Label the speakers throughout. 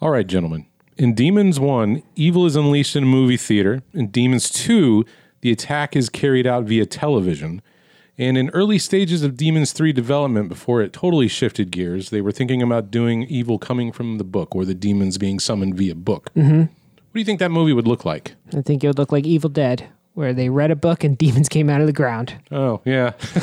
Speaker 1: All right, gentlemen. In Demons 1, evil is unleashed in a movie theater. In Demons 2, the attack is carried out via television. And in early stages of Demons 3 development, before it totally shifted gears, they were thinking about doing evil coming from the book or the demons being summoned via book. Mm-hmm. What do you think that movie would look like?
Speaker 2: I think it would look like Evil Dead, where they read a book and demons came out of the ground.
Speaker 1: Oh, yeah.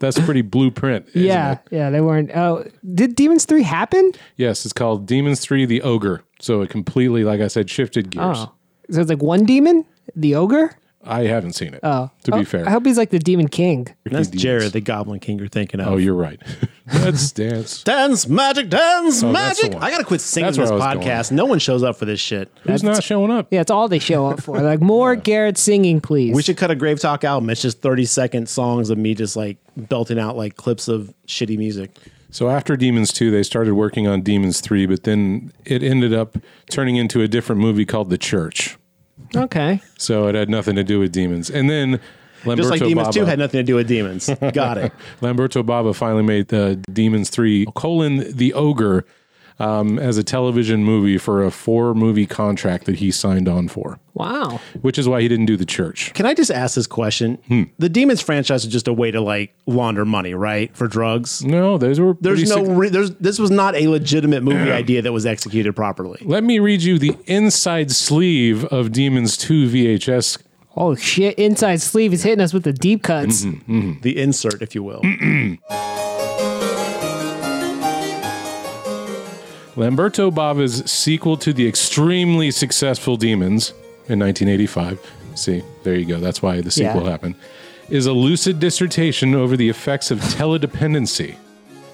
Speaker 1: That's pretty blueprint. isn't
Speaker 2: yeah,
Speaker 1: it?
Speaker 2: yeah, they weren't. Oh, did Demons Three happen?
Speaker 1: Yes, it's called Demons 3 The Ogre. So it completely, like I said, shifted gears.
Speaker 2: Oh, so it's like one demon, the ogre.
Speaker 1: I haven't seen it.
Speaker 2: Oh,
Speaker 1: to
Speaker 2: Oh,
Speaker 1: be fair.
Speaker 2: I hope he's like the Demon King.
Speaker 3: That's
Speaker 1: Demons.
Speaker 3: Jared, the Goblin King, you're thinking of.
Speaker 1: Oh, you're right. That's dance.
Speaker 3: Dance magic, dance
Speaker 1: Oh, that's the
Speaker 3: magic.
Speaker 1: one.
Speaker 3: I gotta quit singing
Speaker 1: That's where
Speaker 3: this
Speaker 1: I was going.
Speaker 3: podcast. No one shows up for this shit.
Speaker 1: Who's not showing up?
Speaker 2: Yeah, it's all they show up for. Like more Garrett singing, please.
Speaker 3: We should cut a Grave Talk album. It's just 30 second songs of me just like belting out like clips of shitty music.
Speaker 1: So after Demons 2, they started working on Demons 3, but then it ended up turning into a different movie called The Church.
Speaker 2: okay.
Speaker 1: So it had nothing to do with demons. And then Lamberto
Speaker 3: Just like Demons
Speaker 1: Baba,
Speaker 3: 2 had nothing to do with demons. Got it.
Speaker 1: Lamberto Baba finally made the Demons 3 colon the ogre um, as a television movie for a four movie contract that he signed on for,
Speaker 2: Wow.
Speaker 1: which is why he didn't do The Church.
Speaker 3: Can I just ask this question?
Speaker 1: Hmm.
Speaker 3: The Demons franchise is just a way to like launder money, right? For drugs.
Speaker 1: No, those were
Speaker 3: There's
Speaker 1: pretty
Speaker 3: no,
Speaker 1: sig-
Speaker 3: re- there's, this was not a legitimate movie idea that was executed properly.
Speaker 1: Let me read you the inside sleeve of Demons 2 VHS
Speaker 2: Oh shit! Inside sleeve is hitting us with the deep cuts.
Speaker 3: The insert, if you will.
Speaker 1: Lamberto Bava's sequel to the extremely successful Demons in 1985. See, there you go. That's why the sequel
Speaker 2: Yeah.
Speaker 1: happened. Is a lucid dissertation over the effects of teledependency,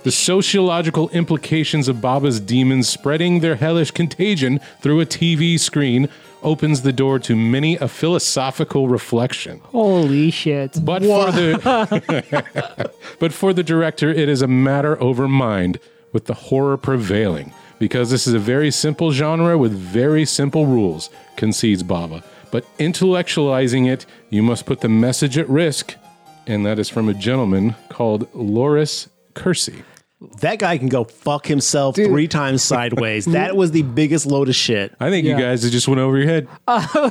Speaker 1: the sociological implications of Baba's demons spreading their hellish contagion through a TV screen. Opens the door to many a philosophical reflection.
Speaker 2: Holy shit!
Speaker 1: But for the But for the director, it is a matter over mind, with the horror prevailing. Because this is a very simple genre with very simple rules, concedes Baba. But intellectualizing it, you must put the message at risk. And that is from a gentleman called Loris Kersey.
Speaker 3: That guy can go fuck himself three times sideways. that was the biggest load of shit.
Speaker 1: I think
Speaker 2: Yeah.
Speaker 1: you guys just went over your head.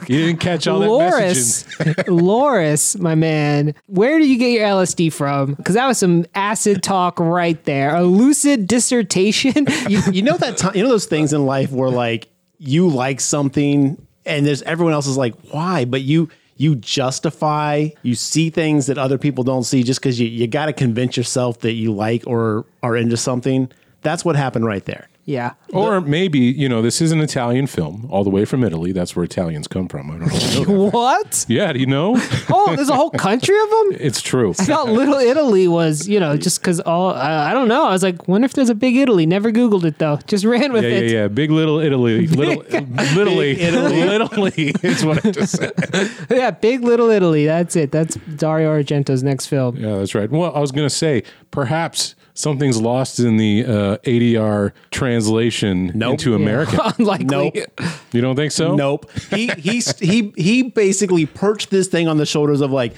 Speaker 1: You didn't catch all that
Speaker 2: Loris,
Speaker 1: messaging.
Speaker 2: Loris, my man, where do you get your LSD from? Because that was some acid talk right there. A lucid dissertation. You-
Speaker 3: you know that time, you know those things in life where like you like something and there's everyone else is like why but you you justify you see things that other people don't see just because you, you got to convince yourself that you like or are into something that's what happened right there
Speaker 2: yeah.
Speaker 1: Or maybe, you know, this is an Italian film, all the way from Italy. That's where Italians come from. I don't know. if you know that.
Speaker 2: What?
Speaker 1: yeah, do you know?
Speaker 2: Oh, there's a whole country of them.
Speaker 1: It's true.
Speaker 2: I thought Little Italy was, you know, just because all uh, I don't know. I was like, wonder if there's a Big Italy. Never Googled it though. Just ran with
Speaker 1: Yeah,
Speaker 2: it.
Speaker 1: yeah, yeah. Big Little Italy. Little, little
Speaker 3: Italy.
Speaker 1: Italy. Little is what I just said.
Speaker 2: Yeah, Big Little Italy. That's it. That's Dario Argento's next film.
Speaker 1: Yeah, that's right. Well, I was going to say, perhaps something's lost in the uh, ADR translation
Speaker 3: Nope.
Speaker 1: into American.
Speaker 2: Unlikely.
Speaker 3: nope
Speaker 1: You don't think so?
Speaker 3: nope he he he he basically perched this thing on the shoulders of like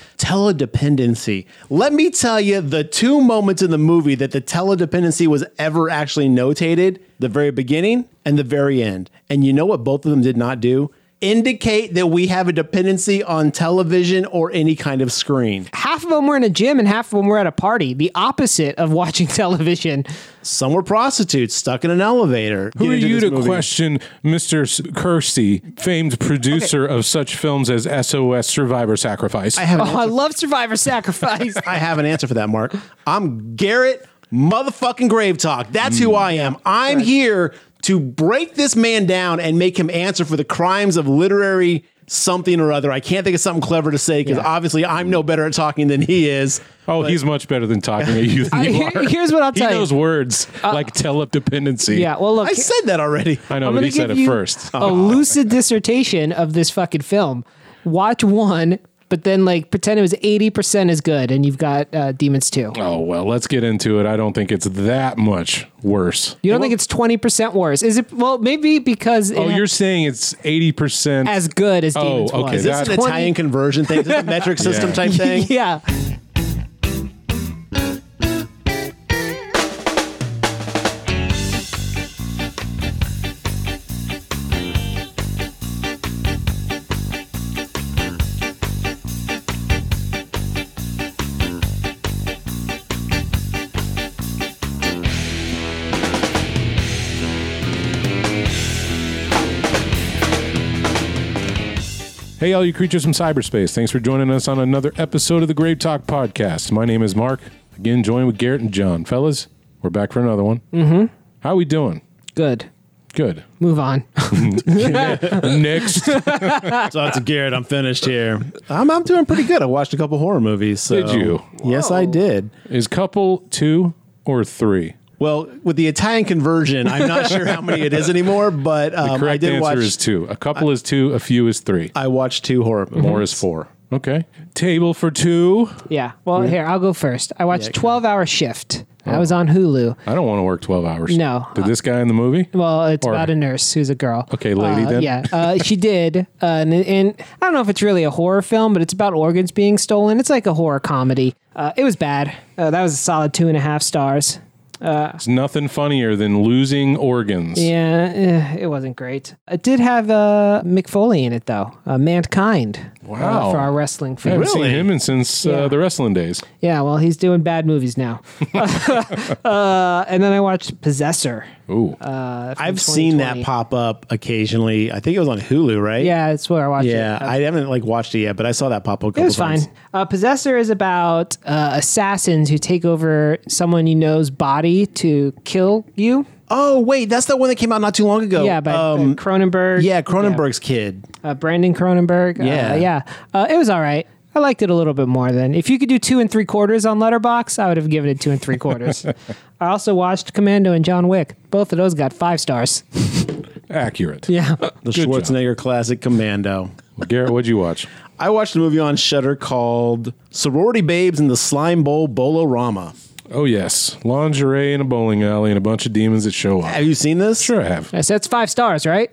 Speaker 3: teledependency let me tell you the two moments in the movie that the teledependency was ever actually notated the very beginning and the very end and you know what both of them did not do indicate that we have a dependency on television or any kind of screen
Speaker 2: Half of them were in a gym and half of them were at a party. The opposite of watching television.
Speaker 3: some were prostitutes stuck in an elevator
Speaker 1: Who
Speaker 3: Get
Speaker 1: are
Speaker 3: into
Speaker 1: you
Speaker 3: this
Speaker 1: to
Speaker 3: movie.
Speaker 1: question Mr. S- Kersey, famed producer of such films as SOS Survivor Sacrifice?
Speaker 3: i have
Speaker 2: Oh,
Speaker 3: an
Speaker 2: I love Survivor Sacrifice.
Speaker 3: I have an answer for that, Mark. I'm Garrett motherfucking Grave Talk. That's who I am. I'm here to break this man down and make him answer for the crimes of literary something or other. I can't think of something clever to say because
Speaker 2: Yeah.
Speaker 3: obviously I'm no better at talking than he is.
Speaker 1: oh, he's much better than talking at you. Than
Speaker 2: I-
Speaker 1: you
Speaker 2: here-
Speaker 1: are.
Speaker 2: here's what I'll
Speaker 1: he
Speaker 2: tell you. Uh,
Speaker 1: knows words like teledependency.
Speaker 2: yeah. Well, look.
Speaker 3: I said that already.
Speaker 1: I know,
Speaker 2: I'm
Speaker 1: but
Speaker 2: gonna
Speaker 1: he said
Speaker 2: give
Speaker 1: it
Speaker 2: you
Speaker 1: first.
Speaker 2: A lucid dissertation of this fucking film. Watch one, but then like pretend it was eighty percent as good, and you've got uh, Demons Two.
Speaker 1: Oh, well, let's get into it. I don't think it's that much worse.
Speaker 2: You don't think it's twenty percent worse? Is it? Well, maybe because it
Speaker 1: Oh,
Speaker 2: had-
Speaker 1: you're saying it's 80%.
Speaker 2: as good as Demons
Speaker 1: okay,
Speaker 2: was.
Speaker 3: Is this
Speaker 1: that-
Speaker 3: an
Speaker 2: 20
Speaker 3: Italian conversion thing? Is this a metric system
Speaker 1: Yeah.
Speaker 3: type thing?
Speaker 2: yeah.
Speaker 1: Hey, all you creatures from cyberspace, thanks for joining us on another episode of the Grave Talk Podcast. My name is Mark. Again, joined with Garrett and John. Fellas, we're back for another one. Mm-hmm. How we doing?
Speaker 2: Good.
Speaker 1: Good.
Speaker 2: Move on.
Speaker 1: Next.
Speaker 3: So it's Garrett. I'm finished here. I'm, I'm doing pretty good. I watched a couple horror movies. So.
Speaker 1: Did you?
Speaker 3: Yes, I did.
Speaker 1: Is couple two or three?
Speaker 3: Well, with the Italian conversion, I'm not sure how many it is anymore, but um, I
Speaker 1: Correct
Speaker 3: did
Speaker 1: answer
Speaker 3: watch.
Speaker 1: is two. A couple is two, a few is three.
Speaker 3: I watched two horror movies.
Speaker 1: More is four. Okay. Table for two.
Speaker 2: yeah. Well, here, I'll go first. I watched 12 Hour Shift.
Speaker 1: Oh.
Speaker 2: I was on Hulu.
Speaker 1: I don't want to work 12 hours.
Speaker 2: No.
Speaker 3: uh,
Speaker 1: Did this guy in the movie?
Speaker 2: Well, it's
Speaker 1: Or-
Speaker 2: about a nurse who's a girl.
Speaker 1: Okay, lady
Speaker 2: Uh,
Speaker 1: then.
Speaker 2: Yeah, uh, she did, uh, and, and I don't know if it's really a horror film, but it's about organs being stolen. It's like a horror comedy. Uh, it was bad. Uh, that was a solid two and a half stars.
Speaker 1: It's nothing funnier than losing organs.
Speaker 2: Yeah, eh, it wasn't great. It did have uh, Mick Foley in it though. Uh, Mankind. uh,
Speaker 1: Wow.
Speaker 2: for our wrestling
Speaker 1: I
Speaker 2: fans.
Speaker 1: haven't seen
Speaker 3: Really?
Speaker 1: him in since
Speaker 2: Yeah.
Speaker 1: uh, the wrestling days.
Speaker 2: Yeah, well, he's doing bad movies now. uh, and then I watched Possessor.
Speaker 1: Ooh.
Speaker 2: Uh, from
Speaker 3: I've seen that
Speaker 2: 2020.
Speaker 3: pop up occasionally. I think it was on Hulu, right?
Speaker 2: Yeah, that's where I watched it.
Speaker 3: Yeah, I haven't like watched it yet, but I saw that pop up. a couple
Speaker 2: It was fine.
Speaker 3: times.
Speaker 2: Uh, Possessor is about uh, assassins who take over someone you know's body to kill you.
Speaker 3: Oh wait, that's the one that came out not too long ago.
Speaker 2: Yeah, by
Speaker 3: um,
Speaker 2: by Cronenberg.
Speaker 3: yeah, Cronenberg's kid.
Speaker 2: Uh, Brandon Cronenberg. Uh,
Speaker 3: Yeah.
Speaker 2: yeah. Uh, it was all right. I liked it a little bit more than if you could do two and three quarters on Letterbox, I would have given it two and three quarters. I also watched Commando and John Wick. Both of those got five stars.
Speaker 1: Accurate.
Speaker 2: Yeah.
Speaker 3: The
Speaker 1: Good
Speaker 3: Schwarzenegger classic Commando.
Speaker 1: Well, Garrett, what'd you watch?
Speaker 3: I watched a movie on Shutter called Sorority Babes in the Slime Bowl Bolorama.
Speaker 1: Oh, yes. Lingerie in a bowling alley and a bunch of demons that show up.
Speaker 3: Have you seen this?
Speaker 1: Sure, I have.
Speaker 2: so that's five stars, right?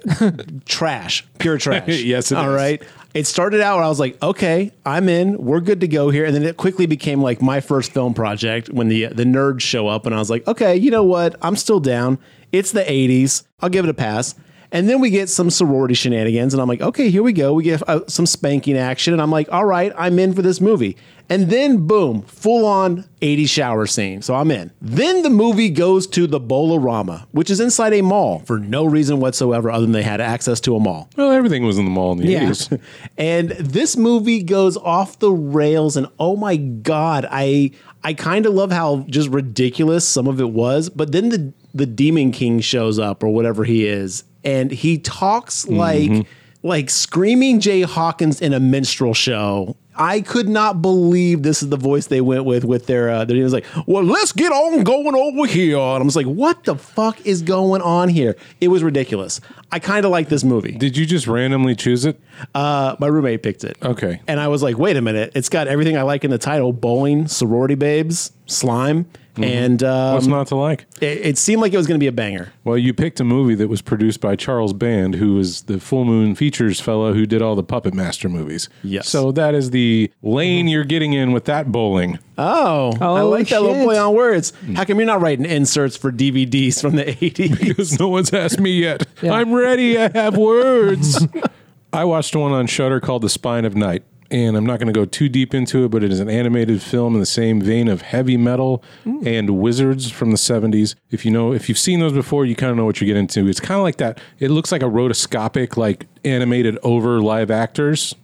Speaker 3: Trash. Pure trash.
Speaker 1: Yes, it
Speaker 3: All
Speaker 1: is.
Speaker 3: right. It started out where I was like, okay, I'm in. We're good to go here. And then it quickly became like my first film project when the the nerds show up and I was like, okay, you know what? I'm still down. It's the 80s. I'll give it a pass. And then we get some sorority shenanigans and I'm like, okay, here we go. We get uh, some spanking action and I'm like, all right, I'm in for this movie. And then boom, full on 80 shower scene. So I'm in. Then the movie goes to the Bolorama, which is inside a mall for no reason whatsoever other than they had access to a mall.
Speaker 1: Well, everything was in the mall in the
Speaker 2: Yeah.
Speaker 1: 80s.
Speaker 3: And this movie goes off the rails, and oh my god, I I kind of love how just ridiculous some of it was. But then the the Demon King shows up or whatever he is, and he talks like like screaming Jay Hawkins in a minstrel show. I could not believe this is the voice they went with with their uh, their it was like, well, let's get on going over here. And I'm just like, what the fuck is going on here? It was ridiculous. I kind of like this movie.
Speaker 1: Did you just randomly choose it?
Speaker 3: Uh, my roommate picked it.
Speaker 1: Okay.
Speaker 3: And I was like, wait a minute. It's got everything I like in the title bowling, sorority babes, slime.
Speaker 1: Mm-hmm.
Speaker 3: And
Speaker 1: What's
Speaker 3: um,
Speaker 1: not to like?
Speaker 3: it, it seemed like it was going to be a banger.
Speaker 1: Well, you picked a movie that was produced by Charles Band, who is the Full Moon Features fellow who did all the Puppet Master movies.
Speaker 3: Yes.
Speaker 1: So that is the lane you're getting in with that bowling.
Speaker 3: Oh, I
Speaker 2: Oh,
Speaker 3: like that little
Speaker 2: shit.
Speaker 3: play on words.
Speaker 1: Mm.
Speaker 3: How come you're not writing inserts for DVDs from the 80s?
Speaker 1: Because no one's asked me yet. I'm ready. I have words. I watched one on Shudder called The Spine of Night, and I'm not going to go too deep into it, but it is an animated film in the same vein of heavy metal
Speaker 3: Mm.
Speaker 1: and wizards from the 70s. If you know, if you've seen those before, you kind of know what you get into. It's kind of like that. It looks like a rotoscopic, like animated over live actors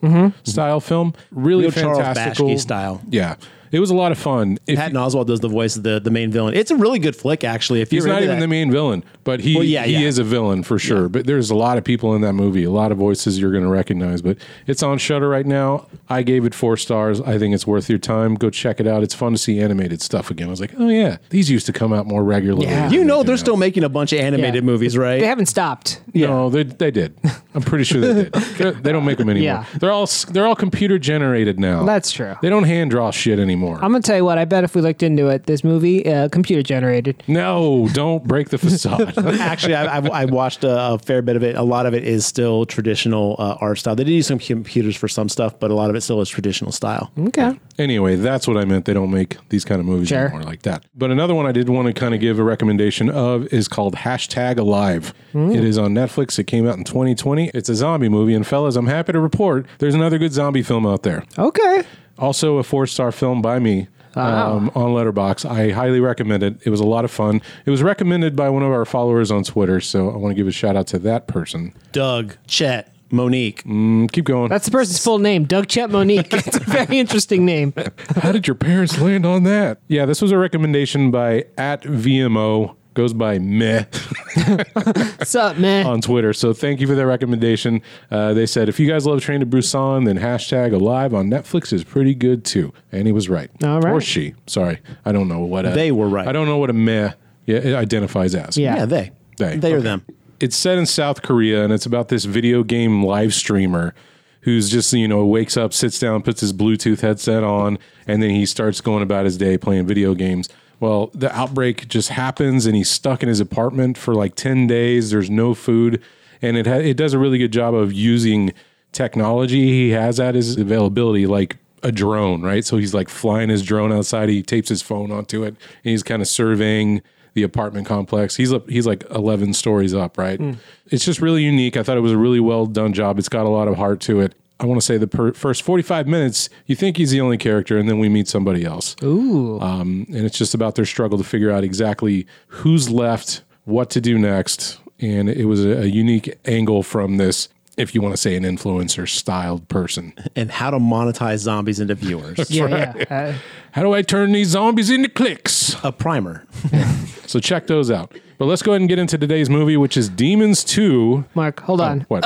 Speaker 1: style film. Really
Speaker 3: Mm-hmm. Real Charles
Speaker 1: fantastical
Speaker 3: Bashki style.
Speaker 1: Yeah. It was a lot of fun. If
Speaker 3: Patton Oswald does the voice of the, the main villain. It's a really good flick, actually. If you're
Speaker 1: He's not
Speaker 3: into
Speaker 1: even
Speaker 3: that.
Speaker 1: the main villain, but he
Speaker 3: Well, yeah,
Speaker 1: he
Speaker 3: yeah.
Speaker 1: is a villain for sure. But there's a lot of people in that movie, a lot of voices you're going to recognize. But it's on Shutter right now. I gave it four stars. I think it's worth your time. Go check it out. It's fun to see animated stuff again. I was like, oh yeah, these used to come out more regularly.
Speaker 2: Yeah.
Speaker 1: than
Speaker 3: you
Speaker 1: they
Speaker 3: know
Speaker 1: do
Speaker 3: they're
Speaker 1: now.
Speaker 3: still making a bunch of animated
Speaker 2: Yeah.
Speaker 3: movies, right?
Speaker 2: they haven't stopped.
Speaker 1: No, they, they did. I'm pretty sure they did. They're- they don't make them anymore.
Speaker 2: Yeah.
Speaker 1: They're all s- they're all computer generated now.
Speaker 2: That's true.
Speaker 1: They don't hand draw shit anymore.
Speaker 2: I'm gonna tell you what. I bet if we looked into it, this movie uh, computer generated.
Speaker 1: no, don't break the facade.
Speaker 3: actually, I, I've, I've watched a, a fair bit of it. A lot of it is still traditional uh, art style. They did use some computers for some stuff, but a lot of it still is traditional
Speaker 1: Hmm.
Speaker 3: style.
Speaker 2: Okay.
Speaker 1: Anyway, that's what I meant. They don't make these kind of movies
Speaker 2: Sure.
Speaker 1: anymore like that. But another one I did want to kind of give a recommendation of is called Hashtag Alive. It is on Netflix. It came out in 2020. It's a zombie movie. And fellas, I'm happy to report there's another good zombie film out there.
Speaker 2: Okay.
Speaker 1: Also, a four star film by me. Um, on Letterbox, I highly recommend it. It was a lot of fun. It was recommended by one of our followers on Twitter, so I want to give a shout out to that person.
Speaker 3: Doug, Chet, Monique.
Speaker 1: Mm, keep going.
Speaker 2: That's the person's full name, Doug Chet Monique. it's a very interesting name.
Speaker 1: How did your parents land on that? Yeah, this was a recommendation by at VMO goes by meh
Speaker 2: What's up, man?
Speaker 1: on Twitter. So thank you for their recommendation. Uh, they said if you guys love Train to Busan, then hashtag Alive on Netflix is pretty good too. And he was right.
Speaker 2: All right.
Speaker 1: Or she. Sorry, I don't know what a,
Speaker 3: They were right.
Speaker 1: I don't know what a meh yeah, it identifies as.
Speaker 2: Yeah.
Speaker 3: Yeah, they.
Speaker 1: They.
Speaker 3: They or
Speaker 1: Okay.
Speaker 3: them.
Speaker 1: it's set in South Korea and it's about this video game live streamer who's just, you know, wakes up, sits down, puts his Bluetooth headset on, and then he starts going about his day playing video games. Well, the outbreak just happens and he's stuck in his apartment for like 10 days. There's no food. And it, ha- it does a really good job of using technology he has at his availability, like a drone, right? So he's like flying his drone outside. He tapes his phone onto it and he's kind of surveying the apartment complex. He's up, he's like 11 stories up, right? It's just really unique. I thought it was a really well done job. It's got a lot of heart to it. I want to say the per- first 45 minutes, you think he's the only character, and then we meet somebody else. Ooh. Um, and it's just about their struggle to figure out exactly who's left, what to do next. And it was a, a unique angle from this, if you want to say an influencer styled person.
Speaker 3: And how to monetize zombies into viewers.
Speaker 2: yeah, yeah. Uh,
Speaker 1: How do I turn these zombies into clicks?
Speaker 3: a primer.
Speaker 1: So check those out. But let's go ahead and get into today's movie, which is Demons 2.
Speaker 2: Uh, Mark, hold on.
Speaker 1: What?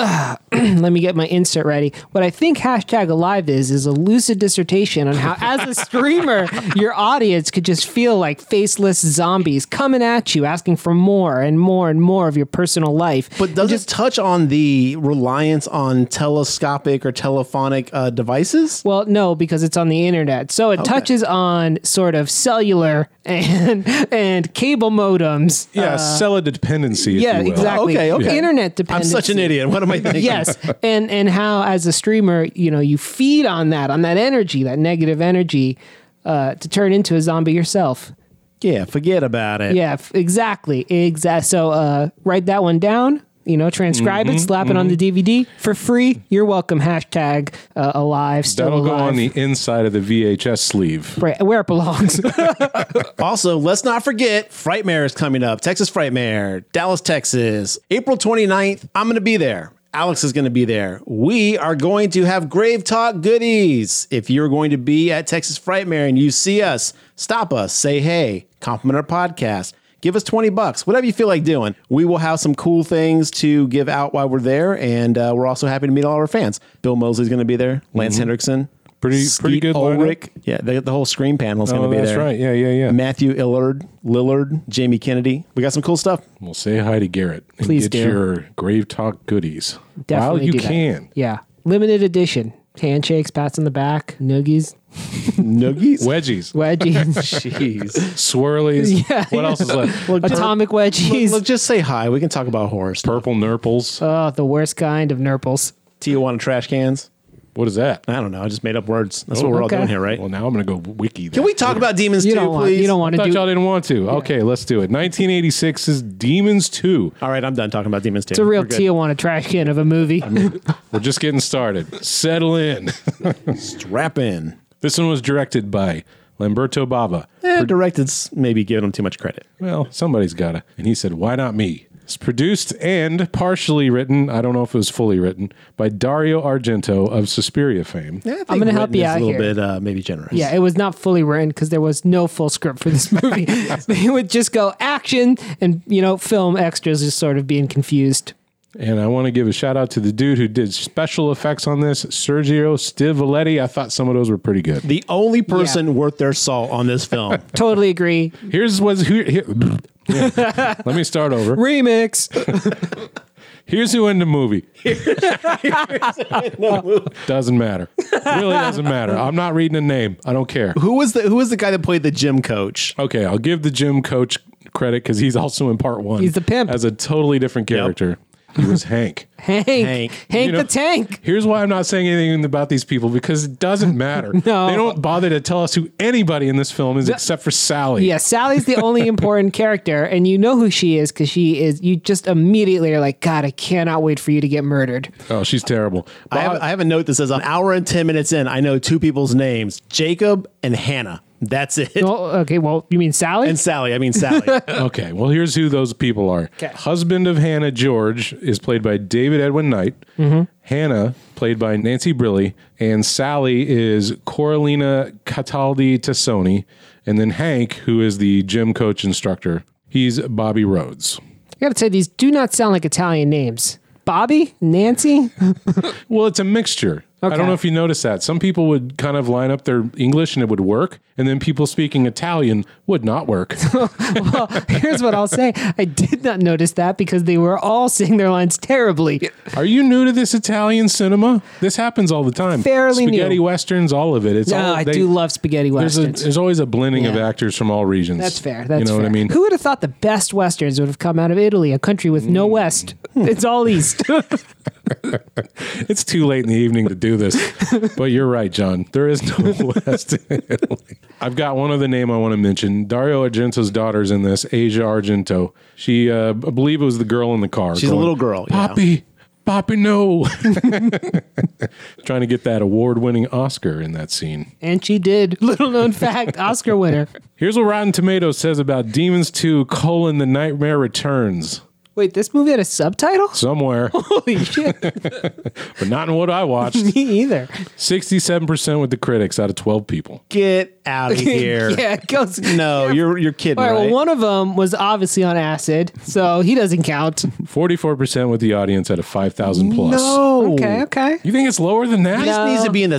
Speaker 2: Let me get my insert ready. What I think hashtag alive is is a lucid dissertation on how, as a streamer, your audience could just feel like faceless zombies coming at you, asking for more and more and more of your personal life.
Speaker 3: But does it touch on the reliance on telescopic or telephonic uh, devices?
Speaker 2: Well, no, because it's on the internet. So it touches on sort of cellular and and cable modems.
Speaker 1: yeah, sell a dependency. If
Speaker 2: yeah,
Speaker 1: you will.
Speaker 2: exactly.
Speaker 3: Okay, okay.
Speaker 2: Internet
Speaker 3: I'm
Speaker 2: dependence.
Speaker 3: such an idiot. What am I thinking?
Speaker 2: yes and and how as a streamer you know you feed on that on that energy that negative energy uh, to turn into a zombie yourself
Speaker 3: Yeah, forget about it.
Speaker 2: yeah f- exactly exact so uh, write that one down you know transcribe
Speaker 1: Mm-hmm,
Speaker 2: it slap it on the dvd for free you're welcome hashtag uh, alive still
Speaker 1: That'll go
Speaker 2: alive.
Speaker 1: on the inside of the VHS sleeve.
Speaker 2: Right, where it belongs
Speaker 3: Also, let's not forget Frightmare is coming up. Texas Frightmare, Dallas, Texas. April 29th, I'm going to be there. Alex is going to be there. We are going to have Grave Talk goodies. If you're going to be at Texas Frightmare and you see us, stop us, say hey, compliment our podcast, give us 20 bucks, whatever you feel like doing. We will have some cool things to give out while we're there. And uh, we're also happy to meet all our fans. Bill Mosley's going to be there, Lance Hendrickson.
Speaker 1: Mm-hmm. Pretty- pretty good lineup.
Speaker 3: Ulrich. Yeah, the, the whole screen panel is going
Speaker 1: Oh,
Speaker 3: to be
Speaker 1: that's
Speaker 3: there.
Speaker 1: right. Yeah, yeah, yeah.
Speaker 3: Matthew Illard, Lillard, Jamie Kennedy. We got some cool stuff.
Speaker 1: We'll say hi to Garrett and
Speaker 2: Please
Speaker 1: get
Speaker 2: do.
Speaker 1: your Grave Talk goodies
Speaker 2: definitely
Speaker 1: while you
Speaker 2: do that.
Speaker 1: can.
Speaker 2: yeah limited edition handshakes pats on the back noogies
Speaker 3: Noogies.
Speaker 1: Wedgies,
Speaker 2: wedgies
Speaker 3: Jeez.
Speaker 1: swirlies.
Speaker 2: Yeah.
Speaker 1: What else is left?
Speaker 2: atomic
Speaker 3: Look,
Speaker 2: wedgies
Speaker 3: look, just say hi. We can talk about horror stuff.
Speaker 1: Purple nurples.
Speaker 2: oh the worst kind of nurples
Speaker 3: Tijuana trash cans.
Speaker 1: what is that?
Speaker 3: I don't know. I just made up words. That's what we're
Speaker 2: Oh, okay.
Speaker 3: all doing here, right?
Speaker 1: Well, now I'm going to go wiki.
Speaker 3: Can we talk about demons
Speaker 2: you
Speaker 3: too,
Speaker 2: don't want
Speaker 3: please?
Speaker 2: you don't want
Speaker 1: I
Speaker 2: to
Speaker 1: thought
Speaker 2: do
Speaker 1: y'all didn't want to. Okay, let's do it. 1986 is Demons 2.
Speaker 3: All right, I'm done talking about demons too.
Speaker 2: It's a real Tijuana trash can of a movie.
Speaker 1: We're just getting started. Settle in.
Speaker 3: Strap in.
Speaker 1: This one was directed by Lamberto Bava.
Speaker 3: Eh, directed's maybe giving them too much credit.
Speaker 1: Well, somebody's got to. And he said, Why not me? It's produced and partially written, I don't know if it was fully written, by Dario Argento of Suspiria fame.
Speaker 3: Eh, I think
Speaker 2: I'm gonna help
Speaker 3: written
Speaker 2: you
Speaker 3: is
Speaker 2: out
Speaker 3: a little
Speaker 2: here.
Speaker 3: bit uh, maybe generous.
Speaker 2: yeah, it was not fully written because there was no full script for this movie. they would just go action and you know film extras just sort of being confused.
Speaker 1: And I want to give a shout out to the dude who did special effects on this, Sergio Stivaletti. I thought some of those were pretty good.
Speaker 3: The only person worth their salt on this film.
Speaker 2: Totally agree.
Speaker 1: Here's what's who. Here, Yeah. Let me start over.
Speaker 2: Remix.
Speaker 1: Here's who in the movie. doesn't matter. Really doesn't matter. I'm not reading a name. I don't care.
Speaker 3: who was the Who was the guy that played the gym coach?
Speaker 1: Okay, I'll give the gym coach credit because he's also in part one.
Speaker 2: He's the pimp.
Speaker 1: as a totally different character. He was Hank.
Speaker 2: Hank. Hank,
Speaker 1: You know-
Speaker 2: the tank.
Speaker 1: Here's why I'm not saying anything about these people because it doesn't matter.
Speaker 2: No.
Speaker 1: They don't bother to tell us who anybody in this film is except for Sally.
Speaker 2: Yeah, Sally's the only important character, and you know who she is because she is. You just immediately are like, God, I cannot wait for you to get murdered.
Speaker 1: Oh, she's terrible.
Speaker 3: I have, I have a note that says an hour and 10 minutes in, I know two people's names, Jacob and Hannah. That's it.
Speaker 2: Well, okay, well, you mean Sally?
Speaker 3: And Sally, I mean Sally.
Speaker 1: Okay, well, here's who those people are.
Speaker 2: 'Kay.
Speaker 1: Husband of Hannah George is played by David Edwin Knight.
Speaker 2: Mm-hmm.
Speaker 1: Hannah, played by Nancy Brilli. And Sally is Coralina Cataldi Tassoni. And then Hank, who is the gym coach instructor, he's Bobby Rhodes.
Speaker 2: I gotta say, these do not sound like Italian names. Bobby? Nancy?
Speaker 1: Well, it's a mixture. I
Speaker 2: Okay.
Speaker 1: don't know if you noticed that. Some people would kind of line up their English and it would work. And then people speaking Italian would not work.
Speaker 2: well, here's what I'll say. I did not notice that because they were all saying their lines terribly.
Speaker 1: Are you new to this Italian cinema? This happens all the time.
Speaker 2: Fairly new.
Speaker 1: Spaghetti westerns, all of it. It's
Speaker 2: No,
Speaker 1: all,
Speaker 2: I
Speaker 1: they-
Speaker 2: do love spaghetti
Speaker 1: There's, a,
Speaker 2: westerns.
Speaker 1: there's always a blending of
Speaker 2: Yeah.
Speaker 1: actors from all regions.
Speaker 2: That's fair. That's
Speaker 1: you know
Speaker 2: fair.
Speaker 1: what I mean.
Speaker 2: Who would have thought the best westerns would have come out of Italy, a country with
Speaker 1: Mm.
Speaker 2: no west? It's all east.
Speaker 1: It's too late in the evening to do this, but you're right, John. There is no West in Italy. I've got one other name I want to mention. Dario Argento's daughter's in this. Asia Argento. She, uh, I believe, it was the girl in the car.
Speaker 3: She's a little girl, yeah.
Speaker 1: Poppy. Poppy, no. Trying to get that award winning Oscar in that scene.
Speaker 2: and she did. Little known fact, Oscar winner.
Speaker 1: Here's what Rotten Tomatoes says about Demons 2 colon The Nightmare Returns.
Speaker 2: Wait, this movie had a subtitle?
Speaker 1: Somewhere,
Speaker 2: Holy shit.
Speaker 1: but not in what I watched.
Speaker 2: Me either.
Speaker 1: 67% with the critics out of 12 people.
Speaker 3: Get out of here.
Speaker 2: yeah, it goes.
Speaker 3: No, you're you're kidding,
Speaker 2: All right,
Speaker 3: right?
Speaker 2: well, one of them was obviously on acid, so he doesn't count.
Speaker 1: 44% with the audience out of 5,000 plus. Oh.
Speaker 3: no.
Speaker 2: Okay, okay.
Speaker 1: You think it's lower than that?
Speaker 3: This
Speaker 2: No. Mm.
Speaker 3: needs to be in the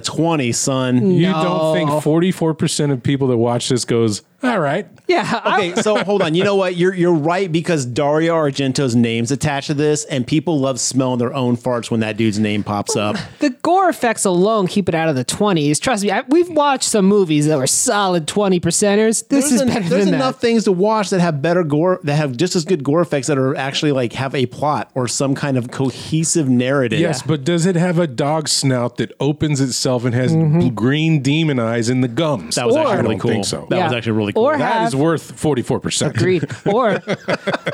Speaker 3: 20, son.
Speaker 1: You don't think 44% of people that watch this goes, all right.
Speaker 2: Yeah, I-
Speaker 3: Okay, so hold on. You know what? You're you're right because Dario Argento's name's attached to this, and people love smelling their own farts when that dude's name pops up.
Speaker 2: the gore effects alone keep it out of the 20s. Trust me, I, we've watched some movies that were solid 20 percenters. This is
Speaker 3: en-
Speaker 2: better
Speaker 3: there's
Speaker 2: than that.
Speaker 3: enough things to watch that have better gore that have just as good gore effects that are actually like have a plot or some kind of cohesive narrative.
Speaker 1: Yes, but does it have a dog snout that opens itself and has
Speaker 3: Mm-hmm.
Speaker 1: bl- green demon eyes in the gums?
Speaker 3: That was
Speaker 2: Or-
Speaker 3: actually
Speaker 1: I
Speaker 3: really
Speaker 1: don't
Speaker 3: cool.
Speaker 1: think so.
Speaker 3: That was
Speaker 2: Yeah.
Speaker 3: actually really cool.
Speaker 2: Or
Speaker 1: That
Speaker 2: have-
Speaker 1: is worth 44%.
Speaker 2: Agreed. Or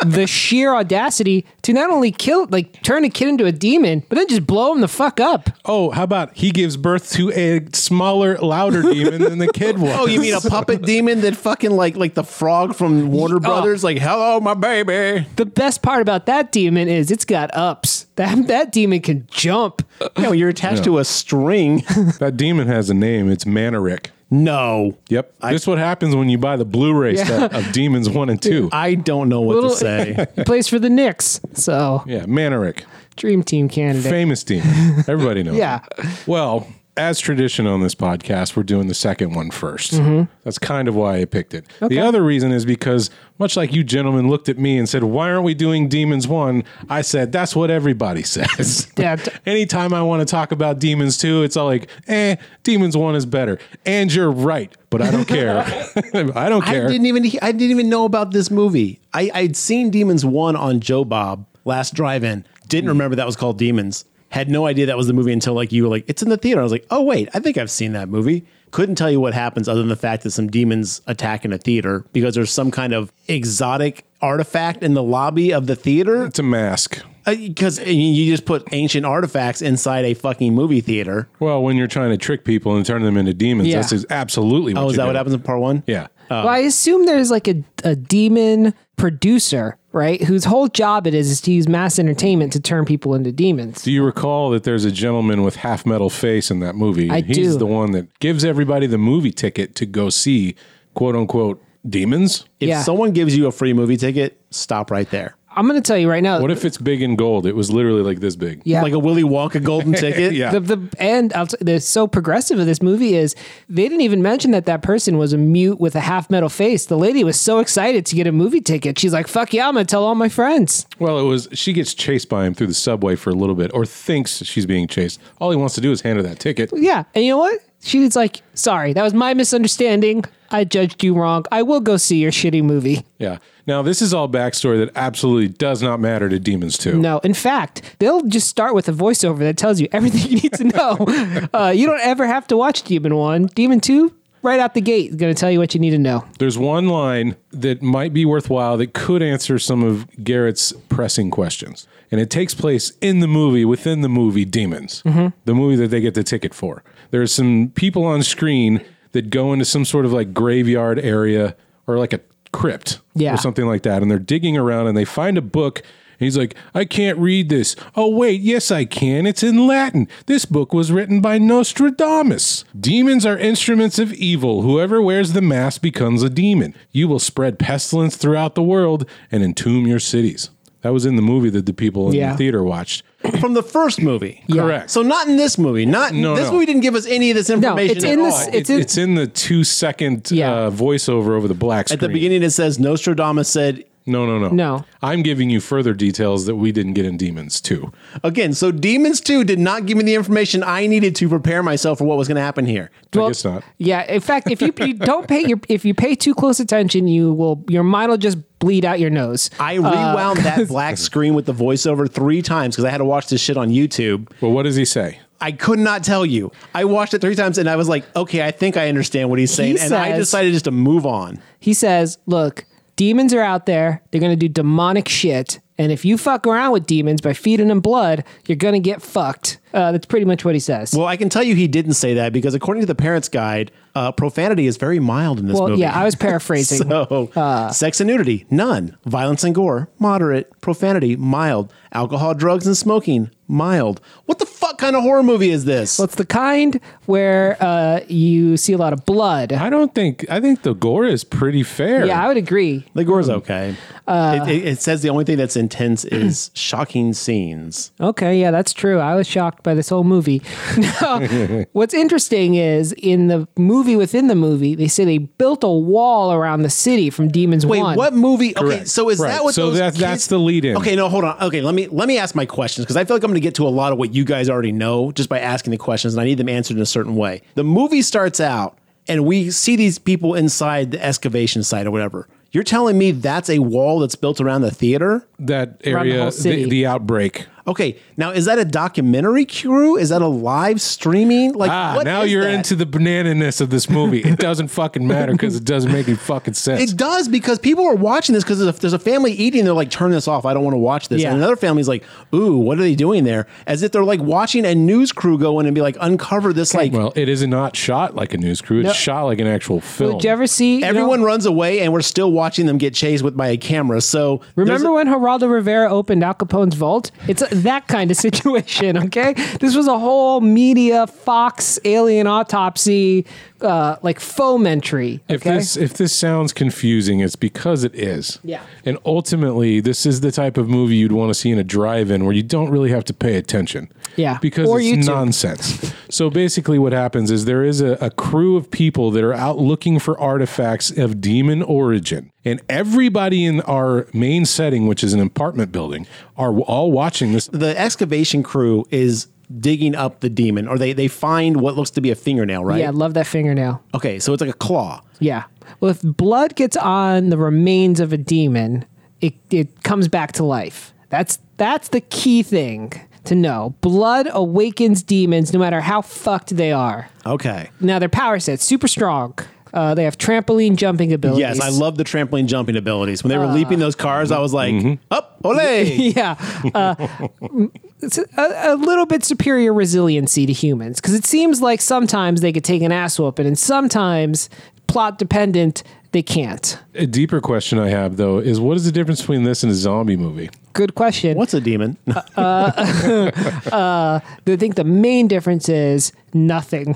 Speaker 2: the sheer audacity to not only kill, like turn a kid into a demon, but then just blow him the fuck up.
Speaker 1: Oh, how about he gives birth to a smaller, louder demon than the kid was?
Speaker 3: Oh, you mean a puppet demon that fucking like like the frog from Warner Brothers? Like, hello, my baby.
Speaker 2: The best part about that demon is it's got ups. That that demon can jump.
Speaker 3: No, you're attached to a string.
Speaker 1: That demon has a name. It's Manoric.
Speaker 3: no,
Speaker 1: Yep. this is what happens when you buy the Blu-ray set of Demons 1 and 2.
Speaker 3: I don't know what
Speaker 2: Little-
Speaker 3: to say.
Speaker 2: Plays for the Knicks, so
Speaker 1: yeah, Manoric.
Speaker 2: dream team candidate.
Speaker 1: Famous demon. Everybody knows.
Speaker 2: Yeah.
Speaker 1: him. Well, as tradition on this podcast, we're doing the second one first.
Speaker 2: Mm-hmm.
Speaker 1: That's kind of why I picked it. The other reason is because much like you gentlemen looked at me and said, "Why aren't we doing Demons 1?" I said, "That's what everybody says."
Speaker 2: Yeah, t-
Speaker 1: Anytime I want to talk about Demons 2, it's all like, "Eh, Demons 1 is better." And you're right, but I don't care. I don't
Speaker 3: I
Speaker 1: care.
Speaker 3: didn't even he- I didn't even know about this movie. I I'd seen Demons One on Joe Bob last drive-in.
Speaker 1: Mm-hmm.
Speaker 3: Didn't remember that was called Demons. Had no idea that was the movie until like you were like, it's in the theater. I was like, oh wait, I think I've seen that movie. Couldn't tell you what happens other than the fact that some demons attack in a theater because there's some kind of exotic artifact in the lobby of the theater.
Speaker 1: It's a mask.
Speaker 3: Because you just put ancient artifacts inside a fucking movie theater.
Speaker 1: Well, when you're trying to trick people and turn them into demons,
Speaker 2: Yeah.
Speaker 1: that's absolutely what
Speaker 3: Oh,
Speaker 1: you
Speaker 3: is that
Speaker 1: do.
Speaker 3: what happens in part one?
Speaker 1: Yeah.
Speaker 2: well, I assume there's like a, a demon producer, right? Whose whole job it is is to use mass entertainment to turn people into demons.
Speaker 1: Do you recall that there's a gentleman with half metal face in that movie?
Speaker 2: I
Speaker 1: He's
Speaker 2: do.
Speaker 1: the one that gives everybody the movie ticket to go see quote unquote demons.
Speaker 3: If
Speaker 2: Yeah.
Speaker 3: someone gives you a free movie ticket, stop right there.
Speaker 2: I'm gonna tell you right now.
Speaker 1: What if it's big and gold? It was literally like this big.
Speaker 2: yeah.
Speaker 3: Like a Willy Wonka golden ticket.
Speaker 1: Yeah.
Speaker 2: the, the and I'll t- they're so progressive of this movie is they didn't even mention that that person was a mute with a half metal face. The lady was so excited to get a movie ticket. She's like, "Fuck yeah, I'm gonna tell all my friends."
Speaker 1: Well, it was she gets chased by him through the subway for a little bit or thinks she's being chased. All he wants to do is hand her that ticket.
Speaker 2: Yeah, and you know what? She's like, "Sorry, that was my misunderstanding. I judged you wrong. I will go see your shitty movie."
Speaker 1: Yeah. Now, this is all backstory that absolutely does not matter to Demons 2.
Speaker 2: No, in fact, they'll just start with a voiceover that tells you everything you need to know. uh, you don't ever have to watch Demon One, Demon Two. Right out the gate, is going to tell you what you need to know.
Speaker 1: There's one line that might be worthwhile that could answer some of Garrett's pressing questions. And it takes place in the movie, within the movie Demons, the movie that they get the ticket for. There's some people on screen that go into some sort of like graveyard area or like a crypt
Speaker 2: Yeah.
Speaker 1: or something like that. And they're digging around and they find a book. And he's like, I can't read this. Oh, wait, yes, I can. It's in Latin. This book was written by Nostradamus. Demons are instruments of evil. Whoever wears the mask becomes a demon. You will spread pestilence throughout the world and entomb your cities. That was in the movie that the people in
Speaker 2: Yeah.
Speaker 1: the theater watched.
Speaker 3: from the first movie.
Speaker 1: Correct.
Speaker 3: So not in this movie. Not
Speaker 1: No,
Speaker 3: this
Speaker 1: no.
Speaker 3: movie didn't give us any of this information.
Speaker 2: it's
Speaker 3: at
Speaker 2: in
Speaker 3: all.
Speaker 2: this-
Speaker 1: Oh, It- it's,
Speaker 2: It's
Speaker 1: in,
Speaker 2: in-
Speaker 1: the two second
Speaker 2: Yeah.
Speaker 1: uh, voiceover over the black screen.
Speaker 3: At the beginning, it says Nostradamus said
Speaker 1: No, no, no.
Speaker 2: No.
Speaker 1: I'm giving you further details that we didn't get in Demons too.
Speaker 3: again. So Demons Two did not give me the information I needed to prepare myself for what was going to happen here.
Speaker 1: I
Speaker 2: Well,
Speaker 1: guess not.
Speaker 2: Yeah. In fact, if you, you don't pay your if you pay too close attention, you will your mind will just bleed out your nose.
Speaker 3: I rewound that black screen with the voiceover three times because I had to watch this shit on YouTube.
Speaker 1: Well, what does he say?
Speaker 3: I could not tell you. I watched it three times and I was like, okay, I think I understand what he's saying. and I
Speaker 2: says-
Speaker 3: decided just to move on.
Speaker 2: He says, "Look, demons are out there. They're gonna do demonic shit, and if you fuck around with demons by feeding them blood, you're gonna get fucked." Uh, that's pretty much what he says.
Speaker 3: Well, I can tell you he didn't say that because according to the Parents Guide, uh, profanity is very mild in this
Speaker 2: Well,
Speaker 3: movie.
Speaker 2: yeah, I was paraphrasing. Uh,
Speaker 3: So, sex and nudity, none. Violence and gore, moderate. Profanity, mild. Alcohol, drugs, and smoking, mild. What the fuck kind of horror movie is this?
Speaker 2: Well, it's the kind where uh, you see a lot of blood.
Speaker 1: I don't think. I think the gore is pretty fair.
Speaker 2: Yeah, I would agree.
Speaker 3: the gore's okay.
Speaker 2: uh,
Speaker 3: it, it- it says the only thing that's intense is shocking scenes.
Speaker 2: Okay, yeah, that's true. I was shocked by this whole movie. No, what's interesting is in the movie within the movie, they say they built a wall around the city from Demons
Speaker 3: Wait,
Speaker 2: One.
Speaker 3: what movie? Okay,
Speaker 1: Correct.
Speaker 3: so is
Speaker 1: Right.
Speaker 3: that what
Speaker 1: So
Speaker 3: those
Speaker 1: that-
Speaker 3: kids-
Speaker 1: that's the lead-in.
Speaker 3: Okay, no, hold on. Okay, let me let me ask my questions because I feel like I'm going to get to a lot of what you guys already know just by asking the questions, and I need them answered in a certain way. The movie starts out, and we see these people inside the excavation site or whatever. You're telling me that's a wall that's built around the theater?
Speaker 1: that
Speaker 2: Around the
Speaker 1: area,
Speaker 2: whole
Speaker 1: the,
Speaker 2: city.
Speaker 1: the outbreak.
Speaker 3: Okay, now is that a documentary crew? Is that a live streaming? Like,
Speaker 1: Ah,
Speaker 3: what
Speaker 1: now
Speaker 3: is
Speaker 1: you're
Speaker 3: that?
Speaker 1: into the banana-ness of this movie. It doesn't fucking matter because it doesn't make any fucking sense.
Speaker 3: It does because people are watching this because there's, a- there's a family eating. They're like, turn this off. I don't want to watch this.
Speaker 2: Yeah.
Speaker 3: And another family's like, ooh, what are they doing there? As if they're like watching a news crew go in and be like, uncover this. Like,
Speaker 1: well, it is not shot like a news crew. It's
Speaker 2: No.
Speaker 1: shot like an actual film.
Speaker 2: Did you ever see you know,
Speaker 3: everyone runs away and we're still watching them get chased with by a camera. So there's
Speaker 2: Remember
Speaker 3: a-
Speaker 2: when Geraldo Rivera opened Al Capone's vault? It's that kind of situation, okay? This was a whole media Fox alien autopsy, uh, like fomentry. Okay?
Speaker 1: If this if this sounds confusing, it's because it is.
Speaker 2: Yeah.
Speaker 1: And ultimately, this is the type of movie you'd want to see in a drive-in where you don't really have to pay attention.
Speaker 2: Yeah.
Speaker 1: Because
Speaker 2: Or
Speaker 1: it's
Speaker 2: YouTube.
Speaker 1: nonsense. So basically, what happens is there is a, a crew of people that are out looking for artifacts of demon origin, and everybody in our main setting, which is an apartment building, are all watching this.
Speaker 3: the excavation crew is digging up the demon or they, they find what looks to be a fingernail, right?
Speaker 2: yeah, love that fingernail.
Speaker 3: Okay, so it's like a claw.
Speaker 2: Yeah. Well, if blood gets on the remains of a demon, it, it comes back to life. That's that's the key thing to know. Blood awakens demons no matter how fucked they are.
Speaker 3: Okay.
Speaker 2: Now their power set's super strong. Uh, they have trampoline jumping abilities.
Speaker 3: Yes, I love the trampoline jumping abilities. When they were leaping
Speaker 2: Ah.
Speaker 3: those cars, I was like,
Speaker 2: Mm-hmm.
Speaker 3: up, ole.
Speaker 2: yeah, uh, it's a, a little bit superior resiliency to humans because it seems like sometimes they could take an ass whooping, and sometimes plot dependent they can't.
Speaker 1: A deeper question I have though is, what is the difference between this and a zombie movie?
Speaker 2: Good question.
Speaker 3: What's a demon?
Speaker 2: I think the main difference is nothing.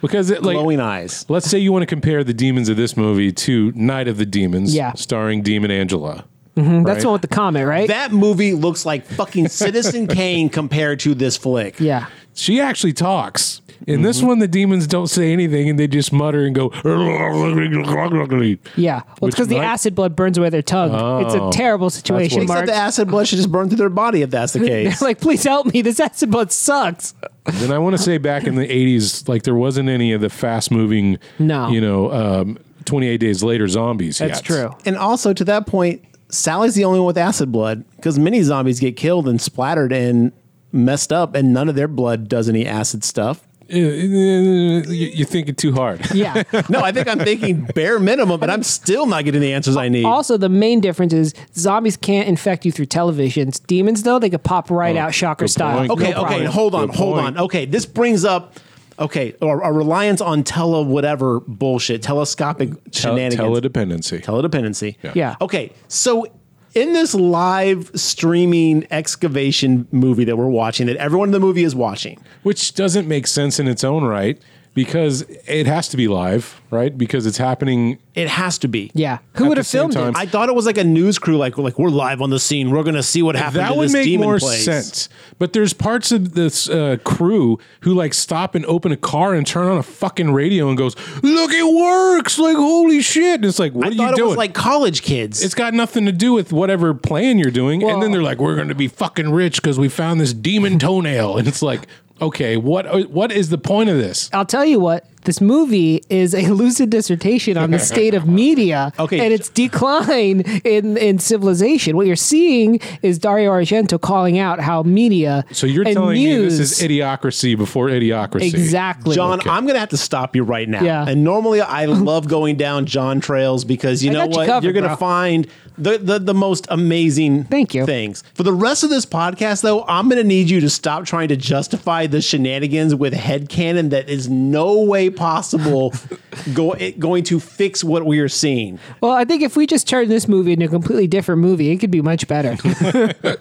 Speaker 1: Because it like
Speaker 3: glowing eyes.
Speaker 1: Let's say you want to compare the demons of this movie to Night of the Demons,
Speaker 2: Yeah.
Speaker 1: starring Demon Angela.
Speaker 2: That's the one with the comment, right?
Speaker 3: That movie looks like fucking Citizen Kane compared to this flick.
Speaker 2: yeah.
Speaker 1: She actually talks. In this
Speaker 2: Mm-hmm.
Speaker 1: one, the demons don't say anything and they just mutter and go.
Speaker 2: Yeah. Well,
Speaker 1: Which
Speaker 2: it's because the
Speaker 1: might- Oh.
Speaker 2: acid blood burns away their tongue. It's a terrible situation,
Speaker 1: what-
Speaker 2: Mark.
Speaker 3: Except the acid blood should just burn through their body if that's the case.
Speaker 2: like, please help me. This acid blood sucks.
Speaker 1: And I want to say back in the 80s, like there wasn't any of the fast moving,
Speaker 2: No.
Speaker 1: you know, um, 28 Days Later zombies
Speaker 2: That's
Speaker 1: yet.
Speaker 2: true.
Speaker 3: and also to that point, Sally's the only one with acid blood because many zombies get killed and splattered and messed up, and none of their blood does any acid stuff.
Speaker 1: Uh, you- You're thinking too hard.
Speaker 2: Yeah.
Speaker 3: No, I think I'm thinking bare minimum, but I'm still not getting the answers I need.
Speaker 2: also, the main difference is zombies can't infect you through televisions. Demons, though, they could pop right out shocker
Speaker 1: Oh, good
Speaker 2: style.
Speaker 1: point.
Speaker 2: No
Speaker 3: Okay, okay,
Speaker 2: problem.
Speaker 3: hold on,
Speaker 1: Good
Speaker 3: hold
Speaker 1: point.
Speaker 3: on. Okay, this brings up okay, or a reliance on tele whatever bullshit, telescopic
Speaker 1: Tel-
Speaker 3: shenanigans,
Speaker 1: teledependency.
Speaker 3: teledependency.
Speaker 2: Yeah.
Speaker 3: Okay, so in this live streaming excavation movie that we're watching, that everyone in the movie is watching,
Speaker 1: which doesn't make sense in its own right because it has to be live, right? Because it's happening.
Speaker 3: it has to be.
Speaker 2: Yeah. Who
Speaker 1: At
Speaker 2: would
Speaker 1: the
Speaker 2: have
Speaker 1: same
Speaker 2: filmed
Speaker 1: time-
Speaker 2: it?
Speaker 3: I thought it was like a news crew, like like we're live on the scene. We're gonna see what happened.
Speaker 1: That
Speaker 3: to
Speaker 1: would
Speaker 3: this
Speaker 1: make
Speaker 3: demon
Speaker 1: more
Speaker 3: place.
Speaker 1: sense. But there's parts of this uh, crew who like stop and open a car and turn on a fucking radio and goes, "Look, it works! Like holy shit!" And it's like, what
Speaker 3: I
Speaker 1: are
Speaker 3: thought
Speaker 1: you
Speaker 3: it
Speaker 1: doing?
Speaker 3: was like college kids.
Speaker 1: it's got nothing to do with whatever plan you're doing. and then they're like, "We're going to be fucking rich because we found this demon toenail." And it's like, okay, what uh, what is the point of this?
Speaker 2: I'll tell you what, this movie is a lucid dissertation on the state of media
Speaker 3: Okay.
Speaker 2: and its decline in, in civilization. What you're seeing is Dario Argento calling out how media
Speaker 1: So you're
Speaker 2: and
Speaker 1: telling me this is
Speaker 2: news-
Speaker 1: idiocracy before idiocracy.
Speaker 2: exactly
Speaker 3: John, I'm going to have to stop you right now.
Speaker 2: Yeah.
Speaker 3: And normally I love going down John trails because you
Speaker 2: I
Speaker 3: know
Speaker 2: got you
Speaker 3: what?
Speaker 2: covered,
Speaker 3: You're going
Speaker 2: bro.
Speaker 3: to find the, the, the most amazing
Speaker 2: Thank you.
Speaker 3: things. For the rest of this podcast, though, I'm going to need you to stop trying to justify the shenanigans with headcanon that is no way possible go, it, going to fix what we are seeing.
Speaker 2: Well, I think if we just turned this movie into a completely different movie, it could be much better.
Speaker 1: Well,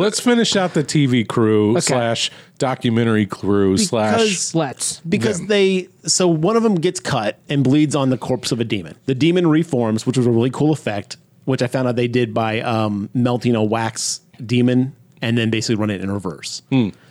Speaker 1: let's finish out the TV crew slash documentary crew slash.
Speaker 2: Let's.
Speaker 3: because they so one of them gets cut and bleeds on the corpse of a demon. The demon reforms, which was a really cool effect, which I found out they did by um, melting a wax demon and then basically run it in reverse.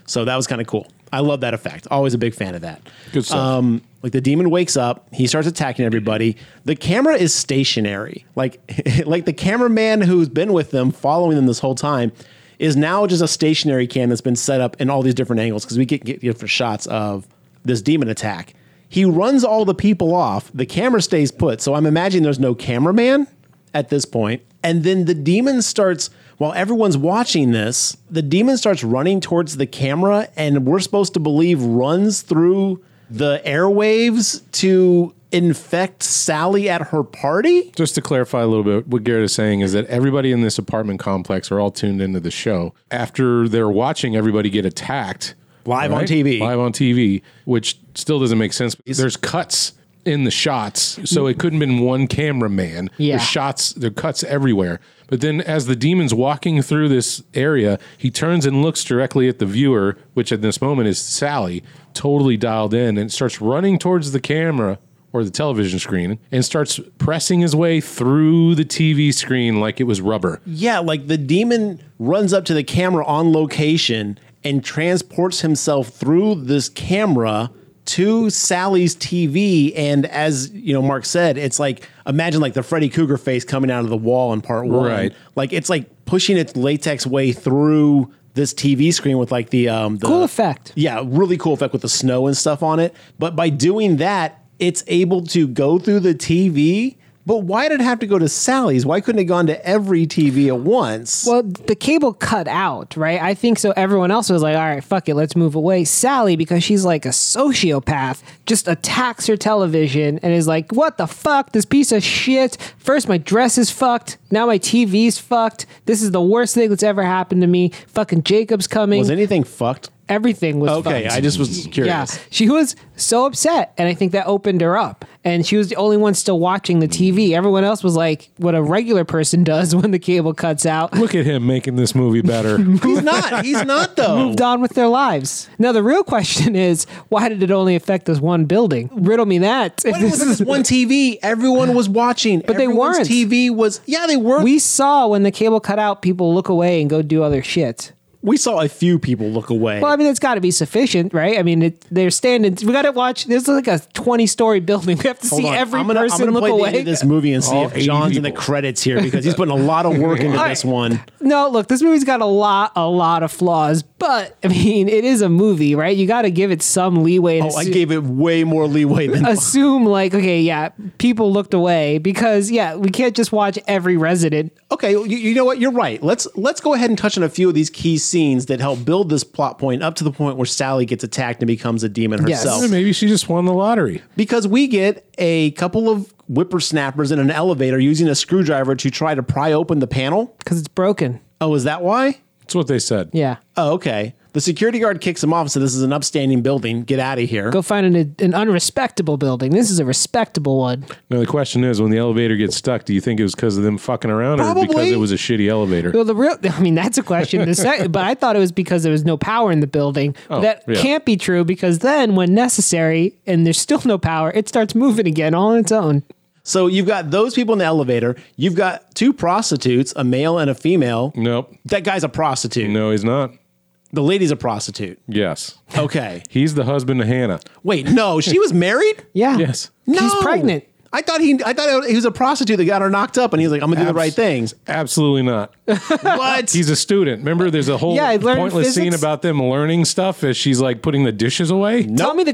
Speaker 3: So that was kind of cool. I love that effect. Always a big fan of that.
Speaker 1: Good stuff.
Speaker 3: Um, like the demon wakes up, he starts attacking everybody. The camera is stationary. Like like the cameraman who's been with them, following them this whole time, is now just a stationary cam that's been set up in all these different angles because we get, get different shots of this demon attack. He runs all the people off. The camera stays put. So I'm imagining there's no cameraman at this point. And then the demon starts, while everyone's watching this, the demon starts running towards the camera, and we're supposed to believe runs through the airwaves to infect Sally at her party.
Speaker 1: Just to clarify a little bit, what Garrett is saying is that everybody in this apartment complex are all tuned into the show. After they're watching everybody get attacked
Speaker 3: Live on
Speaker 1: right?
Speaker 3: TV.
Speaker 1: live on TV, which still doesn't make sense. There's cuts in the shots, so it couldn't have been one cameraman.
Speaker 2: Yeah.
Speaker 1: There's shots, there are cuts everywhere. But then as the demon's walking through this area, he turns and looks directly at the viewer, which at this moment is Sally, totally dialed in, and starts running towards the camera or the television screen and starts pressing his way through the TV screen like it was rubber.
Speaker 3: Yeah, like the demon runs up to the camera on location and transports himself through this camera to Sally's TV. And as you know, Mark said, it's like imagine like the Freddy Cougar face coming out of the wall in part one.
Speaker 1: Right.
Speaker 3: Like it's like pushing its latex way through this TV screen with like the um the
Speaker 2: Cool effect.
Speaker 3: yeah, really cool effect with the snow and stuff on it. But by doing that, it's able to go through the TV. But why did it have to go to Sally's? Why couldn't it gone to every TV at once?
Speaker 2: Well, the cable cut out, right? I think so. Everyone else was like, all right, fuck it, let's move away. Sally, because she's like a sociopath, just attacks her television and is like, what the fuck? This piece of shit. First, my dress is fucked. Now, my TV's fucked. This is the worst thing that's ever happened to me. Fucking Jacob's coming.
Speaker 3: was anything fucked?
Speaker 2: Everything was
Speaker 3: Okay,
Speaker 2: fucked.
Speaker 3: I just was curious.
Speaker 2: Yeah, she was so upset, and I think that opened her up. And she was the only one still watching the TV. Everyone else was like, what a regular person does when the cable cuts out.
Speaker 1: Look at him making this movie better.
Speaker 3: He's not. He's not though.
Speaker 2: Moved on with their lives. Now the real question is, why did it only affect this one building? Riddle me that. If
Speaker 3: But it was
Speaker 2: this
Speaker 3: this
Speaker 2: is-
Speaker 3: one TV. Everyone was watching. But
Speaker 2: they
Speaker 3: Everyone's
Speaker 2: weren't.
Speaker 3: TV was yeah, they weren't.
Speaker 2: we
Speaker 3: We,
Speaker 2: saw when the cable cut out, people look away and go do other shit.
Speaker 3: we saw a few people look away.
Speaker 2: Well, I mean, it's got to be sufficient, right? I mean, it, they're standing. We got to watch. This is like a twenty-story building. We have to
Speaker 3: Hold
Speaker 2: see
Speaker 3: on,
Speaker 2: every
Speaker 3: I'm gonna,
Speaker 2: person
Speaker 3: I'm gonna
Speaker 2: look
Speaker 3: play
Speaker 2: away.
Speaker 3: The end of this movie and see
Speaker 1: All
Speaker 3: if
Speaker 1: 80
Speaker 3: John's in the
Speaker 1: people.
Speaker 3: credits here because he's putting a lot of work
Speaker 2: All
Speaker 3: into
Speaker 2: right.
Speaker 3: this one.
Speaker 2: No, look, this movie's got a lot, a lot of flaws, but I mean, it is a movie, right? You got to give it some leeway. and
Speaker 3: Oh, I
Speaker 2: assu-
Speaker 3: gave it way more leeway than
Speaker 2: assume like, okay, yeah, people looked away because yeah, we can't just watch every resident.
Speaker 3: Okay, well, you, you know what? You're right. Let's let's go ahead and touch on a few of these key scenes that help build this plot point up to the point where Sally gets attacked and becomes a demon
Speaker 2: Yes.
Speaker 3: herself.
Speaker 1: Maybe she just won the lottery.
Speaker 3: Because we get a couple of whippersnappers in an elevator using a screwdriver to try to pry open the panel.
Speaker 2: because it's broken.
Speaker 3: Oh, is that why?
Speaker 1: That's what they said.
Speaker 2: Yeah.
Speaker 3: Oh, okay. The security guard kicks him off and says, This is an upstanding building. Get out of here.
Speaker 2: Go find an, an unrespectable building. This is a respectable one.
Speaker 1: Now the question is, when the elevator gets stuck, do you think it was because of them fucking around, or because
Speaker 3: Probably.
Speaker 1: it was a shitty elevator?
Speaker 2: Well, the real, I mean, that's a question. The sec- but I thought it was because there was no power in the building. that
Speaker 1: Oh, yeah.
Speaker 2: can't be true because then, when necessary and there's still no power, it starts moving again all on its own.
Speaker 3: So you've got those people in the elevator. You've got two prostitutes, a male and a female.
Speaker 1: Nope.
Speaker 3: That guy's a prostitute.
Speaker 1: No, he's not.
Speaker 3: The lady's a prostitute.
Speaker 1: Yes,
Speaker 3: Okay.
Speaker 1: he's the husband of Hannah.
Speaker 3: Wait, no, she was married?
Speaker 2: Yeah.
Speaker 1: Yes.
Speaker 3: No.
Speaker 2: She's pregnant.
Speaker 3: I thought he I thought he was a prostitute that got her knocked up and he was like, I'm gonna do the right things.
Speaker 1: Absolutely not.
Speaker 3: What?
Speaker 1: He's a student. Remember, there's a whole
Speaker 2: Yeah, I learned
Speaker 1: pointless scene
Speaker 2: physics.
Speaker 1: about them learning stuff as she's like putting the dishes away.
Speaker 2: Tell me the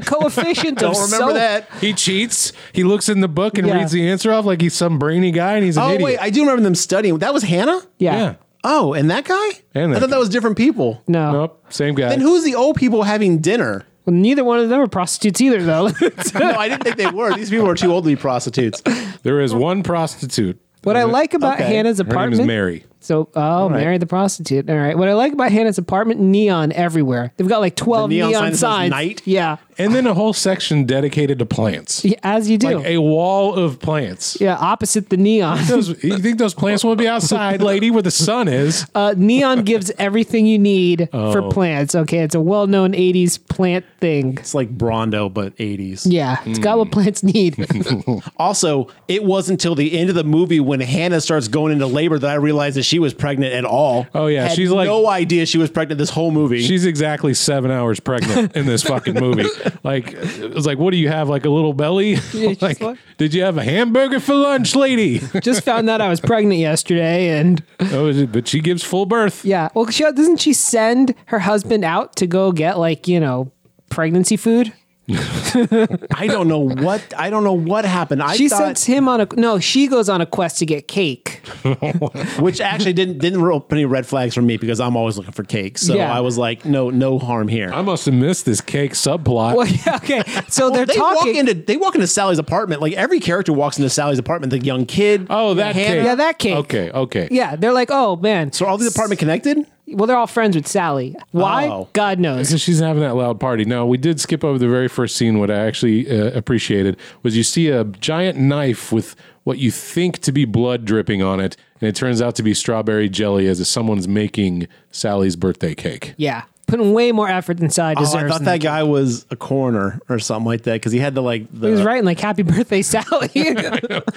Speaker 2: coefficient
Speaker 3: Don't
Speaker 2: of
Speaker 3: remember
Speaker 2: soap.
Speaker 3: that.
Speaker 1: He cheats. He looks in the book and
Speaker 2: Yeah.
Speaker 1: reads the answer off like he's some brainy guy and he's an
Speaker 3: Oh
Speaker 1: idiot.
Speaker 3: wait, I do remember them studying. That was Hannah?
Speaker 2: Yeah.
Speaker 1: yeah.
Speaker 3: Oh, and that guy?
Speaker 1: And that
Speaker 3: I thought
Speaker 1: guy.
Speaker 3: that was different people.
Speaker 2: No.
Speaker 1: Nope. Same guy.
Speaker 3: Oh. Then who's the old people having dinner?
Speaker 2: Well, neither one of them are prostitutes either, though.
Speaker 3: no, I didn't think they were. These people are too old to be prostitutes.
Speaker 1: there is one prostitute.
Speaker 2: what I like about
Speaker 3: Okay.
Speaker 2: Hannah's
Speaker 1: Her name is
Speaker 2: apartment.
Speaker 1: Mary.
Speaker 2: So, oh, Mary the prostitute. All right. What I like about Hannah's apartment, neon everywhere. They've got like 12
Speaker 3: The neon
Speaker 2: neon,
Speaker 3: sign that says
Speaker 2: signs.
Speaker 3: night?
Speaker 2: Yeah.
Speaker 1: And then a whole section dedicated to plants.
Speaker 2: Yeah, As you do.
Speaker 1: Like a wall of plants.
Speaker 2: yeah, opposite the neon.
Speaker 1: Those, you think those plants won't be outside, lady, where the sun is?
Speaker 2: Uh, neon gives everything you need
Speaker 1: Oh.
Speaker 2: for plants. Okay, it's a well-known '80s plant thing.
Speaker 3: It's like Brondo, but 80s.
Speaker 2: Yeah, it's got
Speaker 1: Hmm.
Speaker 2: what plants need.
Speaker 3: Also, it wasn't until the end of the movie when Hannah starts going into labor that I realized that she was pregnant at all.
Speaker 1: Oh, yeah,
Speaker 3: Had
Speaker 1: she's like-
Speaker 3: no idea she was pregnant this whole movie.
Speaker 1: She's exactly seven hours pregnant in this fucking movie. Like, it was like, what do you have? Like a little belly?
Speaker 2: she's
Speaker 1: like,
Speaker 2: like-
Speaker 1: did you have a hamburger for lunch, lady?
Speaker 2: Just found out I was pregnant yesterday, and
Speaker 1: oh, is it- but she gives full birth.
Speaker 2: yeah, well, she, doesn't she send her husband out to go get like you know pregnancy food?
Speaker 3: I don't know what I don't know what happened. I
Speaker 2: She
Speaker 3: thought,
Speaker 2: sends him on a no. She goes on a quest to get cake.
Speaker 3: which actually didn't didn't roll up any red flags for me because I'm always looking for cake. So
Speaker 2: Yeah.
Speaker 3: I was like, no, no harm here.
Speaker 1: I must have missed this cake subplot.
Speaker 2: Well, yeah, okay. So they're
Speaker 3: they
Speaker 2: talking.
Speaker 3: walk into they walk into Sally's apartment. Like every character walks into Sally's apartment. The young kid.
Speaker 1: Oh, that
Speaker 3: Hannah.
Speaker 1: cake.
Speaker 2: yeah, that cake.
Speaker 1: Okay, okay.
Speaker 2: Yeah, they're like, oh man.
Speaker 3: So are all the apartment connected?
Speaker 2: Well, they're all friends with Sally. Why?
Speaker 3: Oh.
Speaker 2: God knows.
Speaker 1: Because she's having that loud party. Now, we did skip over the very first scene. What I actually uh, appreciated was you see a giant knife with what you think to be blood dripping on it, and it turns out to be strawberry jelly as if someone's making Sally's birthday cake.
Speaker 2: Yeah, putting way more effort than Sally
Speaker 3: Oh,
Speaker 2: deserves.
Speaker 3: I thought
Speaker 2: in
Speaker 3: that guy was a coroner or something like that because he had the like the.
Speaker 2: He was writing like "Happy Birthday, Sally."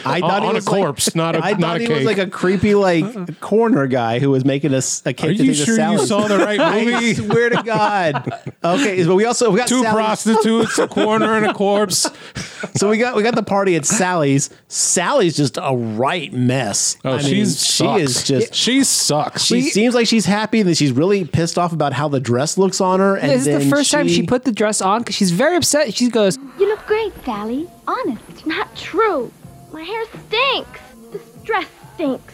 Speaker 3: I
Speaker 1: On-
Speaker 3: thought
Speaker 1: on
Speaker 3: he
Speaker 1: a
Speaker 3: was like-
Speaker 1: corpse, not a-
Speaker 3: I
Speaker 1: not
Speaker 3: thought
Speaker 1: a
Speaker 3: he
Speaker 1: cake.
Speaker 3: was like a creepy like corner guy who was making us a cake.
Speaker 1: Are
Speaker 3: to
Speaker 1: you
Speaker 3: take to
Speaker 1: sure you
Speaker 3: Sally's.
Speaker 1: saw the right
Speaker 3: I
Speaker 1: movie?
Speaker 3: swear to God. Okay, but we also we got
Speaker 1: Two
Speaker 3: Sally's-
Speaker 1: prostitutes, a corner, and a corpse.
Speaker 3: So we got we got the party at Sally's. Sally's just a right mess.
Speaker 1: Oh,
Speaker 3: I mean,
Speaker 1: she's
Speaker 3: she is just.
Speaker 1: she sucks.
Speaker 3: She seems like she's happy, and then she's really pissed off about how the dress looks on her. And
Speaker 2: this is the
Speaker 3: then
Speaker 2: first time she put the dress on because she's very upset. She goes,
Speaker 4: You look great, Sally. Honest. It's not true. My hair stinks. This dress stinks.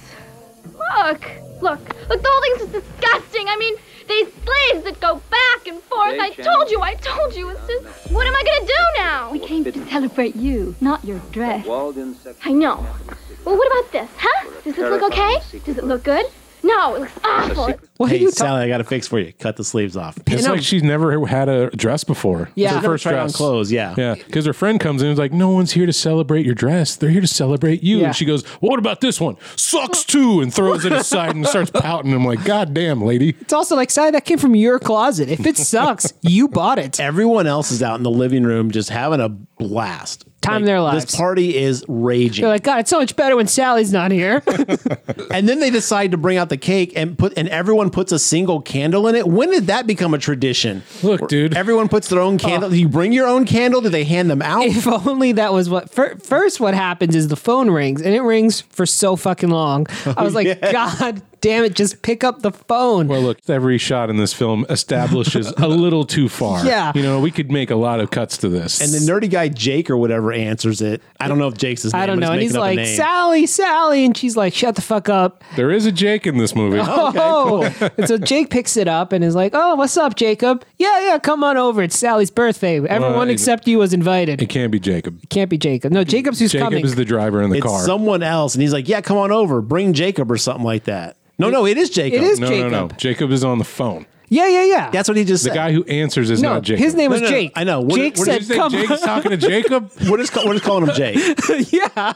Speaker 4: Look. Look. Look, the whole thing's just disgusting. I mean, these sleeves that go back and forth. I told you, I told you. It's just, what am I going to do now?
Speaker 5: We came to celebrate you, not your dress.
Speaker 6: Walden section.
Speaker 4: I know. Well, what about this, huh? Does this look okay? Does it look good? No, it looks awful.
Speaker 2: "What are
Speaker 3: Hey
Speaker 2: you talking?"
Speaker 3: Sally, I got a fix for you. Cut the sleeves off.
Speaker 1: it's
Speaker 2: know-
Speaker 1: like she's never had a dress before.
Speaker 2: Yeah.
Speaker 1: It's her
Speaker 2: Never
Speaker 1: first
Speaker 3: Try on
Speaker 1: dress.
Speaker 3: clothes, yeah.
Speaker 1: Yeah, because her friend comes in and is like, No one's here to celebrate your dress. They're here to celebrate you.
Speaker 2: Yeah.
Speaker 1: And she goes, What about this one? Sucks too, and throws it aside and starts pouting. I'm like, God damn, lady.
Speaker 2: It's also like Sally, that came from your closet. If it sucks, you bought it.
Speaker 3: Everyone else is out in the living room just having a blast.
Speaker 2: Time their lives.
Speaker 3: This party is raging.
Speaker 2: They're like, God, it's so much better when Sally's not here.
Speaker 3: and then they decide to bring out the cake and put and everyone puts a single candle in it. When did that become a tradition?
Speaker 1: Look, dude.
Speaker 3: Everyone puts their own candle. Do you bring your own candle? Do they hand them out?
Speaker 2: if only that was what. Fir- first, what happens is the phone rings, and it rings for so fucking long. I
Speaker 3: Oh,
Speaker 2: was like, God damn it, just pick up the phone.
Speaker 1: well, look, every shot in this film establishes a little too far.
Speaker 2: Yeah.
Speaker 1: You know, we could make a lot of cuts to this.
Speaker 3: And the nerdy guy Jake or whatever answers it. I don't know if Jake's his name.
Speaker 2: I don't
Speaker 3: but
Speaker 2: know. And he's
Speaker 3: making up a
Speaker 2: like,
Speaker 3: name.
Speaker 2: Sally, Sally. And she's like, shut the fuck up.
Speaker 1: there is a Jake in this movie.
Speaker 2: oh. and so Jake picks it up and is like, "Oh, what's up, Jacob? Yeah, yeah, come on over. It's Sally's birthday. Everyone
Speaker 1: Right.
Speaker 2: except you was invited.
Speaker 1: It can't be Jacob.
Speaker 2: Can't be Jacob. No, Jacob's who's
Speaker 1: Jacob
Speaker 2: coming.
Speaker 1: is the driver in the
Speaker 3: it's
Speaker 1: car.
Speaker 3: someone else, and he's like, yeah, come on over, bring Jacob or something like that. No, no, it is Jacob.
Speaker 2: it is
Speaker 1: no,
Speaker 2: Jacob.
Speaker 1: no, no. Jacob is on the phone.
Speaker 2: Yeah, yeah, yeah.
Speaker 3: That's what he just
Speaker 1: The
Speaker 3: said.
Speaker 1: guy who answers is
Speaker 2: no,
Speaker 1: not Jacob.
Speaker 2: his name
Speaker 3: No,
Speaker 2: was
Speaker 3: no, no,
Speaker 2: Jake.
Speaker 3: I know. What-
Speaker 2: Jake
Speaker 3: what
Speaker 1: Did
Speaker 2: said,
Speaker 1: you say
Speaker 2: "Come."
Speaker 1: Jake's talking to Jacob?
Speaker 3: what is what is calling him Jake?
Speaker 2: yeah.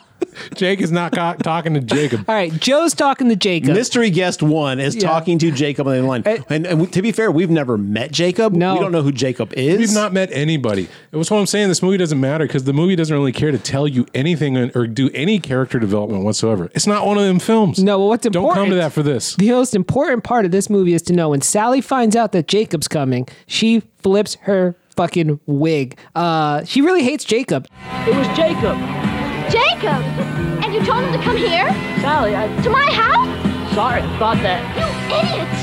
Speaker 1: Jake is not co- talking to Jacob.
Speaker 2: All right. Joe's talking to Jacob.
Speaker 3: Mystery guest one is
Speaker 2: Yeah.
Speaker 3: talking to Jacob on the line,
Speaker 2: Uh,
Speaker 3: and, and we- to be fair, we've never met Jacob.
Speaker 2: No.
Speaker 3: we don't know who Jacob is.
Speaker 1: We've not met anybody. That's what I'm saying. This movie doesn't matter because the movie doesn't really care to tell you anything or do any character development whatsoever. It's not one of them films.
Speaker 2: No, well, what's
Speaker 1: Don't come
Speaker 2: important-
Speaker 1: to that for this.
Speaker 2: the most important part of this movie is to know when Sally finds out that Jacob's coming, she flips her fucking wig. Uh, she really hates Jacob.
Speaker 6: It was Jacob.
Speaker 4: Jacob! And you told him to come here?
Speaker 6: Sally, I'm
Speaker 4: To my house?
Speaker 6: sorry I thought that.
Speaker 4: You idiot!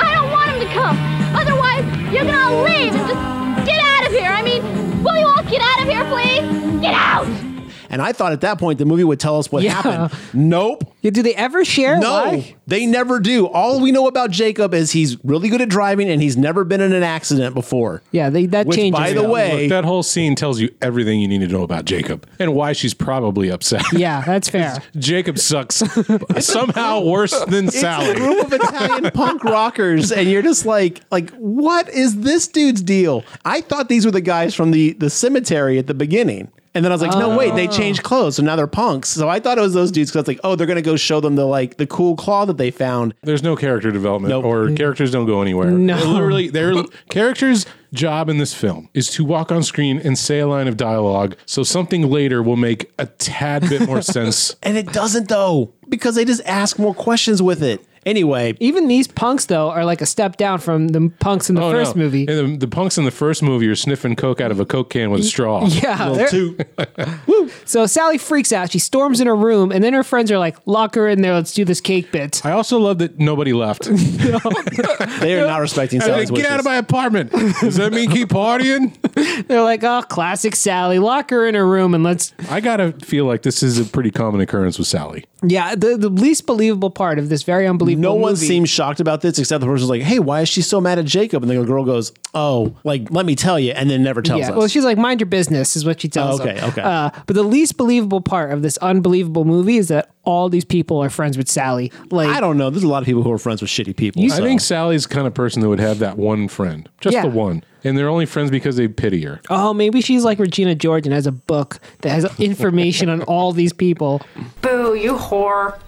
Speaker 4: I don't want him to come. Otherwise, you're gonna leave and just get out of here. I mean, will you all get out of here, please? Get out!
Speaker 3: And I thought at that point the movie would tell us what
Speaker 2: Yeah.
Speaker 3: happened. Nope.
Speaker 2: Yeah, Do they ever share?
Speaker 3: No,
Speaker 2: why?
Speaker 3: they never do. All we know about Jacob is he's really good at driving and he's never been in an accident before.
Speaker 2: Yeah, they, that
Speaker 3: Which,
Speaker 2: changes.
Speaker 3: by
Speaker 2: it
Speaker 3: the
Speaker 2: up.
Speaker 3: way,
Speaker 1: Look, that whole scene tells you everything you need to know about Jacob and why she's probably upset.
Speaker 2: Yeah, that's fair.
Speaker 1: Jacob sucks somehow worse than
Speaker 3: it's a
Speaker 1: Sally.
Speaker 3: group of Italian punk rockers, and you're just like, like, what is this dude's deal? I thought these were the guys from the the cemetery at the beginning. And then I was like,
Speaker 2: Oh.
Speaker 3: no, wait, they changed clothes, so now they're punks. So I thought it was those dudes because I was like, oh, they're gonna go show them the like the cool claw that they found.
Speaker 1: There's no character development
Speaker 3: Nope.
Speaker 1: or characters don't go anywhere.
Speaker 2: No.
Speaker 1: They're literally their characters job in this film is to walk on screen and say a line of dialogue so something later will make a tad bit more sense.
Speaker 3: And it doesn't though, because they just ask more questions with it. Anyway,
Speaker 2: Even these punks though are like a step down from the punks in the
Speaker 1: Oh,
Speaker 2: first
Speaker 1: no.
Speaker 2: movie.
Speaker 1: And the, the punks in the first movie are sniffing coke out of a coke can with a straw.
Speaker 2: Yeah.
Speaker 3: little
Speaker 2: they're-
Speaker 3: two.
Speaker 2: So Sally freaks out. She storms in her room, and then her friends are like, "Lock her in there. Let's do this cake bit."
Speaker 1: I also love that nobody left.
Speaker 3: They are not respecting
Speaker 1: I was
Speaker 3: Sally's
Speaker 1: like,
Speaker 3: wishes.
Speaker 1: Get out of my apartment. Does that mean keep partying?
Speaker 2: They're like, "Oh, classic Sally. Lock her in her room, and let's
Speaker 1: I gotta feel like this is a pretty common occurrence with Sally.
Speaker 2: Yeah, the, the least believable part of this very unbelievable.
Speaker 3: no one
Speaker 2: movie.
Speaker 3: seems shocked about this except the person's like, "Hey, why is she so mad at Jacob?" And the girl goes, "Oh, like let me tell you," and then never tells
Speaker 2: Yeah,
Speaker 3: us.
Speaker 2: well, she's like, "Mind your business," is what she tells
Speaker 3: Oh, okay,
Speaker 2: them.
Speaker 3: okay.
Speaker 2: Uh, but the least believable part of this unbelievable movie is that all these people are friends with Sally. Like,
Speaker 3: I don't know. There's a lot of people who are friends with shitty people.
Speaker 1: I
Speaker 3: so.
Speaker 1: think Sally's the kind of person that would have that one friend, just
Speaker 2: Yeah.
Speaker 1: the one, and they're only friends because they pity her.
Speaker 2: oh, maybe she's like Regina George and has a book that has information on all these people.
Speaker 7: Boo, you whore.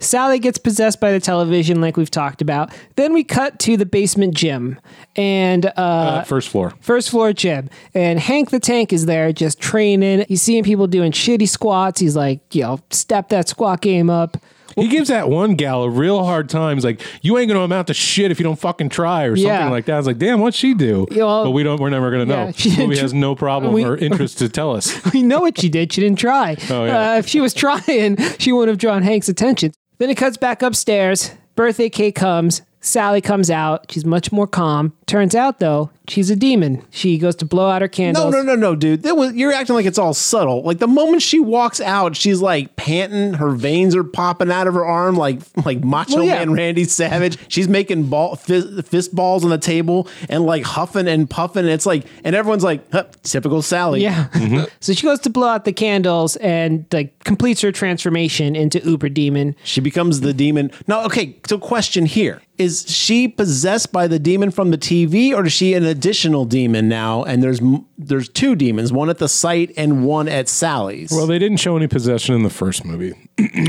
Speaker 2: Sally gets possessed by the television, like we've talked about. Then we cut to the basement gym, and uh,
Speaker 1: Uh, first floor.
Speaker 2: First floor gym. And Hank the Tank is there just training. He's seeing people doing shitty squats. He's like, you know, step that squat game up.
Speaker 1: He gives that one gal a real hard time. He's like, "You ain't gonna amount to shit if you don't fucking try," or
Speaker 2: Yeah.
Speaker 1: something like that. I was like, "Damn, what'd she do?"
Speaker 2: Yeah, well-
Speaker 1: but we don't. We're never gonna
Speaker 2: Yeah,
Speaker 1: know.
Speaker 2: she
Speaker 1: The
Speaker 2: didn't
Speaker 1: movie
Speaker 2: tr-
Speaker 1: has no problem
Speaker 2: we-
Speaker 1: or interest to tell us.
Speaker 2: We know what she did. She didn't try.
Speaker 1: Oh, yeah.
Speaker 2: uh, if she was trying, she wouldn't have drawn Hank's attention. Then it cuts back upstairs. Birthday cake comes. Sally comes out. She's much more calm. Turns out, though, she's a demon. She goes to blow out her
Speaker 3: No,
Speaker 2: candles.
Speaker 3: no, no, no, dude. That was you're acting like it's all subtle. Like the moment she walks out, she's like panting, her veins are popping out of her arm, like like Macho
Speaker 2: Well, yeah.
Speaker 3: Man Randy Savage. She's making ball fist, fist balls on the table and like huffing and puffing. It's like, and everyone's like, huh, typical Sally.
Speaker 2: Yeah.
Speaker 1: Mm-hmm.
Speaker 2: so she goes to blow out the candles and like completes her transformation into Uber Demon.
Speaker 3: She becomes the demon. Now, okay, so question here. Is she possessed by the demon from the TV or is she an additional demon now? And there's m- there's two demons, one at the site and one at Sally's.
Speaker 1: Well, they didn't show any possession in the first movie.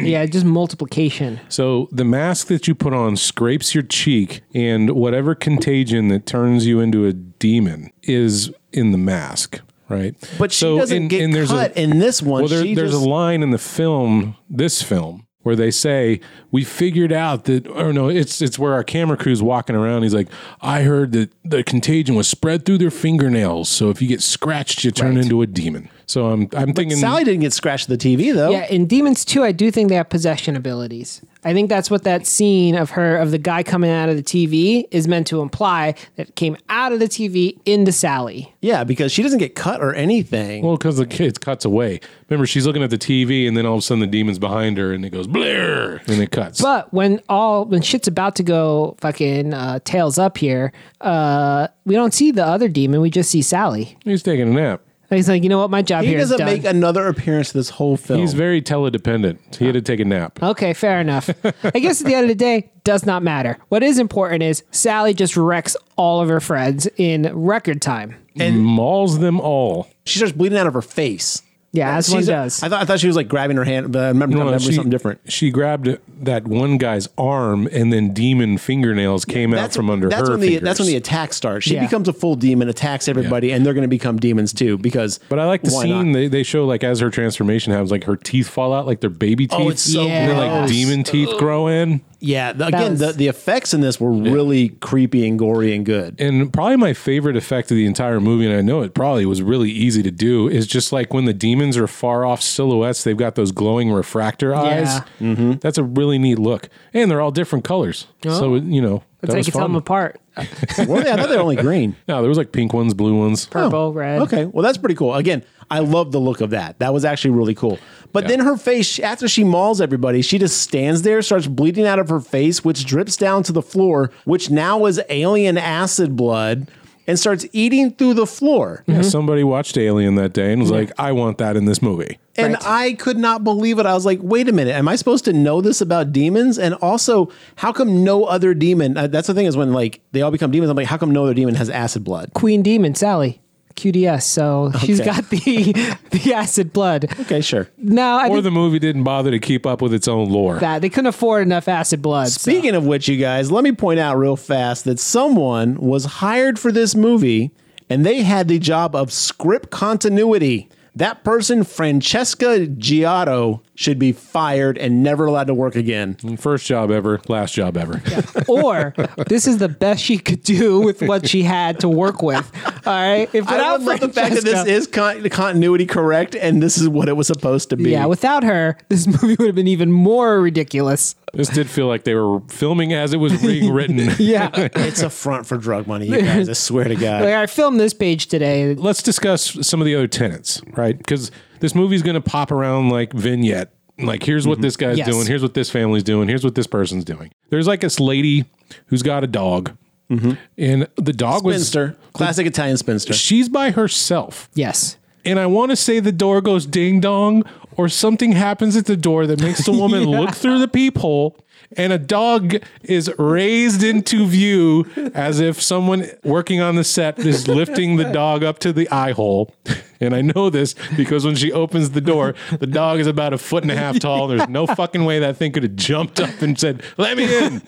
Speaker 2: yeah, just multiplication.
Speaker 1: So the mask that you put on scrapes your cheek, and whatever contagion that turns you into a demon is in the mask, right?
Speaker 3: but she doesn't
Speaker 1: and-
Speaker 3: get
Speaker 1: and there's a-
Speaker 3: cut in this one.
Speaker 1: Well, there-
Speaker 3: She
Speaker 1: there's
Speaker 3: just-
Speaker 1: a line in the film, this film, where they say we figured out that, or no, it's it's where our camera crew's walking around. He's like, I heard that the contagion was spread through their fingernails. So if you get scratched, you turn into a demon. So I'm I'm thinking
Speaker 3: Sally didn't get scratched at the TV though.
Speaker 2: Yeah, in Demons 2, I do think they have possession abilities. I think that's what that scene of her, of the guy coming out of the TV, is meant to imply that came out of the TV into Sally.
Speaker 3: Yeah, because she doesn't get cut or anything.
Speaker 1: Well, because the kid cuts away. Remember, she's looking at the TV, and then all of a sudden the demon's behind her, and it goes blur, and it cuts.
Speaker 2: But when all, when shit's about to go fucking uh, tails up here, uh, we don't see the other demon. We just see Sally.
Speaker 1: He's taking a nap.
Speaker 2: And he's like, you know what, my job
Speaker 3: He
Speaker 2: here is
Speaker 3: doesn't
Speaker 2: done.
Speaker 3: make another appearance this whole film.
Speaker 1: He's very teledependent. He had to take a nap.
Speaker 2: Okay, fair enough. I guess at the end of the day, does not matter. What is important is Sally just wrecks all of her friends in record time.
Speaker 1: Mauls them all.
Speaker 3: she starts bleeding out of her face.
Speaker 2: Yeah, as one
Speaker 3: She's-
Speaker 2: does.
Speaker 3: I thought, I thought she was like grabbing her hand, but I remember,
Speaker 1: No,
Speaker 3: remember
Speaker 1: she-
Speaker 3: something different.
Speaker 1: She grabbed that one guy's arm, and then demon fingernails came out from under
Speaker 3: that's
Speaker 1: her
Speaker 3: when the
Speaker 1: fingers.
Speaker 3: that's when the attack starts. She
Speaker 2: Yeah.
Speaker 3: becomes a full demon, attacks everybody, and they're going to become demons too. Because
Speaker 1: but I like the
Speaker 3: why
Speaker 1: scene
Speaker 3: not?
Speaker 1: they, they show like as her transformation happens, like her teeth fall out, like they're baby teeth,
Speaker 3: Oh, it's so
Speaker 1: and then like
Speaker 3: gross.
Speaker 1: demon teeth grow in.
Speaker 3: yeah, the- again,
Speaker 2: was-
Speaker 3: the, the effects in this were really creepy and gory and good.
Speaker 1: And probably my favorite effect of the entire movie, and I know it probably was really easy to do, is just like when the demons are far off silhouettes, they've got those glowing refractor eyes. Mm-hmm. That's a really neat look, and they're all different colors. So you know, that
Speaker 2: That's how Oh. you
Speaker 1: was
Speaker 2: can tell them
Speaker 1: fun.
Speaker 2: apart.
Speaker 3: Oh, Were they? I thought they were only green. Oh,
Speaker 1: No, there was like pink ones, blue ones.
Speaker 2: Purple, red.
Speaker 3: Okay, well that's pretty cool. Again, I love the look of that. That was actually really cool. But
Speaker 1: Yeah.
Speaker 3: then her face, she- after she mauls everybody, she just stands there, starts bleeding out of her face, which drips down to the floor, which now is alien acid blood, and starts eating through the floor.
Speaker 1: Yeah,
Speaker 2: Mm-hmm.
Speaker 1: somebody watched Alien that day and was like, "I want that in this movie."
Speaker 3: And I could not believe it. I was like, wait a minute, am I supposed to know this about demons? And also, how come no other demon? Uh, that's the thing is when like they all become demons. I'm like, how come no other demon has acid blood?
Speaker 2: Queen Demon, Sally. QDS. So she's
Speaker 3: Okay.
Speaker 2: got the the acid blood.
Speaker 3: Okay, sure.
Speaker 2: No, I
Speaker 1: Or
Speaker 2: think
Speaker 1: the movie didn't bother to keep up with its own lore.
Speaker 2: that they couldn't afford enough acid blood. so-
Speaker 3: Speaking of which, you guys, let me point out real fast that someone was hired for this movie and they had the job of script continuity. That person, Francesca Giotto, should be fired and never allowed to work again.
Speaker 1: First job ever, last job ever.
Speaker 2: or this is the best she could do with what she had to work with. All right. If
Speaker 3: I
Speaker 2: without
Speaker 3: would love the fact that this
Speaker 2: Francesca-
Speaker 3: is con- the continuity correct and this is what it was supposed to be.
Speaker 2: Yeah, without her, this movie would have been even more ridiculous.
Speaker 1: this did feel like they were filming as it was being written.
Speaker 2: Yeah.
Speaker 3: it's a front for drug money, you guys. I swear to God.
Speaker 2: Like, I filmed this page today.
Speaker 1: Let's discuss some of the other tenants, right? Because this movie's going to pop around like vignette. Like, here's what this guy's
Speaker 2: Yes.
Speaker 1: doing. Here's what this family's doing. Here's what this person's doing. There's like this lady who's got a dog, and the dog
Speaker 3: Spinster, classic Italian spinster.
Speaker 1: was she's by herself.
Speaker 2: Yes.
Speaker 1: and I want to say the door goes ding dong or something happens at the door that makes the woman look through the peephole and a dog is raised into view as if someone working on the set is lifting the dog up to the eye hole. And I know this because when she opens the door, the dog is about a foot and a half tall. There's no fucking way that thing could have jumped up and said, Let me in.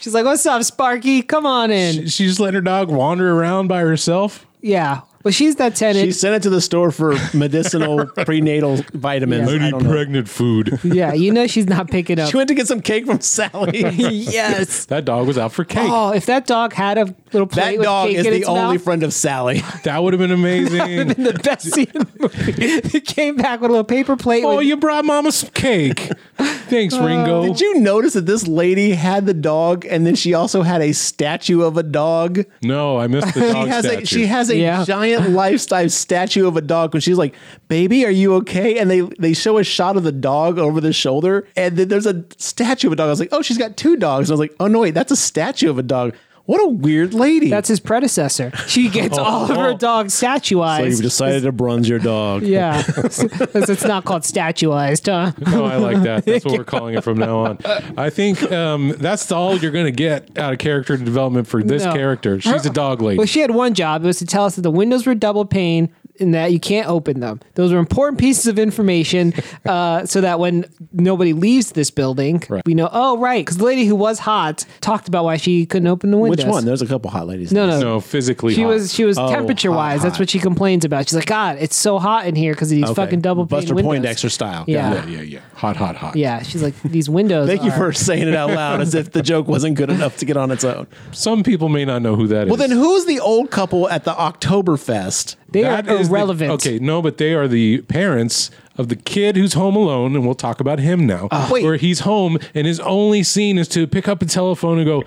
Speaker 2: She's like, "What's up, Sparky? Come on in."
Speaker 1: She just let her dog wander around by herself.
Speaker 2: Yeah. Well, she's that tenant.
Speaker 3: She sent it to the store for medicinal prenatal vitamins. I don't know.
Speaker 1: pregnant food.
Speaker 2: yeah, you know she's not picking up.
Speaker 3: She went to get some cake from Sally.
Speaker 2: yes.
Speaker 1: That dog was out for cake.
Speaker 2: Oh, if that dog had a little plate
Speaker 3: That
Speaker 2: with
Speaker 3: dog
Speaker 2: cake
Speaker 3: is
Speaker 2: in
Speaker 3: the
Speaker 2: its
Speaker 3: only
Speaker 2: mouth,
Speaker 3: friend of Sally.
Speaker 1: That would have been amazing.
Speaker 2: the best scene in the movie. He came back with a little paper plate.
Speaker 1: Oh,
Speaker 2: with-
Speaker 1: you brought Mama some cake. Thanks, Ringo.
Speaker 3: Did you notice that this lady had the dog and then she also had a statue of a dog?
Speaker 1: no, I missed the
Speaker 3: She
Speaker 1: dog
Speaker 3: has
Speaker 1: statue.
Speaker 3: a she has a
Speaker 2: Yeah.
Speaker 3: giant lifestyle statue of a dog when she's like, "Baby, are you okay?" And they they show a shot of the dog over the shoulder, and then there's a statue of a dog. I was like, "Oh, she's got two dogs." And I was like, "Oh no, wait, that's a statue of a dog." What a weird lady.
Speaker 2: That's his predecessor. She gets
Speaker 3: Oh,
Speaker 2: all of her dog statuized.
Speaker 3: decided to bronze your dog.
Speaker 2: yeah, 'Cause it's not called statuized, huh?
Speaker 1: Oh, I like that. That's what we're calling it from now on. I think um, that's all you're going to get out of character development for this
Speaker 2: No.
Speaker 1: character. She's a dog lady.
Speaker 2: Well, she had one job. It was to tell us that the windows were double pane and that you can't open them. Those are important pieces of information uh, so that when nobody leaves this building,
Speaker 1: Right.
Speaker 2: we know, oh, right. Because the lady who was hot talked about why she couldn't open the windows.
Speaker 3: Which one? There's a couple hot ladies.
Speaker 2: No, no.
Speaker 1: no, physically.
Speaker 2: She
Speaker 1: hot.
Speaker 2: was she was
Speaker 3: Oh,
Speaker 2: temperature wise.
Speaker 3: hot,
Speaker 2: That's
Speaker 3: hot.
Speaker 2: what she complains about. She's like, God, it's so hot in here because of these
Speaker 3: Okay.
Speaker 2: fucking double pane
Speaker 3: Buster
Speaker 2: windows.
Speaker 3: Poindexter style.
Speaker 2: Yeah.
Speaker 1: Yeah, yeah, yeah. Hot, hot, hot.
Speaker 2: Yeah, she's like these windows.
Speaker 3: Thank you
Speaker 2: are-
Speaker 3: for saying it out loud as if the joke wasn't good enough to get on its own.
Speaker 1: Some people may not know who that is.
Speaker 3: Well, then who's the old couple at the Oktoberfest?
Speaker 2: they
Speaker 1: That
Speaker 2: are
Speaker 1: is the-
Speaker 2: irrelevant.
Speaker 1: okay, no, but they are the parents of the kid who's home alone, and we'll talk about him now.
Speaker 2: Oh.
Speaker 3: Wait.
Speaker 1: Where he's home, and his only scene is to pick up a telephone and go,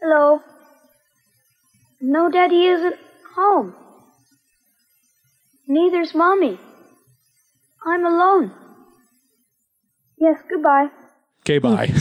Speaker 4: Hello. No, Daddy isn't home. Neither's Mommy. I'm alone. Yes, goodbye.
Speaker 1: okay, bye.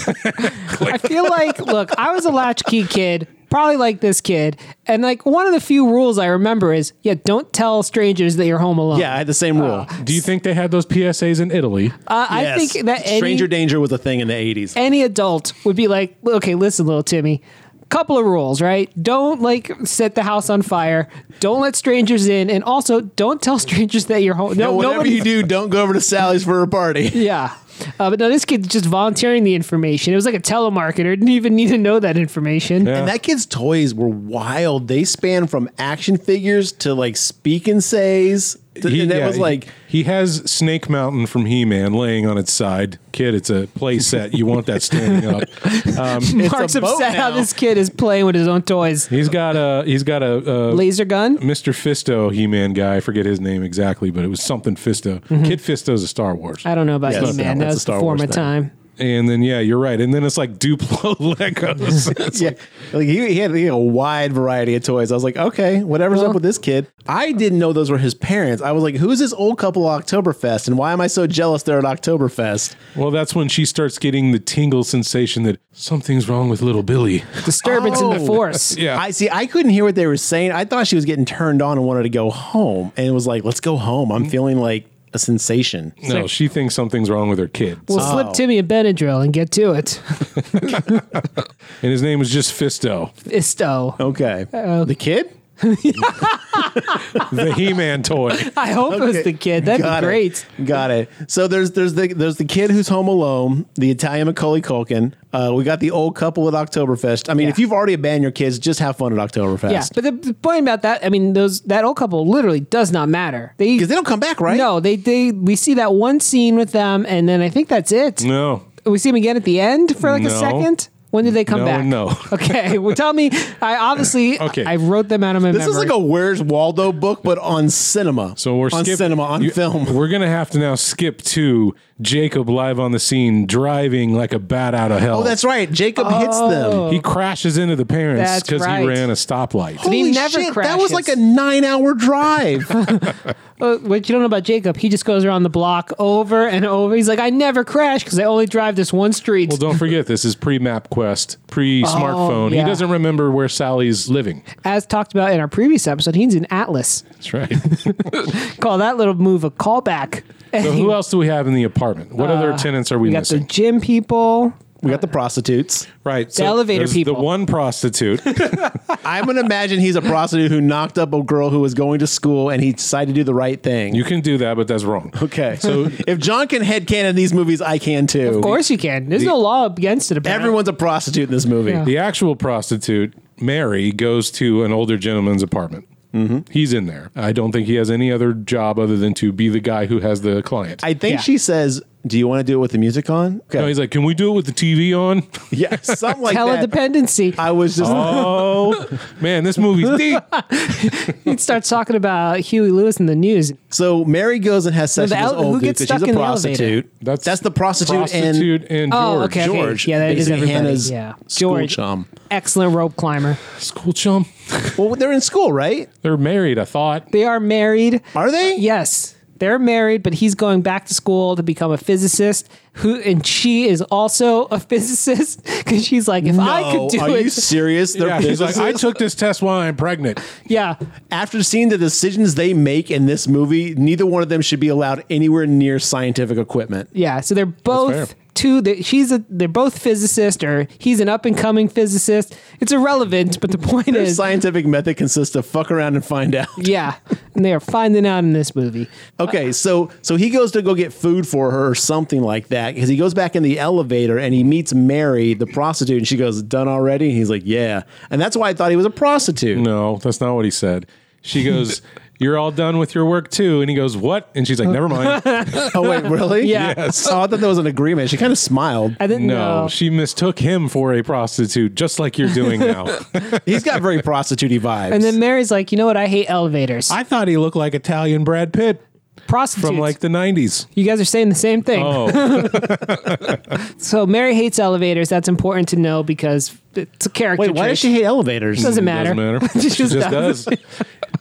Speaker 2: I feel like, look, I was a latchkey kid. probably like this kid. And like one of the few rules I remember is, yeah, don't tell strangers that you're home alone.
Speaker 3: Yeah, I had the same rule.
Speaker 1: Do you think they had those PSAs in Italy?
Speaker 2: Uh, I
Speaker 3: Yes.
Speaker 2: think that any,
Speaker 3: stranger danger was a thing in the 80s.
Speaker 2: any adult would be like, okay, listen, little Timmy, couple of rules, right? Don't like set the house on fire. Don't let strangers in, and also don't tell strangers that you're home.
Speaker 3: No,
Speaker 2: No,
Speaker 3: whatever
Speaker 2: nobody.
Speaker 3: you do, don't go over to Sally's for a party.
Speaker 2: yeah. Uh, but no, this kid's just volunteering the information. It was like a telemarketer. Didn't even need to know that information.
Speaker 1: Yeah.
Speaker 3: And that kid's toys were wild. They span from action figures to like speak and says. To, and that
Speaker 1: yeah,
Speaker 3: was like,
Speaker 1: he has Snake Mountain from He Man laying on its side. Kid, it's a play set. You want that standing up. Um,
Speaker 2: Mark's
Speaker 3: a boat
Speaker 2: upset how
Speaker 3: now.
Speaker 2: this kid is playing with his own toys.
Speaker 1: he's got a he's got a, a
Speaker 2: Laser gun?
Speaker 1: Mr. Fisto He Man guy. I forget his name exactly, but it was something Fisto. Kid Fisto's a Star Wars.
Speaker 2: I don't know about
Speaker 3: Yes,
Speaker 2: you, man.
Speaker 3: that's a
Speaker 2: That was
Speaker 3: Star
Speaker 2: before
Speaker 3: Wars
Speaker 2: my
Speaker 3: thing.
Speaker 2: time.
Speaker 1: And then yeah, you're right. And then it's like Duplo Legos. It's
Speaker 3: yeah, like he, he had he had a wide variety of toys. I was like, okay, whatever's up with this kid. I didn't know those were his parents. I was like, who's this old couple at Oktoberfest, and why am I so jealous they're at Oktoberfest?
Speaker 1: Well, that's when she starts getting the tingle sensation that something's wrong with little Billy.
Speaker 2: Disturbance in the
Speaker 3: Oh.
Speaker 2: force.
Speaker 1: Yeah.
Speaker 3: I see. I couldn't hear what they were saying. I thought she was getting turned on and wanted to go home, and it was like, let's go home.
Speaker 1: Mm.
Speaker 3: I'm feeling like a sensation.
Speaker 1: no, she thinks something's wrong with her kid.
Speaker 2: We'll
Speaker 3: Oh.
Speaker 2: slip Timmy a Benadryl and get to it.
Speaker 1: and his name was just Fisto,
Speaker 2: Isto.
Speaker 3: Okay, the kid.
Speaker 1: the He Man toy.
Speaker 2: I hope it was
Speaker 3: Okay.
Speaker 2: the kid. That'd
Speaker 3: Got
Speaker 2: be
Speaker 3: it.
Speaker 2: great.
Speaker 3: Got it. So there's there's the there's the kid who's home alone, the Italian Macaulay Culkin. Uh, we got the old couple with Oktoberfest. I mean,
Speaker 2: Yeah.
Speaker 3: if you've already abandoned your kids, just have fun at Oktoberfest.
Speaker 2: Yeah, but the, the point about that, I mean, those that old couple literally does not matter. They
Speaker 3: because they don't come back, right?
Speaker 2: no, they they we see that one scene with them, and then I think that's it.
Speaker 1: No.
Speaker 2: We see them again at the end for like a
Speaker 1: No.
Speaker 2: second. When did they come
Speaker 1: No,
Speaker 2: back?
Speaker 1: no.
Speaker 2: Okay. Well, tell me. I obviously.
Speaker 1: Okay.
Speaker 2: I, I wrote them out of my
Speaker 3: This
Speaker 2: memory.
Speaker 3: is like a Where's Waldo book, but on cinema.
Speaker 1: So we're
Speaker 3: on
Speaker 1: skip-
Speaker 3: cinema on
Speaker 1: you-
Speaker 3: film.
Speaker 1: We're gonna have to now skip to Jacob live on the scene, driving like a bat out of hell.
Speaker 3: Oh, that's right. Jacob hits
Speaker 2: Oh.
Speaker 3: them.
Speaker 1: He crashes into the parents
Speaker 2: That's
Speaker 1: because
Speaker 2: right.
Speaker 1: he ran a stoplight.
Speaker 2: he
Speaker 3: Holy
Speaker 2: never
Speaker 3: shit! That was like
Speaker 2: crashes.
Speaker 3: a nine-hour drive.
Speaker 2: Uh, what you don't know about Jacob, he just goes around the block over and over. He's like, I never crash because I only drive this one street.
Speaker 1: Well, don't forget this is pre MapQuest, pre smartphone.
Speaker 2: Oh, yeah.
Speaker 1: He doesn't remember where Sally's living.
Speaker 2: As talked about in our previous episode, he's in Atlas.
Speaker 1: That's right.
Speaker 2: Call that little move a callback.
Speaker 1: so who else do we have in the apartment? What other tenants are we,
Speaker 2: Uh, We got the
Speaker 1: missing?
Speaker 2: gym people.
Speaker 3: we got the prostitutes.
Speaker 1: right, so
Speaker 2: elevator
Speaker 1: there's
Speaker 2: people.
Speaker 1: The one prostitute.
Speaker 3: I'm gonna imagine he's a prostitute who knocked up a girl who was going to school, and he decided to do the right thing.
Speaker 1: you can do that, but that's wrong.
Speaker 3: Okay. So if John can headcanon these movies, I can too.
Speaker 2: Of course you can. There's no law against it. Apparently.
Speaker 3: Everyone's a prostitute in this movie.
Speaker 2: Yeah.
Speaker 1: The actual prostitute, Mary, goes to an older gentleman's apartment.
Speaker 3: Mm-hmm.
Speaker 1: He's in there. I don't think he has any other job other than to be the guy who has the client.
Speaker 3: I think
Speaker 2: Yeah.
Speaker 3: she says, Do you want to do it with the music on? Okay.
Speaker 1: no, he's like, can we do it with the TV on?
Speaker 3: yeah, something like that.
Speaker 2: teledependency.
Speaker 3: I was just,
Speaker 1: oh, man, this movie's deep.
Speaker 2: It starts talking about Huey Lewis in the news.
Speaker 3: so Mary goes and has sex
Speaker 2: the
Speaker 3: with this
Speaker 2: ele- who
Speaker 3: old dude
Speaker 2: gets
Speaker 3: because
Speaker 2: stuck
Speaker 3: she's a
Speaker 2: in the elevator?
Speaker 3: prostitute.
Speaker 1: That's-
Speaker 3: That's the prostitute,
Speaker 1: Prostitute
Speaker 3: and
Speaker 1: and George.
Speaker 2: Oh, okay, okay.
Speaker 3: George,
Speaker 2: Yeah, that is
Speaker 3: basically
Speaker 2: everybody.
Speaker 3: Hannah's
Speaker 2: yeah,
Speaker 3: school
Speaker 2: George,
Speaker 3: chum.
Speaker 2: excellent rope climber.
Speaker 1: School chum.
Speaker 3: well, they're in school, right?
Speaker 1: They're married, I thought.
Speaker 2: They are married.
Speaker 3: Are they?
Speaker 2: Yes, they're married, but he's going back to school to become a physicist. Who and she is also a physicist because she's like, if I could do
Speaker 3: are
Speaker 2: it,
Speaker 3: you serious? They're
Speaker 1: Yeah, he's like, I
Speaker 3: physicists?
Speaker 1: took this test while I'm pregnant.
Speaker 2: yeah.
Speaker 3: After seeing the decisions they make in this movie, neither one of them should be allowed anywhere near scientific equipment.
Speaker 2: Yeah, so they're
Speaker 1: fair.
Speaker 2: both two. They're, she's a. They're both physicist, or he's an up and coming physicist. It's irrelevant, but the point
Speaker 3: Their
Speaker 2: is,
Speaker 3: scientific method consists of fuck around and find out.
Speaker 2: yeah, and they are finding out in this movie.
Speaker 3: Okay, so so he goes to go get food for her or something like that because he goes back in the elevator and he meets Mary, the prostitute, and she goes, "Done already?" And he's like, "Yeah," and that's why I thought he was a prostitute.
Speaker 1: No, that's not what he said. She goes, You're all done with your work too. And he goes, What? And she's like, Never mind.
Speaker 3: Oh wait, really?
Speaker 2: Yeah.
Speaker 3: Yes. Oh, I thought that was an agreement. She kind of smiled.
Speaker 2: I didn't
Speaker 1: No,
Speaker 2: know.
Speaker 1: she mistook him for a prostitute, just like you're doing now.
Speaker 3: He's got very prostitute vibes.
Speaker 2: And then Mary's like, you know what? I hate elevators.
Speaker 1: I thought he looked like Italian Brad Pitt
Speaker 2: Prostitutes.
Speaker 1: from like the 90s.
Speaker 2: you guys are saying the same thing.
Speaker 1: Oh,
Speaker 2: So Mary hates elevators. That's important to know because it's a character.
Speaker 3: wait, why
Speaker 2: trait.
Speaker 3: does she hate elevators?
Speaker 2: Doesn't matter.
Speaker 1: doesn't matter.
Speaker 2: She just
Speaker 1: Just
Speaker 2: does.
Speaker 1: does.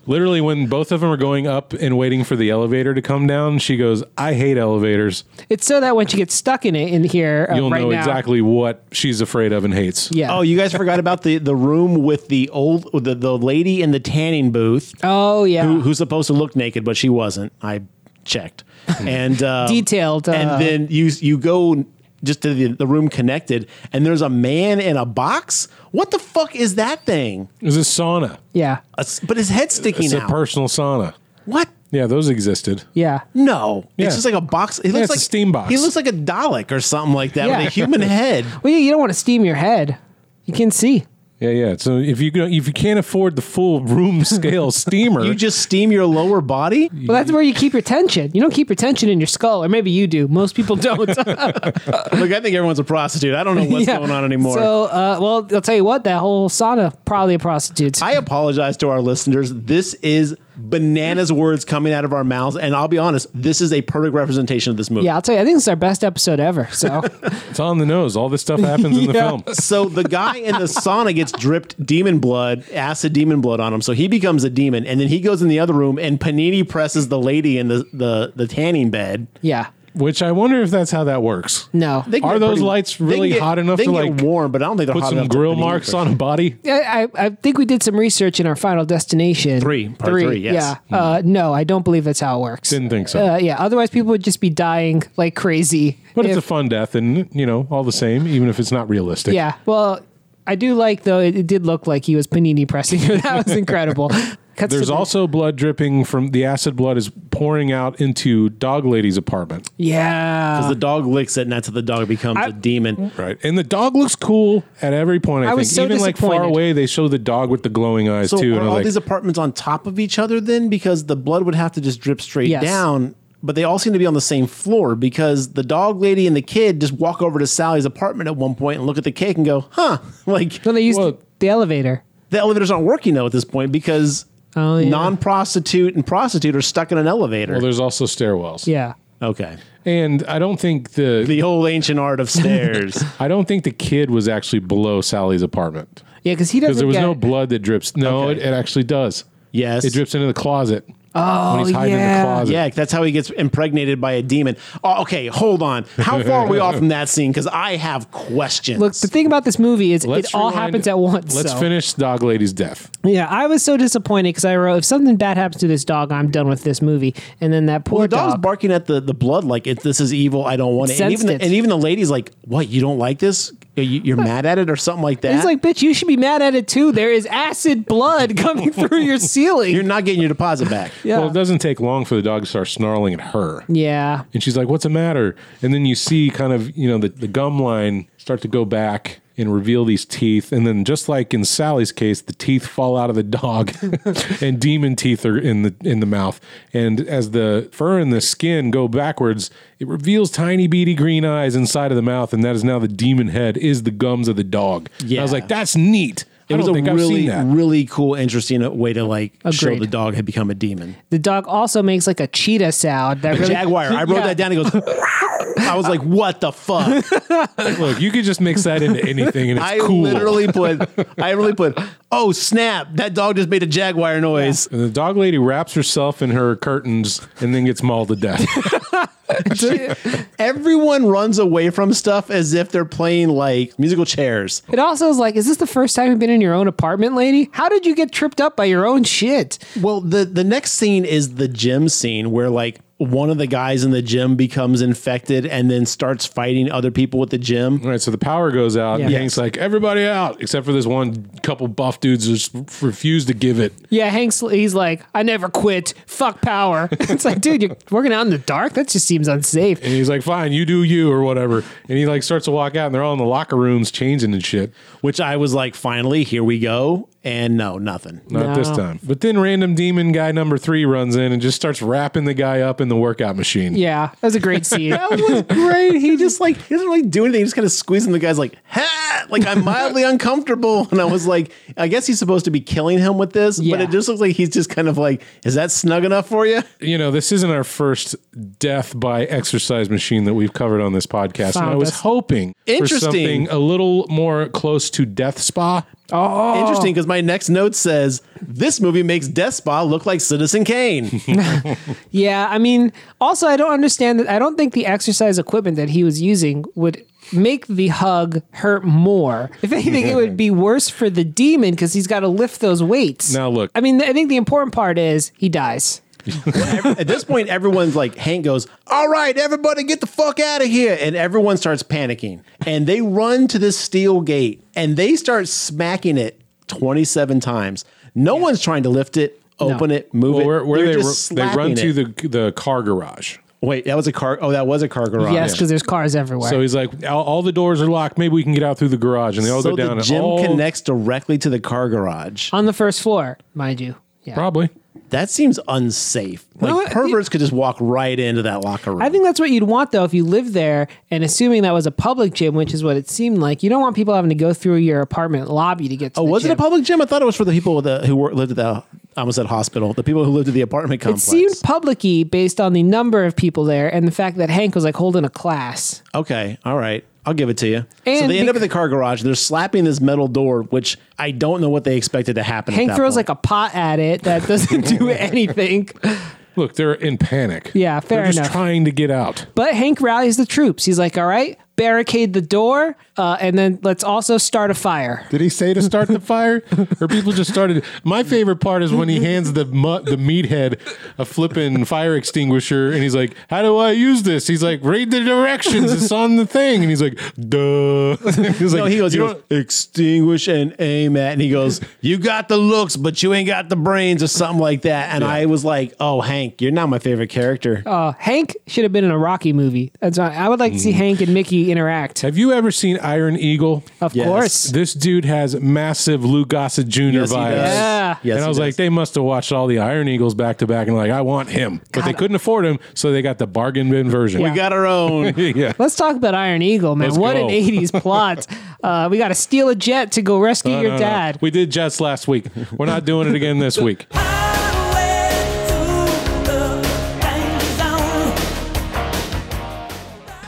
Speaker 1: Literally, when both of them are going up and waiting for the elevator to come down, she goes, I hate elevators.
Speaker 2: It's so that when she gets stuck in it in here, uh,
Speaker 1: You'll
Speaker 2: right
Speaker 1: know
Speaker 2: now,
Speaker 1: exactly what she's afraid of and hates.
Speaker 2: Yeah.
Speaker 3: Oh, you guys forgot about the, the room with the old with the, the lady in the tanning booth
Speaker 2: Oh yeah.
Speaker 3: who, who's supposed to look naked, but she wasn't. I checked and uh,
Speaker 2: Hmm. Detailed, uh,
Speaker 3: and then you you go just to the, the room connected, and there's a man in a box. What the fuck is that thing?
Speaker 1: It's a sauna.
Speaker 2: yeah.
Speaker 3: A s- but his head's sticking
Speaker 1: It's a
Speaker 3: out.
Speaker 1: personal sauna.
Speaker 3: what?
Speaker 1: Yeah, those existed.
Speaker 2: Yeah.
Speaker 3: No,
Speaker 1: Yeah.
Speaker 3: it's just like a box. It looks
Speaker 1: it's a
Speaker 3: like
Speaker 1: steam box.
Speaker 3: He looks like a Dalek or something like that
Speaker 2: Yeah.
Speaker 3: with a human head.
Speaker 2: Well, yeah, you don't want to steam your head. You can see.
Speaker 1: Yeah, yeah. So if you go, if you can't afford the full room scale steamer,
Speaker 3: You just steam your lower body.
Speaker 2: Well, that's where you keep your tension. You don't keep your tension in your skull, or maybe you do. Most people don't.
Speaker 3: Look, I think everyone's a prostitute. I don't know what's
Speaker 2: Yeah.
Speaker 3: going on anymore.
Speaker 2: So, uh, well, I'll tell you what. That whole sauna probably a prostitute.
Speaker 3: I apologize to our listeners. This is bananas words coming out of our mouths, and I'll be honest, this is a perfect representation of this movie.
Speaker 2: yeah, I'll tell you. I think this is our best episode ever. So,
Speaker 1: it's on the nose. All this stuff happens in the
Speaker 2: Yeah.
Speaker 1: film.
Speaker 3: So the guy in the sauna gets dripped demon blood, acid demon blood on him. So he becomes a demon, and then he goes in the other room, and Panini presses the lady in the the, the tanning bed.
Speaker 2: yeah.
Speaker 1: Which I wonder if that's how that works.
Speaker 2: No.
Speaker 3: They can
Speaker 1: Are
Speaker 3: get
Speaker 1: those lights
Speaker 3: they can
Speaker 1: really
Speaker 3: get-
Speaker 1: hot enough
Speaker 3: they
Speaker 1: to,
Speaker 3: can get
Speaker 1: like,
Speaker 3: warm? But I don't think they're
Speaker 1: Put
Speaker 3: hot
Speaker 1: some
Speaker 3: enough to
Speaker 1: grill
Speaker 3: Panini
Speaker 1: marks
Speaker 3: press.
Speaker 1: on a body.
Speaker 2: I, I I think we did some research in our final destination.
Speaker 3: Three, part three, yes.
Speaker 2: Yeah. Uh, no, I don't believe that's how it works.
Speaker 1: Didn't think so.
Speaker 2: Uh, yeah. Otherwise, people would just be dying like crazy.
Speaker 1: but it's
Speaker 2: if-
Speaker 1: a fun death, and you know, all the same, even if it's not realistic.
Speaker 2: Yeah. Well, I do like though. It, it did look like he was panini pressing. her. that was incredible. Cuts to
Speaker 1: There's
Speaker 2: the-
Speaker 1: also blood dripping from the acid blood is pouring out into Dog Lady's apartment.
Speaker 2: yeah.
Speaker 3: The dog licks it, and that's how the dog becomes a demon.
Speaker 1: Right. And the dog looks cool at every point, I,
Speaker 2: I
Speaker 1: think.
Speaker 2: was so
Speaker 1: Even like far
Speaker 2: disappointed.
Speaker 1: away, they show the dog with the glowing eyes
Speaker 3: So
Speaker 1: too.
Speaker 3: are
Speaker 1: And I'm
Speaker 3: all
Speaker 1: like,
Speaker 3: these apartments on top of each other then? Because the blood would have to just drip straight
Speaker 2: Yes.
Speaker 3: down. But they all seem to be on the same floor because the dog lady and the kid just walk over to Sally's apartment at one point and look at the cake and go, huh? Like
Speaker 2: No, they used
Speaker 1: Well-
Speaker 2: the elevator.
Speaker 3: the elevators aren't working though at this point because
Speaker 2: Oh, yeah.
Speaker 3: non prostitute and prostitute are stuck in an elevator.
Speaker 1: well, there's also stairwells.
Speaker 2: Yeah.
Speaker 3: okay.
Speaker 1: And I don't think the
Speaker 3: The whole ancient art of stairs.
Speaker 1: I don't think the kid was actually below Sally's apartment
Speaker 2: Yeah, because he doesn't.
Speaker 1: because there was
Speaker 2: get,
Speaker 1: no blood that drips. No,
Speaker 3: Okay.
Speaker 1: it, it actually does.
Speaker 3: yes.
Speaker 1: It drips into the closet. Oh, when he's hiding in
Speaker 2: yeah.
Speaker 1: the closet.
Speaker 3: Yeah, that's how he gets impregnated by a demon. Oh, okay, hold on. How far are we off from that scene? Because I have questions.
Speaker 2: Look, the thing about this movie is it all
Speaker 1: rewind-
Speaker 2: happens at once.
Speaker 1: Let's
Speaker 2: so.
Speaker 1: finish Dog Lady's death.
Speaker 2: Yeah, I was so disappointed because I wrote, if something bad happens to this dog, I'm done with this movie. And then that poor
Speaker 3: Well, the dog's
Speaker 2: dog.
Speaker 3: barking at the, the blood like it, this is evil. I don't want it. And even
Speaker 2: Sensed
Speaker 3: the,
Speaker 2: it.
Speaker 3: and even the lady's like, "What? You don't like this? You- You're mad at it or something like that?"
Speaker 2: He's like, bitch, you should be mad at it too. There is acid blood coming through your ceiling.
Speaker 3: "You're not getting your deposit back."
Speaker 2: yeah.
Speaker 1: Well, it doesn't take long for the dog to start snarling at her.
Speaker 2: yeah.
Speaker 1: And she's like, What's the matter? And then you see kind of, you know, the, the gum line start to go back and reveal these teeth. And then, just like in Sally's case, the teeth fall out of the dog and demon teeth are in the, in the mouth. And as the fur and the skin go backwards, it reveals tiny, beady green eyes inside of the mouth. And that is now the demon head is the gums of the dog. And I was
Speaker 3: Yeah.
Speaker 1: like, That's neat.
Speaker 3: It
Speaker 1: I
Speaker 3: was
Speaker 1: don't
Speaker 3: a
Speaker 1: think I've seen
Speaker 3: really,
Speaker 1: that.
Speaker 3: really cool, interesting way to like show
Speaker 2: Agreed.
Speaker 3: the dog had become a demon.
Speaker 2: The dog also makes like a cheetah sound. That really,
Speaker 3: Jaguar. I wrote
Speaker 2: Yeah.
Speaker 3: that down. It goes. I was like, "What the fuck?"
Speaker 1: Look, you could just mix that into anything and it's
Speaker 3: I
Speaker 1: cool.
Speaker 3: literally put. I really put. Oh snap! That dog just made a jaguar noise.
Speaker 1: And the dog lady wraps herself in her curtains and then gets mauled to death.
Speaker 3: Everyone runs away from stuff as if they're playing like musical chairs.
Speaker 2: It also is like, is this the first time you've been in your own apartment, lady? How did you get tripped up by your own shit?
Speaker 3: Well, the the next scene is the gym scene where like one of the guys in the gym becomes infected and then starts fighting other people at the gym.
Speaker 1: All right, so the power goes out, and
Speaker 2: Yeah.
Speaker 1: Hank's like, "Everybody out!" Except for this one couple buff dudes who just refuse to give it.
Speaker 2: Yeah, Hank's he's like, I never quit. Fuck power. it's like, dude, you're working out in the dark? That just seems unsafe.
Speaker 1: And he's like, "Fine, you do you or whatever." And he like starts to walk out, and they're all in the locker rooms changing and shit.
Speaker 3: Which I was like, finally, here we go. And no, nothing.
Speaker 1: Not this
Speaker 2: No.
Speaker 1: time. But then random demon guy number three runs in and just starts wrapping the guy up in the workout machine.
Speaker 2: Yeah, that was a great scene.
Speaker 3: That was great. He just like he doesn't really do anything. He just kind of squeezing the guy's like, ha! that? Like I'm mildly uncomfortable." And I was like, "I guess he's supposed to be killing him with this, but
Speaker 2: Yeah.
Speaker 3: it just looks like he's just kind of like, is that snug enough for you?"
Speaker 1: you know, this isn't our first death by exercise machine that we've covered on this podcast. And
Speaker 2: Found
Speaker 1: I was
Speaker 2: us.
Speaker 1: hoping for
Speaker 3: Interesting.
Speaker 1: something a little more close to death spa.
Speaker 3: Interesting because my next note says this movie makes Death Spa look like Citizen Kane.
Speaker 2: Yeah, I mean, also I don't understand that. I don't think the exercise equipment that he was using would make the hug hurt more. If anything, it would be worse for the demon because he's got to lift those weights.
Speaker 1: Now look.
Speaker 2: I mean, I think the important part is he dies.
Speaker 3: At this point, everyone's like, Hank goes, All right, everybody get the fuck out of here. And everyone starts panicking. And they run to this steel gate and they start smacking it 27 times. No one's trying to lift it, open it, move
Speaker 1: Well,
Speaker 3: it.
Speaker 1: where, where
Speaker 3: They're
Speaker 1: they,
Speaker 3: just
Speaker 1: ru- they run
Speaker 3: slapping
Speaker 1: to
Speaker 3: it.
Speaker 1: the the car garage.
Speaker 3: Wait, that was a car. Oh, that was a car garage.
Speaker 2: yes, because there's cars everywhere.
Speaker 1: So he's like, all, all the doors are locked. Maybe we can get out through the garage, and they all
Speaker 3: So
Speaker 1: go down.
Speaker 3: the
Speaker 1: and
Speaker 3: gym
Speaker 1: all-
Speaker 3: connects directly to the car garage.
Speaker 2: on the first floor, mind you. Yeah.
Speaker 1: Probably.
Speaker 3: That seems unsafe. Like
Speaker 2: No, it-
Speaker 3: perverts could just walk right into that locker room.
Speaker 2: I think that's what you'd want though if you lived there and assuming that was a public gym, which is what it seemed like. You don't want people having to go through your apartment lobby to get to
Speaker 3: Oh,
Speaker 2: the
Speaker 3: was
Speaker 2: gym.
Speaker 3: it a public gym? I thought it was for the people with the, who wor lived at the, I almost said hospital, the people who lived at the apartment
Speaker 2: It
Speaker 3: complex.
Speaker 2: seemed public-y based on the number of people there and the fact that Hank was like holding a class.
Speaker 3: okay, all right. I'll give it to you. so
Speaker 2: And
Speaker 3: they end up
Speaker 2: bec-
Speaker 3: at the car garage. They're slapping this metal door, which I don't know what they expected to happen.
Speaker 2: Hank throws like a pot at it that doesn't do anything.
Speaker 1: Look, they're in panic.
Speaker 2: Yeah, fair
Speaker 1: They're just
Speaker 2: enough.
Speaker 1: trying to get out.
Speaker 2: But Hank rallies the troops. He's like, all right, barricade the door uh, and then let's also start a fire.
Speaker 1: Did he say to start the fire, or people just started? My favorite part is when he hands the mu- the meathead a flippin' fire extinguisher, and he's like, "How do I use this?" He's like, "Read the directions. It's on the thing." And he's like, "Duh." he's
Speaker 3: no, he goes,
Speaker 1: "You
Speaker 3: he goes,
Speaker 1: don't-
Speaker 3: extinguish and aim at. And he goes, You got the looks, but you ain't got the brains, or something like that. And I was like, Oh, Hank, you're not my favorite character.
Speaker 2: Uh, Hank should have been in a Rocky movie. That's why I would like to
Speaker 1: Mm.
Speaker 2: see Hank and Mickey interact.
Speaker 1: Have you ever seen Iron Eagle?
Speaker 2: Of
Speaker 3: Yes.
Speaker 2: course.
Speaker 1: This dude has massive Lou Gossett Jr.
Speaker 3: Yes, he
Speaker 1: vibes.
Speaker 3: does.
Speaker 2: Yeah.
Speaker 3: Yes,
Speaker 1: and I
Speaker 3: he
Speaker 1: was
Speaker 3: does.
Speaker 1: like, they must have watched all the Iron Eagles back to back and like, I want him. But they couldn't afford him, so they got the bargain bin version.
Speaker 3: We got our own.
Speaker 1: yeah.
Speaker 2: Let's talk about Iron Eagle, man.
Speaker 1: Let's
Speaker 2: what
Speaker 1: go.
Speaker 2: an 80s plot. Uh, we got to steal a jet to go rescue
Speaker 1: No,
Speaker 2: your
Speaker 1: no, no.
Speaker 2: dad.
Speaker 1: We did Jets last week. We're not doing it again this week.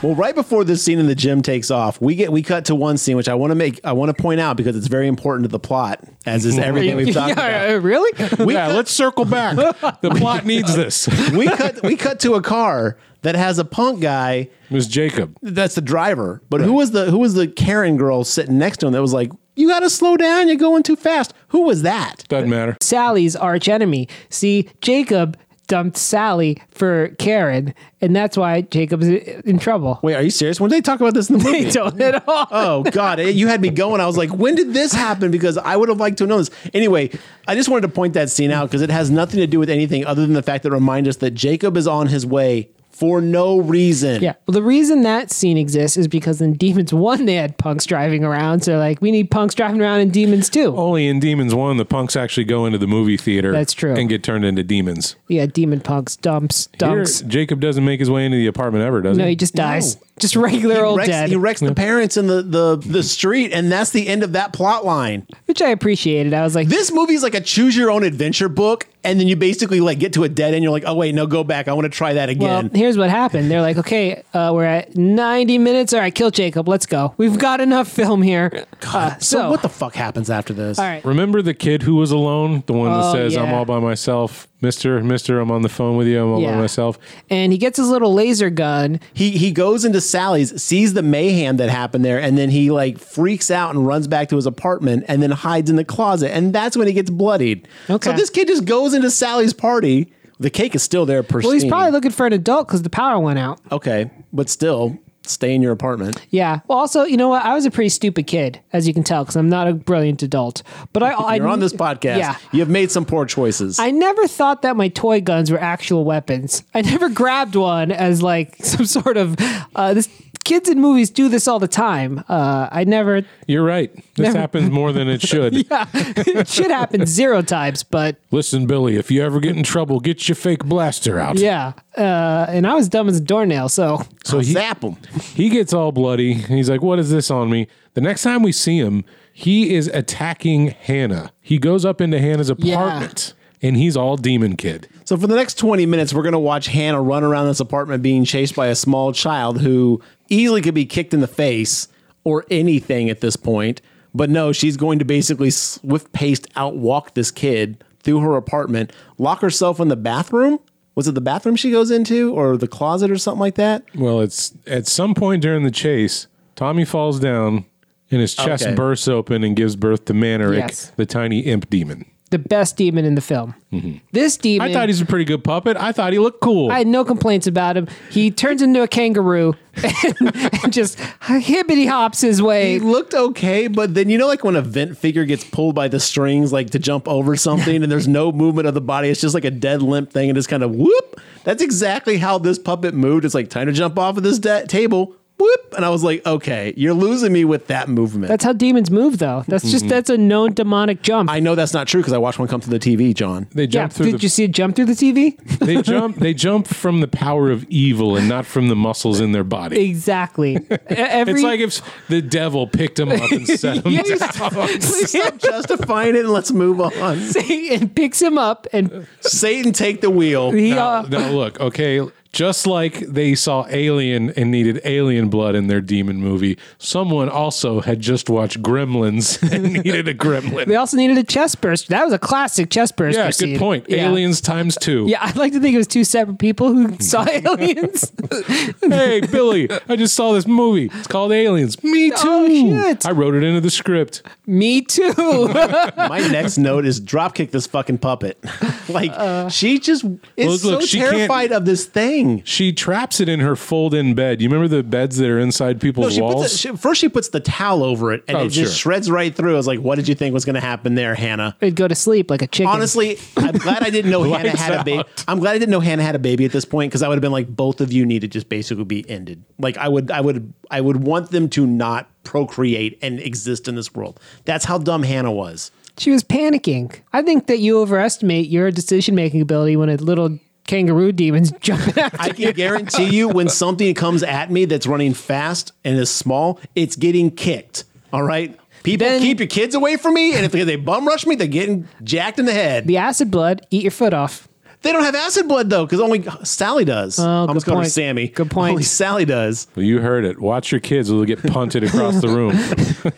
Speaker 3: Well, right before this scene in the gym takes off, we get we cut to one scene which I want to make I want to point out because it's very important to the plot, as is everything we've talked
Speaker 2: Yeah,
Speaker 3: about.
Speaker 2: uh, really?
Speaker 3: We
Speaker 1: yeah,
Speaker 3: cut-
Speaker 1: let's circle back. The plot needs this. It
Speaker 3: We cut we cut to a car that has a punk guy
Speaker 1: was Jacob.
Speaker 3: that's the driver, but who was the who was the Karen girl sitting next to him that was like, "You got to slow down, you're going too fast." Who was that?
Speaker 1: Doesn't matter.
Speaker 2: Sally's arch enemy. See, Jacob dumped Sally for Karen, and that's why Jacob's i- in trouble.
Speaker 3: Wait, are you serious? When did they talk about this in the movie?
Speaker 2: They don't at all.
Speaker 3: Oh God, you had me going. I was like, when did this happen? Because I would have liked to have known this. Anyway, I just wanted to point that scene out because it has nothing to do with anything other than the fact that it reminds us that Jacob is on his way for no reason.
Speaker 2: Yeah. Well, the reason that scene exists is because in Demons 1, they had punks driving around. So, like, we need punks driving around in Demons 2.
Speaker 1: Only in Demons 1, the punks actually go into the movie theater.
Speaker 2: That's true.
Speaker 1: And get turned into demons.
Speaker 2: Yeah, demon punks, dumps,
Speaker 1: Here,
Speaker 2: dunks.
Speaker 1: Jacob doesn't make his way into the apartment ever, does
Speaker 2: no,
Speaker 1: he?
Speaker 2: he just dies. Just regular old
Speaker 3: Wrecks,
Speaker 2: dad.
Speaker 3: he wrecks the parents in the, the the street, and that's the end of that plot line.
Speaker 2: which I appreciated. I was like,
Speaker 3: This movie is like a choose your own adventure book, and then you basically like get to a dead end. You're like, oh wait, no, go back. I want to try that
Speaker 2: well,
Speaker 3: again.
Speaker 2: here's what happened. They're like, okay, uh, we're at 90 minutes. All right, kill Jacob. Let's go. We've got enough film here. Uh,
Speaker 3: so, what the fuck happens after this?
Speaker 2: All right.
Speaker 1: Remember the kid who was alone? The one that
Speaker 2: Oh,
Speaker 1: says, I'm
Speaker 2: yeah.
Speaker 1: all by myself. Mister, mister, I'm on the phone with you. I'm all by
Speaker 2: Yeah.
Speaker 1: myself.
Speaker 2: And he gets his little laser gun.
Speaker 3: he he goes into Sally's, sees the mayhem that happened there, and then he like freaks out and runs back to his apartment and then hides in the closet. And that's when he gets bloodied.
Speaker 2: Okay.
Speaker 3: So this kid just goes into Sally's party. The cake is still there, pristine.
Speaker 2: Well, he's probably looking for an adult because the power went out.
Speaker 3: okay, but still, stay in your apartment.
Speaker 2: Yeah. Well, also, you know what? I was a pretty stupid kid, as you can tell, because I'm not a brilliant adult. But I, I
Speaker 3: You're on this podcast.
Speaker 2: Yeah.
Speaker 3: You have made some poor choices.
Speaker 2: I never thought that my toy guns were actual weapons. I never grabbed one as like some sort of uh, this kids in movies do this all the time. Uh, I never.
Speaker 1: You're right. This
Speaker 2: Never-
Speaker 1: happens more than it should.
Speaker 2: it should happen zero times, but
Speaker 1: Listen, Billy, if you ever get in trouble, get your fake blaster out.
Speaker 2: yeah. Uh, and I was dumb as a doornail, so
Speaker 1: So he,
Speaker 3: Zap him.
Speaker 1: he gets all bloody. and He's like, What is this on me? The next time we see him, he is attacking Hannah. He goes up into Hannah's
Speaker 2: Yeah.
Speaker 1: apartment and he's all demon kid.
Speaker 3: So for the next 20 minutes, we're going to watch Hannah run around this apartment being chased by a small child who easily could be kicked in the face or anything at this point. But no, she's going to basically swift paced outwalk this kid through her apartment, lock herself in the bathroom. Was it the bathroom she goes into or the closet or something like that?
Speaker 1: Well, it's at some point during the chase, Tommy falls down and his chest
Speaker 3: Okay.
Speaker 1: bursts open and gives birth to Manerick,
Speaker 2: Yes.
Speaker 1: the tiny imp demon.
Speaker 2: the best demon in the film.
Speaker 3: Mm-hmm.
Speaker 2: This demon.
Speaker 1: I thought he's a pretty good puppet. I thought he looked cool.
Speaker 2: I had no complaints about him. He turns into a kangaroo and, and just hibbity hops his way.
Speaker 3: It looked okay, but then you know, like when a vent figure gets pulled by the strings, like to jump over something, and there's no movement of the body. It's just like a dead limp thing, and it's kind of whoop. That's exactly how this puppet moved. It's like time to jump off of this da- table, whoop. And I was like, okay, you're losing me with that movement.
Speaker 2: That's how demons move, though. That's
Speaker 1: Mm-hmm.
Speaker 2: just that's a known demonic jump.
Speaker 3: I know that's not true because I watched one come through the TV, John.
Speaker 1: they
Speaker 2: yeah,
Speaker 1: jump through
Speaker 2: did
Speaker 1: the
Speaker 2: you see it jump through the TV?
Speaker 1: they jump they jump from the power of evil and not from the muscles in their body.
Speaker 2: exactly. E- Every
Speaker 1: It's like if the devil picked him up and set him down.
Speaker 3: Stop justifying it and let's move on.
Speaker 2: Satan picks him up and
Speaker 3: Satan, take the wheel.
Speaker 2: he
Speaker 1: Now,
Speaker 2: uh,
Speaker 1: now look, okay, just like they saw Alien and needed alien blood in their demon movie, someone also had just watched Gremlins and needed a
Speaker 2: they
Speaker 1: gremlin.
Speaker 2: also needed a chest burst. That was a classic chest burst.
Speaker 1: Yeah, good point. Aliens times two.
Speaker 2: Yeah, I'd like to think it was two separate people who saw aliens.
Speaker 1: Hey, Billy, I just saw this movie. It's called Aliens. Me too.
Speaker 2: Oh, shit.
Speaker 1: I wrote it into the script.
Speaker 2: Me too.
Speaker 3: My next note is drop kick this fucking puppet. like she just is
Speaker 1: Uh, Look, look,
Speaker 3: so
Speaker 1: she can't-
Speaker 3: terrified of this thing.
Speaker 1: She traps it in her fold-in bed. You remember the beds that are inside
Speaker 3: No,
Speaker 1: people's
Speaker 3: she
Speaker 1: walls?
Speaker 3: puts a, she, first she puts the towel over it, and
Speaker 1: Oh,
Speaker 3: it just
Speaker 1: sure.
Speaker 3: shreds right through. I was like, "What did you think was going to happen there, Hannah?"
Speaker 2: They'd go to sleep like a chicken.
Speaker 3: Honestly, I'm glad I didn't know Hannah had a baby. I'm glad I didn't know Hannah had a baby at this point because I would have been like, both of you need to just basically be ended. Like, I would, I would, I would want them to not procreate and exist in this world. That's how dumb Hannah was.
Speaker 2: She was panicking. I think that you overestimate your decision making ability when a little kangaroo demon's jumping out.
Speaker 3: I can guarantee you, when something comes at me that's running fast and is small, it's getting kicked. All right. People
Speaker 2: Then-
Speaker 3: keep your kids away from me, and if they bum rush me, they're getting jacked in the head.
Speaker 2: The acid blood, eat your foot off.
Speaker 3: They don't have acid blood though, because only Sally does. I
Speaker 2: good
Speaker 3: almost called her
Speaker 2: point.
Speaker 3: Sammy.
Speaker 2: Good point.
Speaker 3: Only Sally does.
Speaker 1: Well, you heard it. Watch your kids; or they'll get punted across the room.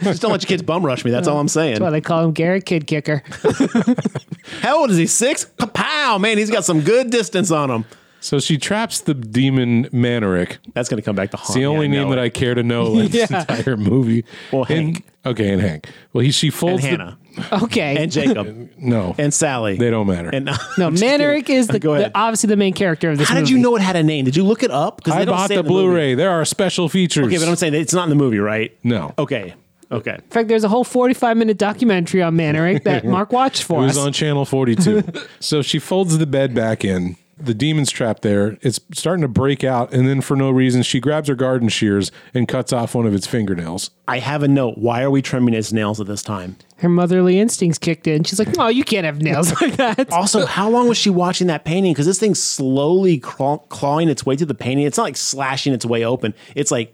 Speaker 3: Just don't let your kids bum rush me. That's all I'm saying.
Speaker 2: Well, they call him Garrett Kid Kicker.
Speaker 3: How old is he? Six? Pow! Man, he's got some good distance on him.
Speaker 1: So she traps the demon Manerick.
Speaker 3: That's gonna come back to haunt
Speaker 1: It's the
Speaker 3: me,
Speaker 1: only
Speaker 3: know
Speaker 1: name that
Speaker 3: it.
Speaker 1: I care to know in this
Speaker 2: Yeah.
Speaker 1: entire movie.
Speaker 3: Well,
Speaker 1: And-
Speaker 3: Hank.
Speaker 1: okay, and Hank. Well, he she
Speaker 3: and
Speaker 1: folds the-
Speaker 3: Hannah
Speaker 2: Okay.
Speaker 3: and Jacob
Speaker 1: no,
Speaker 3: and Sally.
Speaker 1: they don't matter.
Speaker 3: And
Speaker 2: no,
Speaker 3: I'm just
Speaker 2: Manerick
Speaker 3: kidding.
Speaker 2: is the,
Speaker 3: Go
Speaker 2: the-
Speaker 3: ahead.
Speaker 2: obviously the main character of this
Speaker 3: How did
Speaker 2: movie.
Speaker 3: you know it had a name? Did you look it up? Because
Speaker 1: I bought the, Blu-ray. There are special features.
Speaker 3: Okay, but I'm saying it's not in the movie, right?
Speaker 1: No.
Speaker 3: Okay. Okay.
Speaker 2: In fact, there's a whole 45 minute documentary on Manerick that Mark watched
Speaker 1: It
Speaker 2: for us.
Speaker 1: was on channel 42. so she folds the bed back in. The demon's trapped there. It's starting to break out. And then for no reason, she grabs her garden shears and cuts off one of its fingernails.
Speaker 3: I have a note. Why are we trimming his nails at this time?
Speaker 2: Her motherly instincts kicked in. She's like, oh, you can't have nails like that.
Speaker 3: Also, how long was she watching that painting? Because this thing's slowly claw- clawing its way to the painting. It's not like slashing its way open. It's like,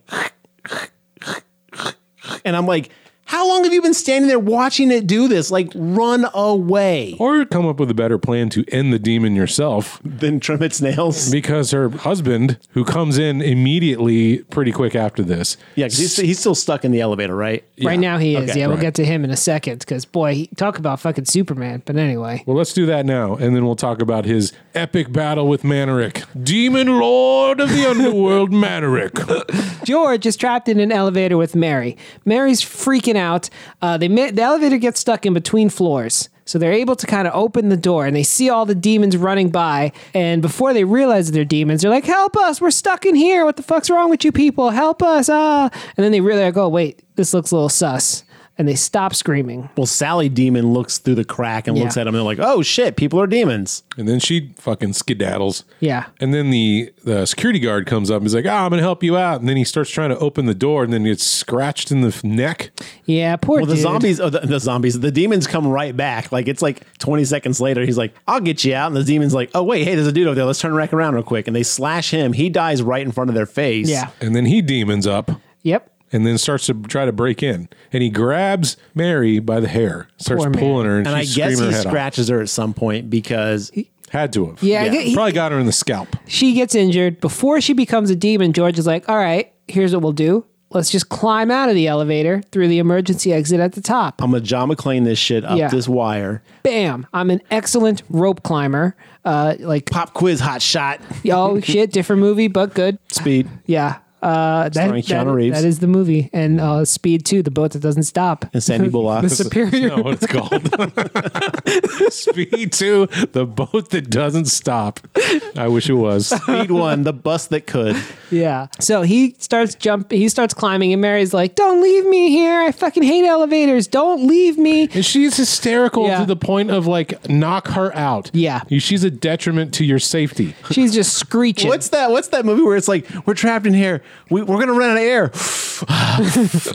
Speaker 3: and I'm like, how long have you been standing there watching it do this? Like, run away.
Speaker 1: Or come up with a better plan to end the demon yourself
Speaker 3: Then trim its nails.
Speaker 1: because her husband, who comes in immediately pretty quick after this,
Speaker 3: Yeah, because he's, he's still stuck in the elevator, right?
Speaker 2: Right now he is.
Speaker 3: Okay.
Speaker 2: yeah, we'll
Speaker 1: Right.
Speaker 2: get to him in a second because, boy, he, talk about fucking Superman. But anyway.
Speaker 1: Well, let's do that now, and then we'll talk about his epic battle with Manerick, Demon Lord of the Underworld, Manerick.
Speaker 2: George is trapped in an elevator with Mary. Mary's freaking out. Uh, they ma- the elevator gets stuck in between floors. So they're able to kind of open the door and they see all the demons running by. And before they realize that they're demons, they're like, Help us! We're stuck in here. What the fuck's wrong with you people? Help us! Ah! And then they really like, Oh, wait, this looks a little sus. and they stop screaming.
Speaker 3: Well, Sally Demon looks through the crack and
Speaker 2: Yeah.
Speaker 3: looks at him and like, oh shit, people are demons.
Speaker 1: And then she fucking skedaddles.
Speaker 2: Yeah.
Speaker 1: And then the, the security guard comes up and he's like, ah, I'm going to help you out. And then he starts trying to open the door and then he gets scratched in the f- neck.
Speaker 2: Yeah, poor
Speaker 3: Well, the
Speaker 2: dude.
Speaker 3: zombies, oh, the, the zombies, the demons come right back. Like it's like 20 seconds later, he's like, I'll get you out. And the demon's like, oh wait, hey, there's a dude over there. Let's turn back around real quick. And they slash him. He dies right in front of their face.
Speaker 2: Yeah.
Speaker 1: And then he demons up.
Speaker 2: Yep.
Speaker 1: and then starts to try to break in. And he grabs Mary by the hair, starts
Speaker 2: Poor man.
Speaker 1: pulling her, and,
Speaker 3: And I
Speaker 1: she's
Speaker 3: guess
Speaker 1: screaming
Speaker 3: he
Speaker 1: her head
Speaker 3: scratches her at some point because
Speaker 1: off. Had to have.
Speaker 2: Yeah, I get- he-
Speaker 1: Probably got her in the scalp.
Speaker 2: She gets injured. Before she becomes a demon, George is like, all right, here's what we'll do. Let's just climb out of the elevator through the emergency exit at the top.
Speaker 3: I'm gonna John McClane this shit up
Speaker 2: Yeah.
Speaker 3: this wire.
Speaker 2: Bam. I'm an excellent rope climber. Uh, like,
Speaker 3: Pop quiz, hot shot,
Speaker 2: oh shit, different movie, but good.
Speaker 3: speed.
Speaker 2: Yeah. Uh, that,
Speaker 3: Starring Keanu
Speaker 2: that-
Speaker 3: Reeves.
Speaker 2: that is the movie. And uh, Speed 2, the boat that doesn't stop.
Speaker 3: And Sandy Bullock.
Speaker 2: The superior.
Speaker 1: Know what it's called? Speed two, the boat that doesn't stop. I wish it was.
Speaker 3: Speed one, the bus that could.
Speaker 2: Yeah. So he starts jump. He starts climbing, and Mary's like, "Don't leave me here. I fucking hate elevators. Don't leave me."
Speaker 1: And she's hysterical
Speaker 2: Yeah.
Speaker 1: to the point of like knock her out.
Speaker 2: Yeah.
Speaker 1: You- she's a detriment to your safety.
Speaker 2: She's just screeching.
Speaker 3: What's that? What's that movie where it's like we're trapped in here. We, we're gonna run out of air.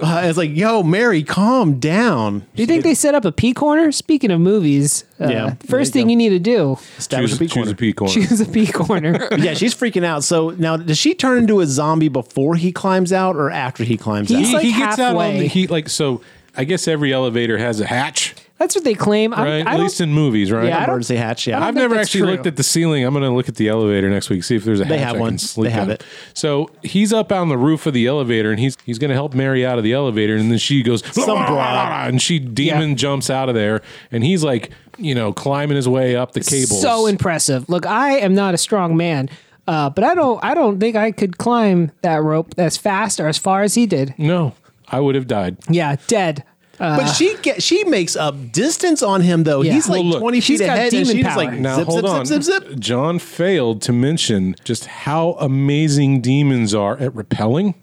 Speaker 3: Uh, it's like, yo, Mary, calm down.
Speaker 2: do you think they set up a pee corner? Speaking of movies, uh,
Speaker 3: Yeah, there
Speaker 2: first
Speaker 3: you
Speaker 2: thing
Speaker 3: go.
Speaker 2: you need to do
Speaker 3: Establish a peak corner.
Speaker 1: pea corner.
Speaker 2: choose a pee corner.
Speaker 3: Yeah, she's freaking out. So now, does she turn into a zombie before he climbs out or after he climbs
Speaker 2: He-
Speaker 3: out?
Speaker 2: He's, like, halfway.
Speaker 1: the he like so. I guess every elevator has a hatch,
Speaker 2: That's what they claim. I'm-
Speaker 1: right?
Speaker 2: I
Speaker 1: At
Speaker 2: don't-
Speaker 1: least in movies, right?
Speaker 2: Yeah, I don't-
Speaker 3: Emergency hatch. Yeah,
Speaker 2: I
Speaker 1: I've
Speaker 2: think
Speaker 1: never
Speaker 2: that's
Speaker 1: actually
Speaker 2: true.
Speaker 1: looked at the ceiling. I'm going to look at the elevator next week, see if there's a hatch.
Speaker 3: have
Speaker 1: I can
Speaker 3: one.
Speaker 1: sleep
Speaker 3: They have
Speaker 1: on.
Speaker 3: it.
Speaker 1: So he's up on the roof of the elevator, and he's he's going to help Mary out of the elevator, and then she goes
Speaker 3: Some broad.
Speaker 1: and she demon
Speaker 2: Yeah.
Speaker 1: jumps out of there, and he's like you know climbing his way up the cables.
Speaker 2: so impressive. Look, I am not a strong man, uh, but I don't. I don't think I could climb that rope as fast or as far as he did.
Speaker 1: no, I would have died.
Speaker 2: Yeah, dead.
Speaker 3: but she get, she makes up distance on him though.
Speaker 2: Yeah.
Speaker 3: He's like
Speaker 1: Well, look,
Speaker 3: twenty
Speaker 2: she's
Speaker 3: feet
Speaker 2: got
Speaker 3: ahead, and
Speaker 2: demon
Speaker 3: she's
Speaker 2: power.
Speaker 3: like
Speaker 1: Now
Speaker 3: zip,
Speaker 1: hold
Speaker 3: zip,
Speaker 1: on.
Speaker 3: zip, zip, zip.
Speaker 1: John failed to mention just how amazing demons are at rappelling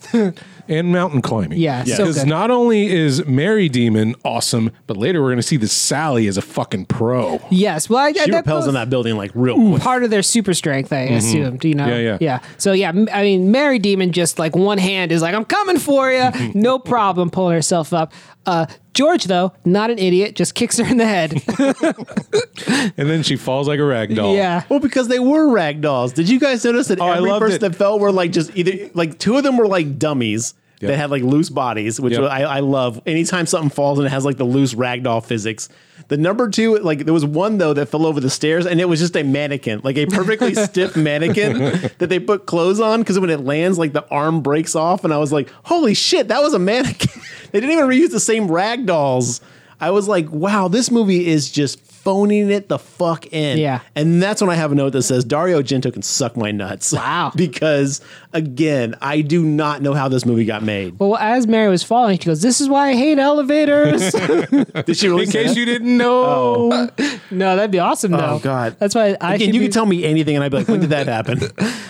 Speaker 1: and mountain climbing.
Speaker 2: Yeah, Yeah. so
Speaker 1: because
Speaker 2: good.
Speaker 1: not only is Mary Demon awesome, but later we're going to see that Sally is a fucking pro.
Speaker 2: Yes. Well, I,
Speaker 3: She
Speaker 2: that
Speaker 3: repels
Speaker 2: goes-
Speaker 3: on that building like real quick.
Speaker 2: part of their super strength, I assumed. You know,
Speaker 1: Mm-hmm. Yeah, yeah.
Speaker 2: So yeah, m- I mean, Mary Demon just like one hand is like, "I'm coming for you," no problem, pulling herself up. Uh, George though, not an idiot, just kicks her in the head.
Speaker 1: And then she falls like a rag doll.
Speaker 2: yeah.
Speaker 3: Well, because they were rag dolls. Did you guys notice that
Speaker 1: Oh, I
Speaker 3: every
Speaker 1: loved
Speaker 3: person
Speaker 1: it.
Speaker 3: that fell were like just either like two of them were like dummies
Speaker 1: Yep.
Speaker 3: that had like loose bodies, which
Speaker 1: Yep.
Speaker 3: I, I love. Anytime something falls and it has like the loose rag doll physics. The number two, like there was one though that fell over the stairs and it was just a mannequin, like a perfectly stiff mannequin that they put clothes on because when it lands, like the arm breaks off. And I was like, holy shit, that was a mannequin. they didn't even reuse the same rag dolls. I was like, wow, this movie is just phoning it the fuck in.
Speaker 2: Yeah.
Speaker 3: And that's when I have a note that says Dario Argento can suck my nuts.
Speaker 2: Wow.
Speaker 3: because again, I do not know how this movie got made.
Speaker 2: Well, as Mary was falling, she goes, "This is why I hate elevators."
Speaker 3: Did she really?
Speaker 1: In
Speaker 3: say
Speaker 1: case
Speaker 3: that?
Speaker 1: you didn't know,
Speaker 2: no, that'd be awesome. Though.
Speaker 3: Oh, God.
Speaker 2: That's why I
Speaker 3: Again,
Speaker 2: should
Speaker 3: you
Speaker 2: be-
Speaker 3: could tell me anything, and I'd be like, "When did that happen?"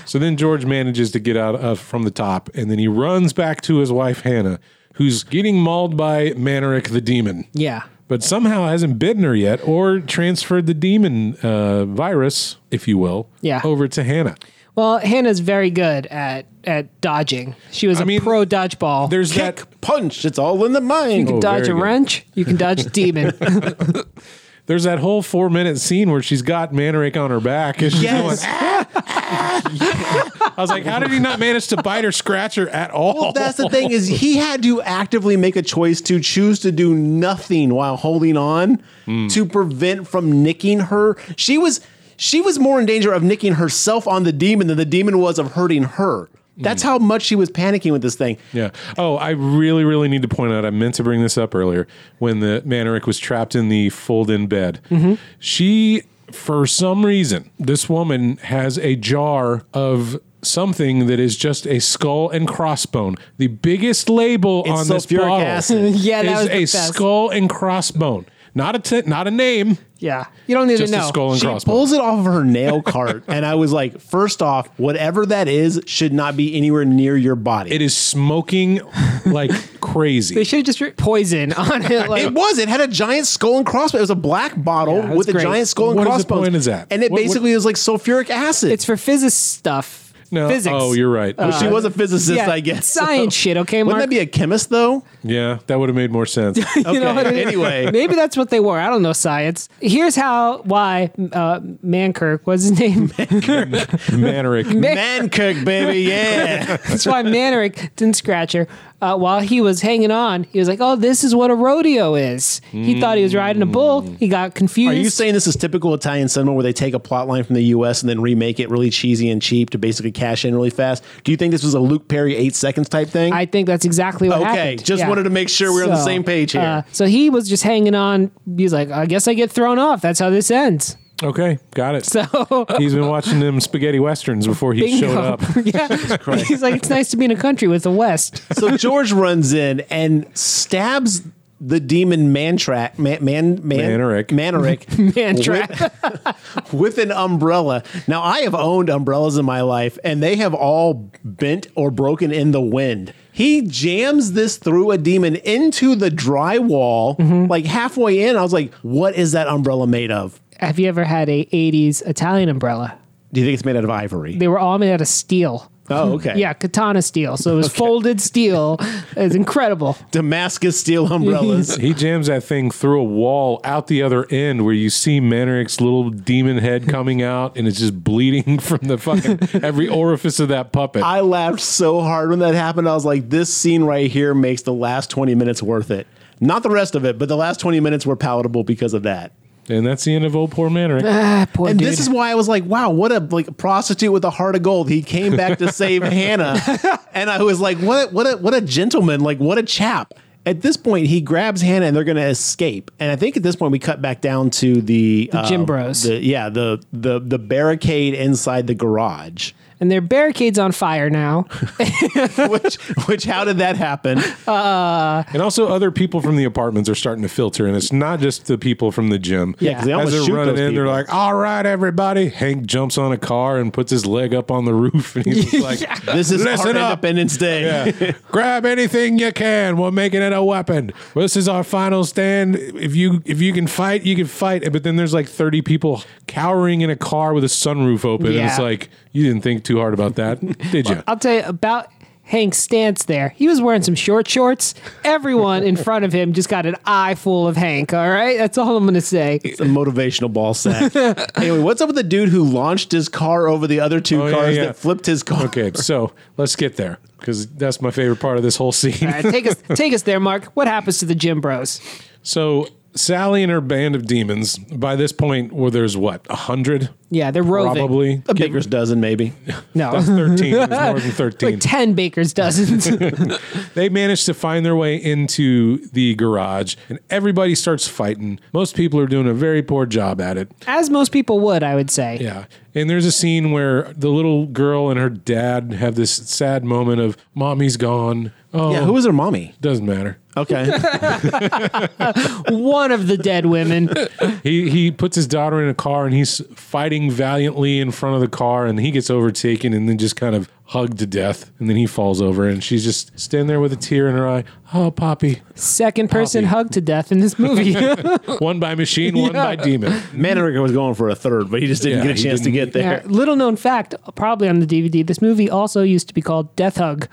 Speaker 1: so then George manages to get out of, from the top, and then he runs back to his wife Hannah, who's getting mauled by Manerick the demon.
Speaker 2: Yeah.
Speaker 1: but somehow hasn't bitten her yet or transferred the demon uh, virus, if you will,
Speaker 2: Yeah.
Speaker 1: over to Hannah.
Speaker 2: Well, Hannah's very good at at dodging. She was a
Speaker 1: I mean,
Speaker 2: pro dodgeball.
Speaker 1: There's
Speaker 3: Kick,
Speaker 1: that.
Speaker 3: punch. It's all in the
Speaker 2: you
Speaker 3: mind.
Speaker 2: can
Speaker 1: Oh,
Speaker 2: dodge
Speaker 1: very
Speaker 2: a
Speaker 1: good.
Speaker 2: wrench. You can dodge a demon.
Speaker 1: There's that whole four minute scene where she's got Manerick on her back and she's
Speaker 3: Yes.
Speaker 1: going. "Ah, ah." I was like, how did he not manage to bite or scratch her at all?
Speaker 3: Well, that's the thing is he had to actively make a choice to choose to do nothing while holding on
Speaker 1: Hmm.
Speaker 3: to prevent from nicking her. She was she was more in danger of nicking herself on the demon than the demon was of hurting her.
Speaker 1: Hmm.
Speaker 3: That's how much she was panicking with this thing.
Speaker 1: Yeah. Oh, I really, really need to point out. I meant to bring this up earlier when the Manerick was trapped in the fold-in bed.
Speaker 3: Mm-hmm.
Speaker 1: She, for some reason, this woman has a jar of something that is just a skull and crossbone. The biggest label
Speaker 3: It's
Speaker 1: on this
Speaker 3: sulfuric
Speaker 1: bottle
Speaker 3: acid.
Speaker 2: Yeah, that
Speaker 1: is
Speaker 2: was the
Speaker 1: a
Speaker 2: best.
Speaker 1: skull and crossbone. Not a t- not a name.
Speaker 2: Yeah. You don't need
Speaker 1: Just
Speaker 2: to
Speaker 1: a
Speaker 2: know.
Speaker 1: skull and
Speaker 3: Uh, She
Speaker 1: crossbones.
Speaker 3: pulls it off of her nail cart, and I was like, first off, whatever that is should not be anywhere near your body.
Speaker 1: It is smoking like
Speaker 2: They
Speaker 1: crazy.
Speaker 2: should have just written poison on it. Like,
Speaker 3: It was. It had a giant skull and crossbones. It was a black bottle
Speaker 2: Yeah, that's
Speaker 3: with a
Speaker 2: great.
Speaker 3: giant skull and
Speaker 1: What is the
Speaker 3: crossbones.
Speaker 1: point of that?
Speaker 3: And it
Speaker 1: What- what-
Speaker 3: basically was like sulfuric acid.
Speaker 2: it's for physics stuff.
Speaker 1: No.
Speaker 2: Physics.
Speaker 1: Oh, you're right.
Speaker 3: But she was a physicist, I guess.
Speaker 2: Science shit, okay,
Speaker 3: Wouldn't
Speaker 2: Mark?
Speaker 3: that be a chemist though?
Speaker 1: yeah, that would have made more sense.
Speaker 2: You know
Speaker 3: Okay,
Speaker 2: what I mean?
Speaker 3: anyway.
Speaker 2: Maybe that's what they were. I don't know science. Here's how, why uh, Mankirk was his name.
Speaker 1: Manerick.
Speaker 3: Man cook, baby, yeah.
Speaker 2: That's why Manerick didn't scratch her. Uh, while he was hanging on, he was like, oh, this is what a rodeo is. He thought he was riding a bull. He got confused.
Speaker 3: Mm. Are you saying this is typical Italian cinema where they take a plot line from the US and then remake it really cheesy and cheap to basically cash in really fast? Do you think this was a Luke Perry eight seconds type thing?
Speaker 2: I think that's exactly what
Speaker 3: Okay,
Speaker 2: happened. uh,
Speaker 3: just wanted to make sure we're on the same page here.
Speaker 2: so he was just hanging on. He's like, I guess I get thrown off. That's how this ends.
Speaker 1: Okay, got it.
Speaker 2: So
Speaker 1: He's been watching them spaghetti westerns before he
Speaker 2: bingo.
Speaker 1: showed up.
Speaker 2: yeah, he's like, it's nice to be in a country with the West.
Speaker 3: so George runs in and stabs the demon Mantrack man man, man
Speaker 1: Manerick.
Speaker 3: Manerick
Speaker 2: Man trap.
Speaker 3: with, with an umbrella. Now I have owned umbrellas in my life and they have all bent or broken in the wind. He jams this through a demon into the drywall
Speaker 2: Mm-hmm.
Speaker 3: like halfway in. I was like, what is that umbrella made of?
Speaker 2: Have you ever had a '80s Italian umbrella?
Speaker 3: Do you think it's made out of ivory?
Speaker 2: They were all made out of steel.
Speaker 3: Oh, okay.
Speaker 2: Yeah, katana steel. So it was folded steel. It's incredible.
Speaker 3: Damascus steel umbrellas.
Speaker 1: He jams that thing through a wall out the other end where you see Manerick's little demon head coming out and it's just bleeding from the fucking every orifice of that puppet.
Speaker 3: I laughed so hard when that happened. I was like, this scene right here makes the last 20 minutes worth it. Not the rest of it, but the last 20 minutes were palatable because of that.
Speaker 1: and that's the end of Old Poor Manerick.
Speaker 2: Ah, poor
Speaker 3: And
Speaker 2: dude.
Speaker 3: this is why I was like, wow, what a like prostitute with a heart of gold. He came back to save Hannah. And I was like, what a, what a what a gentleman, like what a chap. At this point, he grabs Hannah and they're going to escape. And I think at this point we cut back down to the, the
Speaker 2: gym bros.
Speaker 3: The, yeah, the the the barricade inside the garage.
Speaker 2: and their barricades on fire now.
Speaker 3: Which which how did that happen?
Speaker 1: and also other people from the apartments are starting to filter and it's not just the people from the gym.
Speaker 3: Yeah, 'cause they
Speaker 1: As
Speaker 3: almost
Speaker 1: they're
Speaker 3: shoot
Speaker 1: running in,
Speaker 3: those
Speaker 1: they're
Speaker 3: people.
Speaker 1: like, "All right, everybody!" Hank jumps on a car and puts his leg up on the roof, and he's just like,
Speaker 3: This is
Speaker 1: Listen
Speaker 3: our
Speaker 1: up.
Speaker 3: Independence Day.
Speaker 1: Yeah. Grab anything you can. We're making it a weapon. Well, this is our final stand. If you if you can fight, you can fight. But then there's like 30 people cowering in a car with a sunroof open, and it's
Speaker 2: Yeah.
Speaker 1: like you didn't think too hard about that, did you?
Speaker 2: I'll tell you about Hank's stance there. He was wearing some short shorts. Everyone in front of him just got an eye full of Hank, all right? That's all I'm going to say.
Speaker 3: It's a motivational ball sack. anyway, what's up with the dude who launched his car over the other two
Speaker 1: Oh, yeah,
Speaker 3: cars
Speaker 1: yeah.
Speaker 3: that flipped his car?
Speaker 1: Okay, so let's get there because that's my favorite part of this whole
Speaker 2: All
Speaker 1: scene.
Speaker 2: right, take us take us there, Mark. What happens to the gym bros?
Speaker 1: So Sally and her band of demons. By this point, well, there's what a hundred,
Speaker 2: Yeah, they're roving.
Speaker 1: probably.
Speaker 3: A baker's dozen, maybe.
Speaker 2: No.
Speaker 1: That's thirteen. There's more than thirteen.
Speaker 2: Like 10 bakers dozens.
Speaker 1: They manage to find their way into the garage and everybody starts fighting. Most people are doing a very poor job at it.
Speaker 2: As most people would, I would say.
Speaker 1: Yeah. And there's a scene where the little girl and her dad have this sad moment of mommy's gone. Oh,
Speaker 3: Yeah, who was her mommy?
Speaker 1: doesn't matter.
Speaker 3: Okay.
Speaker 2: One of the dead women.
Speaker 1: He he puts his daughter in a car and he's fighting valiantly in front of the car and he gets overtaken and then just kind of hugged to death and then he falls over and she's just standing there with a tear in her eye. Oh, Poppy.
Speaker 2: Second person hugged to death in this movie.
Speaker 1: One by machine, one by demon.
Speaker 3: Manerica was going for a third, but he just didn't
Speaker 1: Yeah,
Speaker 3: get a
Speaker 1: he
Speaker 3: chance to
Speaker 1: didn't-
Speaker 3: get there.
Speaker 2: Yeah, little known fact, probably on the DVD, this movie also used to be called Death Hug.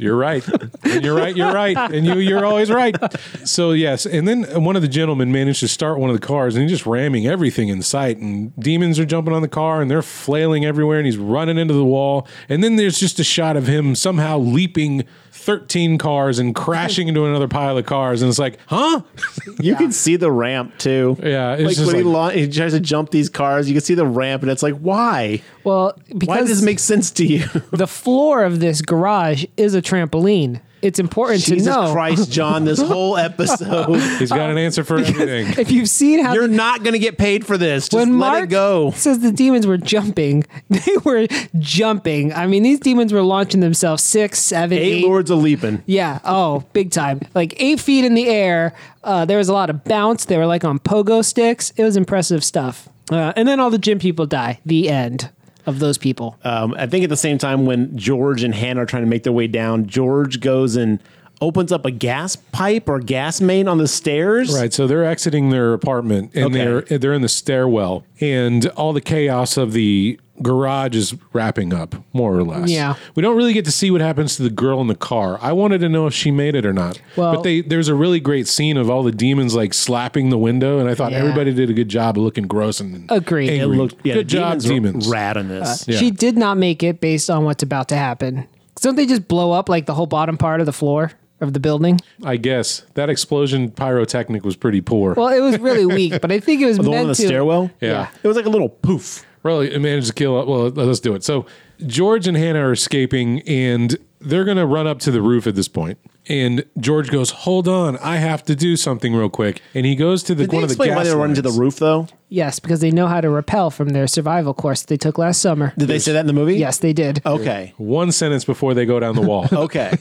Speaker 1: You're right. And you're right. You're right. And you you're always right. So yes, and then one of the gentlemen managed to start one of the cars and he's just ramming everything in sight and demons are jumping on the car and they're flailing everywhere and he's running into the wall and then there's just a shot of him somehow leaping 13 cars and crashing into another pile of cars and it's like, "Huh?"
Speaker 3: You can see the ramp too.
Speaker 1: Yeah, it's
Speaker 3: like
Speaker 1: just
Speaker 3: when he,
Speaker 1: like-
Speaker 3: la- he tries to jump these cars, you can see the ramp, and it's like, why?
Speaker 2: Well, because
Speaker 3: Why does this make sense to you?
Speaker 2: the floor of this garage is a trampoline. It's important
Speaker 3: Jesus
Speaker 2: to know.
Speaker 3: Christ, John! This whole episode,
Speaker 1: He's got an answer for everything.
Speaker 2: If you've seen how
Speaker 3: you're not going to get paid for this. Just
Speaker 2: when
Speaker 3: let
Speaker 2: Mark
Speaker 3: it go.
Speaker 2: says the demons were jumping, they were jumping. I mean, these demons were launching themselves six, seven,
Speaker 3: Eight
Speaker 2: eight
Speaker 3: lords a leaping.
Speaker 2: Yeah. Oh, big time. Like eight feet in the air. Uh, there was a lot of bounce. They were like on pogo sticks. It was impressive stuff. Uh, and then all the gym people die. The end of those people.
Speaker 3: Um, I think at the same time when George and Hannah are trying to make their way down, George goes and opens up a gas pipe or gas main on the stairs.
Speaker 1: Right, so they're exiting their apartment and
Speaker 3: Okay.
Speaker 1: they're they're in the stairwell and all the chaos of the garage is wrapping up more or less.
Speaker 2: Yeah.
Speaker 1: We don't really get to see what happens to the girl in the car. I wanted to know if she made it or not.
Speaker 2: Well-
Speaker 1: but they there's a really great scene of all the demons like slapping the window and I thought
Speaker 2: Yeah.
Speaker 1: everybody did a good job of looking gross and
Speaker 2: Agreed.
Speaker 1: angry.
Speaker 3: It looked yeah,
Speaker 1: good
Speaker 3: the
Speaker 1: job
Speaker 3: demons, were
Speaker 1: demons.
Speaker 3: Rad on this.
Speaker 1: Yeah.
Speaker 2: She did not make it based on what's about to happen. Don't they just blow up like the whole bottom part of the floor of the building?
Speaker 1: I guess that explosion pyrotechnic was pretty poor.
Speaker 2: Well, it was really weak, but I think it was
Speaker 3: the
Speaker 2: meant
Speaker 3: one on the
Speaker 2: to.
Speaker 3: stairwell.
Speaker 1: Yeah.
Speaker 3: it was like a little poof.
Speaker 1: Really, it managed to kill. Well, let's do it. So George and Hannah are escaping, and they're going to run up to the roof at this point. And George goes, "Hold on, I have to do something real quick." And he goes to the
Speaker 3: Did
Speaker 1: one
Speaker 3: they
Speaker 1: of the
Speaker 3: explain
Speaker 1: gas
Speaker 3: why they were running to the
Speaker 1: lines.
Speaker 3: roof though?
Speaker 2: Yes, because they know how to repel from their survival course they took last summer.
Speaker 3: Did they Oh. say that in the movie?
Speaker 2: Yes, they did.
Speaker 3: Okay.
Speaker 1: One sentence before they go down the wall.
Speaker 3: Okay.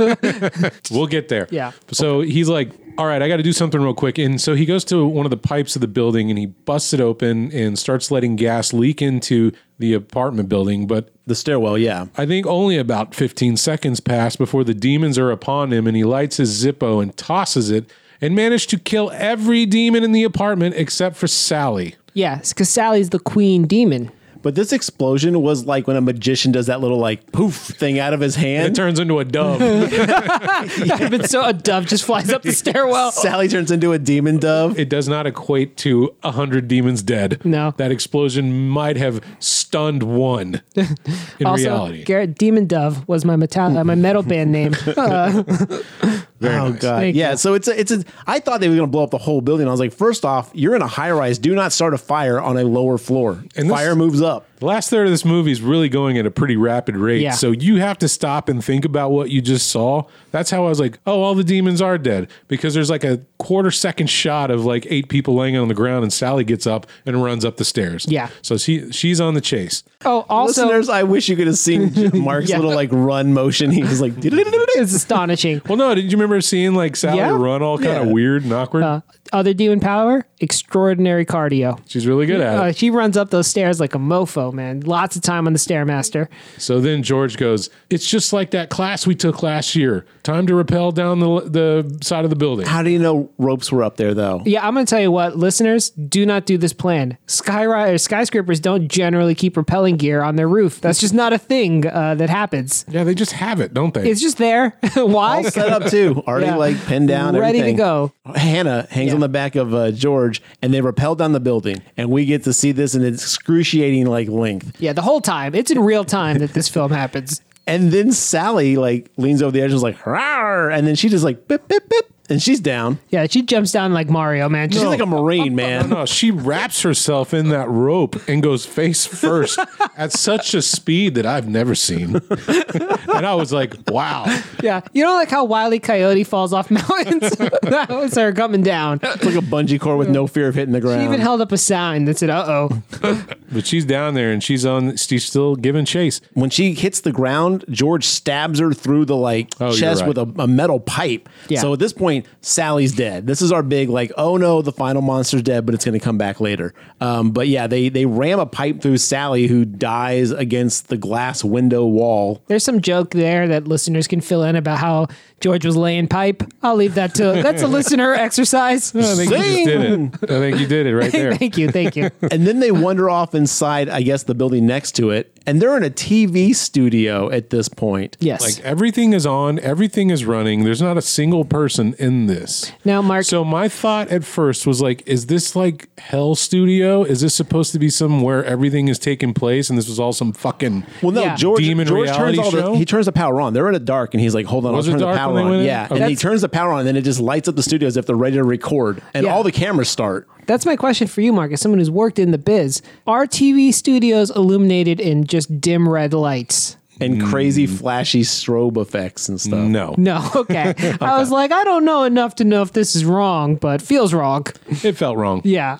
Speaker 1: We'll get there.
Speaker 2: Yeah.
Speaker 1: So he's like, all right, I got to do something real quick. And so he goes to one of the pipes of the building and he busts it open and starts letting gas leak into the apartment building. But
Speaker 3: the stairwell. Yeah.
Speaker 1: I think only about 15 seconds pass before the demons are upon him and he lights his Zippo and tosses it and managed to kill every demon in the apartment except for Sally.
Speaker 2: Yes, because Sally's the queen demon.
Speaker 3: But this explosion was like when a magician does that little like poof thing out of his
Speaker 1: It
Speaker 3: hand.
Speaker 1: turns into a dove.
Speaker 2: I've been so a dove just flies up the stairwell.
Speaker 3: Sally turns into a demon dove.
Speaker 1: it does not equate to 100 demons dead.
Speaker 2: No.
Speaker 1: That explosion might have stunned one in
Speaker 2: also,
Speaker 1: reality.
Speaker 2: Garrett Demon Dove was my metal uh, my metal band name. Uh,
Speaker 3: oh god.
Speaker 2: Thank
Speaker 3: yeah.
Speaker 2: you.
Speaker 3: So it's a, it's a, I thought they were gonna blow up the whole building. I was like, first off, you're in a high rise. Do not start a fire on a lower floor.
Speaker 1: And this-
Speaker 3: fire moves up.
Speaker 1: The last third of this movie is really going at a pretty rapid rate.
Speaker 2: Yeah.
Speaker 1: So you have to stop and think about what you just saw. That's how I was like, oh, all the demons are dead because there's like a quarter second shot of like eight people laying on the ground and Sally gets up and runs up the stairs.
Speaker 2: Yeah.
Speaker 1: So she she's on the chase.
Speaker 2: oh, also
Speaker 3: Listeners, I wish you could have seen J- Mark's
Speaker 2: Yeah.
Speaker 3: little like run motion. He was like,
Speaker 2: it's astonishing.
Speaker 1: Well, no, did you remember seeing like Sally
Speaker 2: Yeah. Uh,
Speaker 1: run all kind of
Speaker 3: Yeah.
Speaker 1: weird and awkward?
Speaker 2: Other demon power, extraordinary cardio.
Speaker 1: she's really good at it.
Speaker 2: Uh, she runs up those stairs like a mofo, man. Lots of time on the stairmaster.
Speaker 1: So then George goes, "It's just like that class we took last year. Time to rappel down the the side of the building."
Speaker 3: How do you know ropes were up there though?
Speaker 2: Yeah, I'm gonna tell you what, listeners, do not do this plan. Skyri- or skyscrapers don't generally keep repelling gear on their roof. That's just not a thing uh, that happens.
Speaker 1: Yeah, they just have it, don't they?
Speaker 2: It's just there. Why?
Speaker 3: Set up too, already
Speaker 2: Yeah.
Speaker 3: like pinned down,
Speaker 2: Ready to
Speaker 3: everything.
Speaker 2: go.
Speaker 3: Hannah hangs on the back of uh, George, and they rappel down the building, and we get to see this in excruciating like length.
Speaker 2: Yeah, the whole time. It's in real time that this film happens.
Speaker 3: And then Sally like leans over the edge and is like, Rawr! and then she just like bip bip bip, and she's down.
Speaker 2: Yeah, she jumps down like Mario, man. She's
Speaker 3: She's
Speaker 2: like,
Speaker 3: like a marine man.
Speaker 1: No, she wraps herself in that rope and goes face first at such a speed that I've never seen. and I was like, wow.
Speaker 2: yeah. You know, like how Wiley Coyote falls off mountains? that was her coming down. She
Speaker 3: It's like a bungee cord with no fear of hitting the ground.
Speaker 2: even held up a sign that said, uh oh.
Speaker 1: But she's down there and she's on she's still giving chase.
Speaker 3: when she hits the ground, George stabs her through the like
Speaker 1: Oh, you're
Speaker 3: chest
Speaker 1: right.
Speaker 3: with a, a metal pipe.
Speaker 2: Yeah.
Speaker 3: So at this point, Sally's dead. This is our big like, oh no, the final monster's dead, but it's going to come back later. Um, but yeah, they they ram a pipe through Sally, who dies against the glass window wall.
Speaker 2: There's some joke there that listeners can fill in about how George was laying pipe. I'll leave that to that's a listener exercise.
Speaker 1: I think you just did it. I think you did it right there.
Speaker 2: thank you, thank you.
Speaker 3: and then they wander off inside, I guess, the building next to it, and they're in a TV studio at this point.
Speaker 2: Yes.
Speaker 1: Like everything is on, everything is running. There's not a single person in this.
Speaker 2: now, Mark,
Speaker 1: So my thought at first was like, is this like Hell Studio? Is this supposed to be somewhere everything is taking place and this was all some fucking
Speaker 3: Well, no,
Speaker 2: Yeah.
Speaker 3: George.
Speaker 1: Demon
Speaker 3: George
Speaker 1: reality
Speaker 3: turns all
Speaker 1: show?
Speaker 3: the he turns the power on. They're in a dark, and he's like, "Hold on,
Speaker 1: Was it
Speaker 3: I'll turn the
Speaker 1: dark
Speaker 3: power
Speaker 1: when they went
Speaker 3: on."
Speaker 1: in?
Speaker 3: Yeah,
Speaker 1: Okay.
Speaker 3: and he
Speaker 2: That's-
Speaker 3: turns the power on, and then it just lights up the studio as if they're ready to record, and
Speaker 2: Yeah.
Speaker 3: all the cameras start.
Speaker 2: that's my question for you, Mark, as someone who's worked in the biz. Are TV studios illuminated in just dim red lights?
Speaker 3: And crazy flashy strobe effects and stuff.
Speaker 1: Hmm. no.
Speaker 2: No, okay. I was like, I don't know enough to know if this is wrong, but feels wrong.
Speaker 1: It felt wrong.
Speaker 2: Yeah.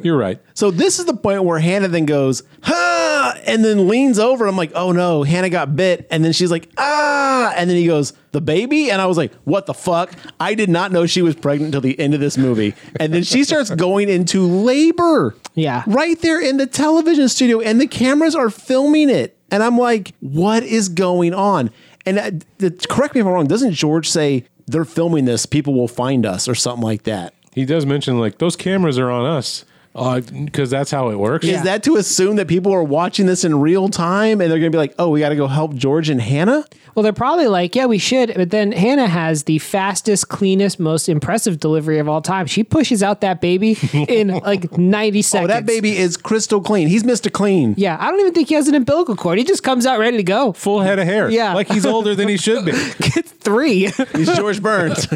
Speaker 1: You're right.
Speaker 3: So this is the point where Hannah then goes, "Huh, ah, and then leans over. I'm like, oh no, Hannah got bit. And then she's like, ah, and then he goes, the baby? And I was like, what the fuck? I did not know she was pregnant till the end of this movie. And then she starts going into labor.
Speaker 2: Yeah.
Speaker 3: Right there in the television studio, and the cameras are filming it. And I'm like, what is going on? And uh, th- correct me if I'm wrong, doesn't George say they're filming this, people will find us or something like that?
Speaker 1: He does mention like those cameras are on us because that's how it works.
Speaker 3: Is that to assume that people are watching this in real time and they're going to be like, oh, we got to go help George and Hannah?
Speaker 2: Well, they're probably like, yeah, we should. But then Hannah has the fastest, cleanest, most impressive delivery of all time. She pushes out that baby in like 90
Speaker 3: Oh,
Speaker 2: seconds.
Speaker 3: that baby is crystal clean. He's Mr. Clean.
Speaker 2: Yeah, I don't even think he has an umbilical cord. He just comes out ready to go.
Speaker 1: Full head of hair.
Speaker 2: Yeah.
Speaker 1: Like he's older than he should be.
Speaker 2: It's three.
Speaker 3: He's George Burns.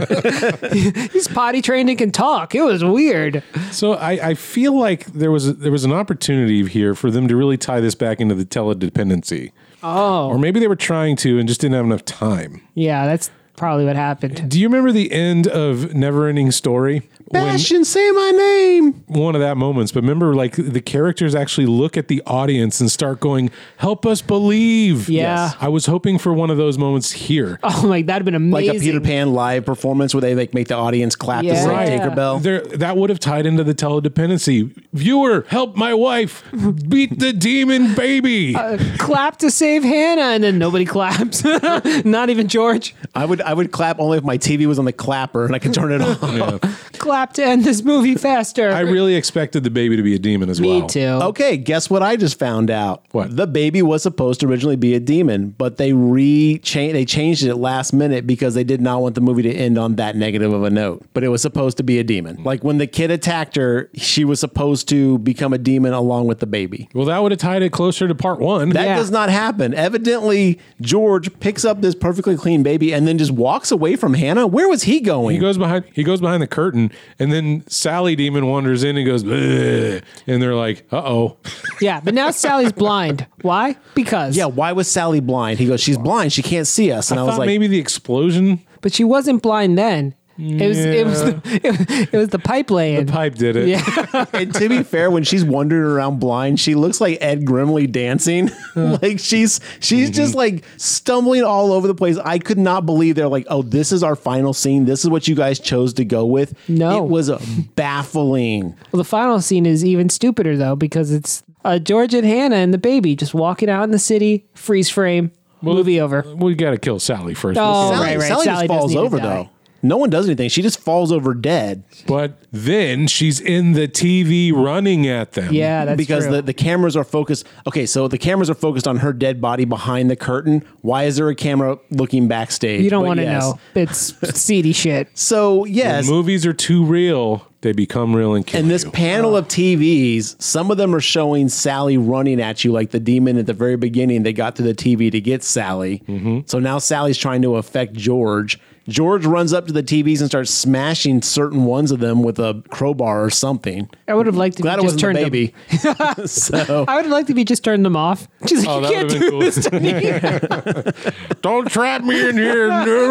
Speaker 2: He's potty trained and can talk. It was weird.
Speaker 1: So I, I feel like there was there was an opportunity here for them to really tie this back into the teledependency. Oh. Or maybe they were trying to and just didn't have enough time.
Speaker 2: Yeah, that's probably what happened.
Speaker 1: Do you remember the end of Neverending Story? When
Speaker 3: Bastion, say my name.
Speaker 1: one of that moments, but remember like the characters actually look at the audience and start going, "Help us believe."
Speaker 2: Yeah. Yes.
Speaker 1: I was hoping for one of those moments here.
Speaker 2: Oh my, that'd have been
Speaker 3: Like
Speaker 2: amazing.
Speaker 3: a Peter Pan live performance where they like make the audience clap to
Speaker 2: Yeah.
Speaker 3: say Tinkerbell.
Speaker 1: There, that would have tied into the teledependency. Viewer, help my wife beat the demon baby.
Speaker 2: Clap to save Hannah, and then nobody claps. Not even George.
Speaker 3: I would I would clap only if my TV was on the clapper and I could turn it on.
Speaker 2: Clap to end this movie faster.
Speaker 1: I really expected the baby to be a demon as
Speaker 2: Me
Speaker 1: well.
Speaker 2: too.
Speaker 3: Okay, guess what I just found out?
Speaker 1: What?
Speaker 3: The baby was supposed to originally be a demon, but they re they changed it last minute because they did not want the movie to end on that negative of a note. But it was supposed to be a
Speaker 1: Hmm.
Speaker 3: demon. Like when the kid attacked her, she was supposed to become a demon along with the baby.
Speaker 1: Well, that would have tied it closer to part one.
Speaker 3: That
Speaker 2: Yeah.
Speaker 3: does not happen. Evidently, George picks up this perfectly clean baby and then just walks away from Hannah. Where was he going?
Speaker 1: he goes behind. He goes behind the curtain, and then Sally Demon wanders in and goes, "Bleh," and they're like, "Uh oh."
Speaker 2: Yeah, but now Sally's blind. Why? Because.
Speaker 3: yeah, why was Sally blind? He goes, she's blind. She can't see us. And I,
Speaker 1: I
Speaker 3: was
Speaker 1: thought
Speaker 3: like,
Speaker 1: maybe the explosion
Speaker 2: But she wasn't blind then. It was it was the, it was the pipe laying.
Speaker 1: pipe did it.
Speaker 2: Yeah.
Speaker 3: and to be fair, when she's wandering around blind, she looks like Ed Grimley dancing. like she's she's just like stumbling all over the place. I could not believe they're like, oh, this is our final scene. This is what you guys chose to go with.
Speaker 2: No.
Speaker 3: it was baffling.
Speaker 2: Well, the final scene is even stupider though because it's uh, George and Hannah and the baby just walking out in the city. Freeze frame. movie over.
Speaker 1: We got to kill Sally first.
Speaker 2: Oh,
Speaker 3: Sally,
Speaker 2: right, right.
Speaker 3: Sally
Speaker 2: Sally
Speaker 3: just
Speaker 2: does
Speaker 3: falls
Speaker 2: need to
Speaker 3: over
Speaker 2: die.
Speaker 3: though. No one does anything. She just falls over dead
Speaker 1: But then she's in the TV running at them.
Speaker 2: Yeah, that's
Speaker 3: because
Speaker 2: true.
Speaker 3: the, the cameras are focused. Okay, so the cameras are focused on her dead body behind the curtain. Why is there a camera looking backstage?
Speaker 2: you don't
Speaker 3: But
Speaker 2: want to
Speaker 3: yes.
Speaker 2: know. It's seedy shit.
Speaker 3: So
Speaker 1: When
Speaker 3: yes,
Speaker 1: Movies are too real. They become real and kill
Speaker 3: And this
Speaker 1: you.
Speaker 3: panel of TVs, some of them are showing Sally running at you, like the demon at the very beginning. They got to the TV to get Sally. So now Sally's trying to affect George. George runs up to the TVs and starts smashing certain ones of them with a crowbar or something.
Speaker 2: I would have liked to
Speaker 3: Glad it
Speaker 2: just
Speaker 3: wasn't the
Speaker 2: turned them-
Speaker 3: baby. so
Speaker 2: I would have liked if he just turned them off. She's like,
Speaker 1: Oh,
Speaker 2: you
Speaker 1: that
Speaker 2: can't
Speaker 1: would've been
Speaker 2: do
Speaker 1: cool.
Speaker 2: this to me.
Speaker 1: Don't trap me in here.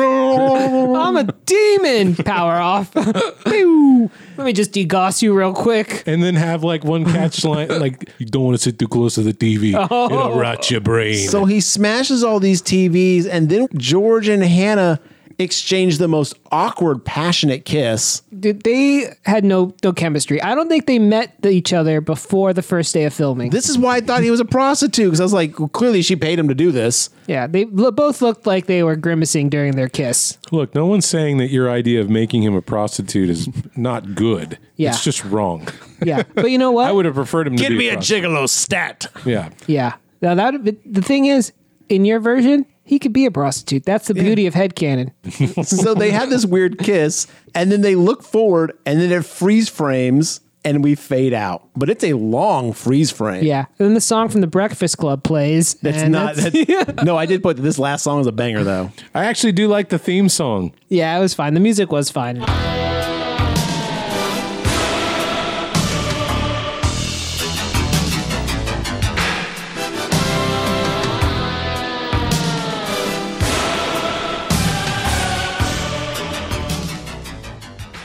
Speaker 1: No.
Speaker 2: I'm a demon. Power off. Pew. Let me just degauss you real quick.
Speaker 1: and then have like one catch line like you don't want to sit too close to the TV. It'll rot your brain.
Speaker 3: So he smashes all these TVs, and then George and Hannah exchange the most awkward, passionate kiss.
Speaker 2: Dude, they had no no chemistry. I don't think they met the- each other before the first day of filming.
Speaker 3: This is why I thought he was a prostitute because I was like, well, clearly she paid him to do this.
Speaker 2: yeah, they lo- both looked like they were grimacing during their kiss.
Speaker 1: Look, no one's saying that your idea of making him a prostitute is not good.
Speaker 2: Yeah.
Speaker 1: It's just wrong.
Speaker 2: Yeah, but you know what?
Speaker 1: I would have preferred him to be prostitute.
Speaker 3: gigolo stat.
Speaker 1: Yeah.
Speaker 2: yeah. Now that but the thing is, in your version, he could be a prostitute. That's the beauty of headcanon.
Speaker 3: so they have this weird kiss, and then they look forward, and then it freeze frames, and we fade out. But it's a long freeze frame.
Speaker 2: Yeah. And then the song from the Breakfast Club plays.
Speaker 3: That's
Speaker 2: and
Speaker 3: not.
Speaker 2: that's-
Speaker 3: that's- no, I did put that this last song is a banger though.
Speaker 1: I actually do like the theme song.
Speaker 2: yeah, it was fine. The music was fine.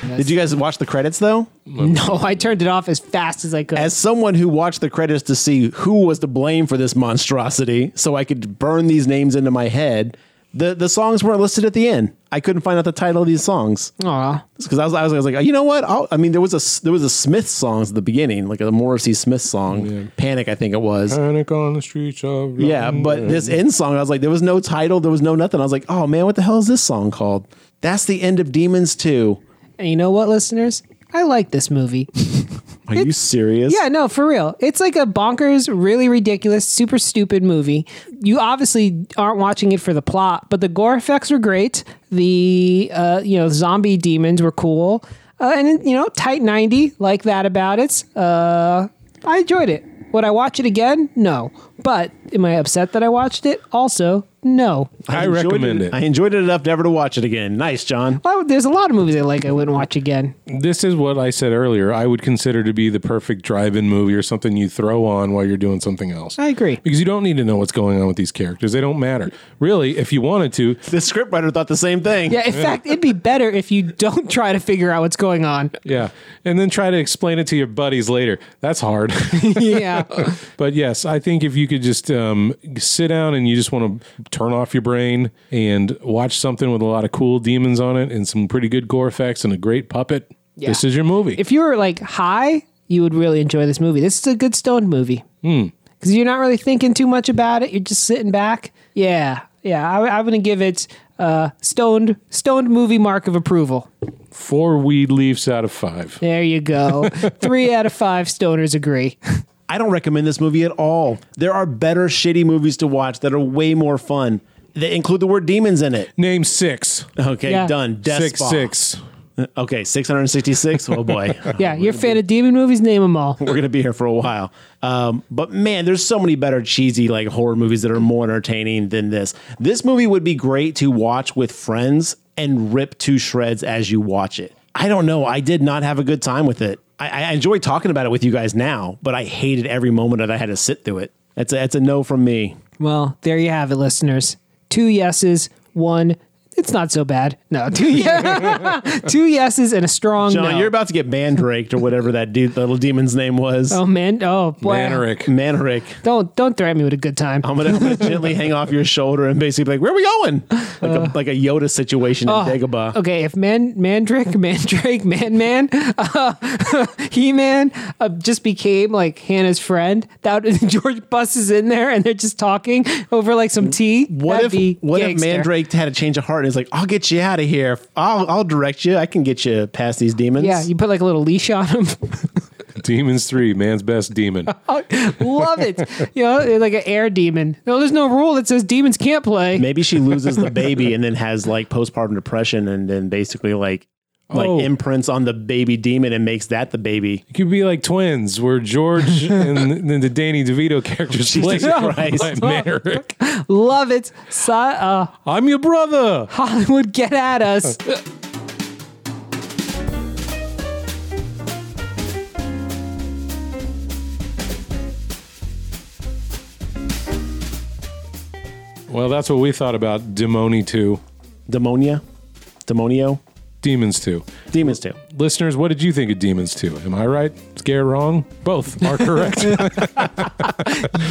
Speaker 2: that's-
Speaker 3: Did you guys watch the credits though?
Speaker 2: No, I turned it off as fast as I could.
Speaker 3: As someone who watched the credits to see who was to blame for this monstrosity, so I could burn these names into my head, the, the songs weren't listed at the end. I couldn't find out the title of these songs.
Speaker 2: Aw.
Speaker 3: because I was, I was I was like, you know what? I'll, I mean, there was a there was a Smith song at the beginning, like a Morrissey Smith song, Panic, I think it was.
Speaker 1: Panic on the streets of
Speaker 3: Yeah, but this end song, I was like, there was no title, there was no nothing. I was like, oh man, what the hell is this song called? That's the end of Demons Two.
Speaker 2: And you know what, listeners? I like this movie.
Speaker 3: Are you serious?
Speaker 2: Yeah, no, for real. It's like a bonkers, really ridiculous, super stupid movie. You obviously aren't watching it for the plot, but the gore effects were great. The uh, you know zombie demons were cool, uh, and you know tight ninety like that about it. Uh, I enjoyed it. Would I watch it again? No. But am I upset that I watched it? Also, no.
Speaker 1: I
Speaker 3: enjoyed
Speaker 1: recommend it.
Speaker 3: I enjoyed it enough never to watch it again. Nice, John.
Speaker 2: Well, there's a lot of movies I like I wouldn't watch again.
Speaker 1: This is what I said earlier. I would consider to be the perfect drive-in movie or something you throw on while you're doing something else.
Speaker 2: I agree.
Speaker 1: Because you don't need to know what's going on with these characters. They don't matter. Really, if you wanted to,
Speaker 3: The scriptwriter thought the same thing.
Speaker 2: Yeah, in fact, it'd be better if you don't try to figure out what's going on.
Speaker 1: yeah. And then try to explain it to your buddies later. That's hard.
Speaker 2: Yeah.
Speaker 1: but yes, I think if you could just um, sit down and you just want to turn off your brain and watch something with a lot of cool demons on it and some pretty good gore effects and a great puppet,
Speaker 2: Yeah.
Speaker 1: this is your movie.
Speaker 2: if you were like high, you would really enjoy this movie. This is a good stoned movie
Speaker 3: Hmm.
Speaker 2: because you're not really thinking too much about it. You're just sitting back. Yeah, yeah. I, I'm gonna give it uh, stoned stoned movie mark of approval.
Speaker 1: Four weed leaves out of five.
Speaker 2: There you go. Three out of five stoners agree.
Speaker 3: I don't recommend this movie at all. There are better shitty movies to watch that are way more fun. They include the word demons in it.
Speaker 1: Name six.
Speaker 3: Okay,
Speaker 2: Yeah.
Speaker 3: done. Death
Speaker 1: Six six.
Speaker 3: Okay, 666. Oh boy.
Speaker 2: Yeah, you're a fan of demon movies. Name them all.
Speaker 3: we're gonna be here for a while. Um, but man, there's so many better cheesy like horror movies that are more entertaining than this. This movie would be great to watch with friends and rip to shreds as you watch it. I don't know. I did not have a good time with it. I, I enjoy talking about it with you guys now, but I hated every moment that I had to sit through it. That's a, that's a no from me.
Speaker 2: Well, there you have it, listeners. Two yeses, one. It's not so bad. No, two yeah, two yeses and a strong
Speaker 3: John,
Speaker 2: no.
Speaker 3: you're about to get mandraked or whatever that dude, the little demon's name was.
Speaker 2: oh man, oh boy.
Speaker 1: Manerick.
Speaker 3: Manrick.
Speaker 2: Don't don't threaten me with a good time.
Speaker 3: I'm gonna, I'm gonna gently hang off your shoulder and basically be like, "Where are we going?" Like a like a Yoda situation in Dagobah.
Speaker 2: Uh, oh, Okay, if man, Mandrake, Mandrake, Man Man, uh, He Man uh, just became like Hannah's friend, that would, George buses in there and they're just talking over like some tea.
Speaker 3: What
Speaker 2: That'd
Speaker 3: if
Speaker 2: be
Speaker 3: what if
Speaker 2: gangster.
Speaker 3: Mandrake had a change of heart and is like, I'll get you out of here. I'll I'll direct you. I can get you past these demons.
Speaker 2: Yeah, you put like a little leash on him.
Speaker 1: Demons three. Man's best demon.
Speaker 2: Love it. You know, they're like an air demon. No, there's no rule that says demons can't play.
Speaker 3: Maybe she loses the baby and then has like postpartum depression and then basically like like
Speaker 1: Oh.
Speaker 3: imprints on the baby demon and makes that the baby.
Speaker 1: It could be like twins, where George and then the Danny DeVito characters played
Speaker 3: Christ.
Speaker 1: by Manerick.
Speaker 2: Love it. So, uh,
Speaker 1: I'm your brother.
Speaker 2: Hollywood, get at us.
Speaker 1: Well, that's what we thought about Demoni two,
Speaker 3: Demonia. Demonio.
Speaker 1: Demons two.
Speaker 3: Demons too.
Speaker 1: Listeners, what did you think of Demons two? Am I right? Scare wrong? Both are correct.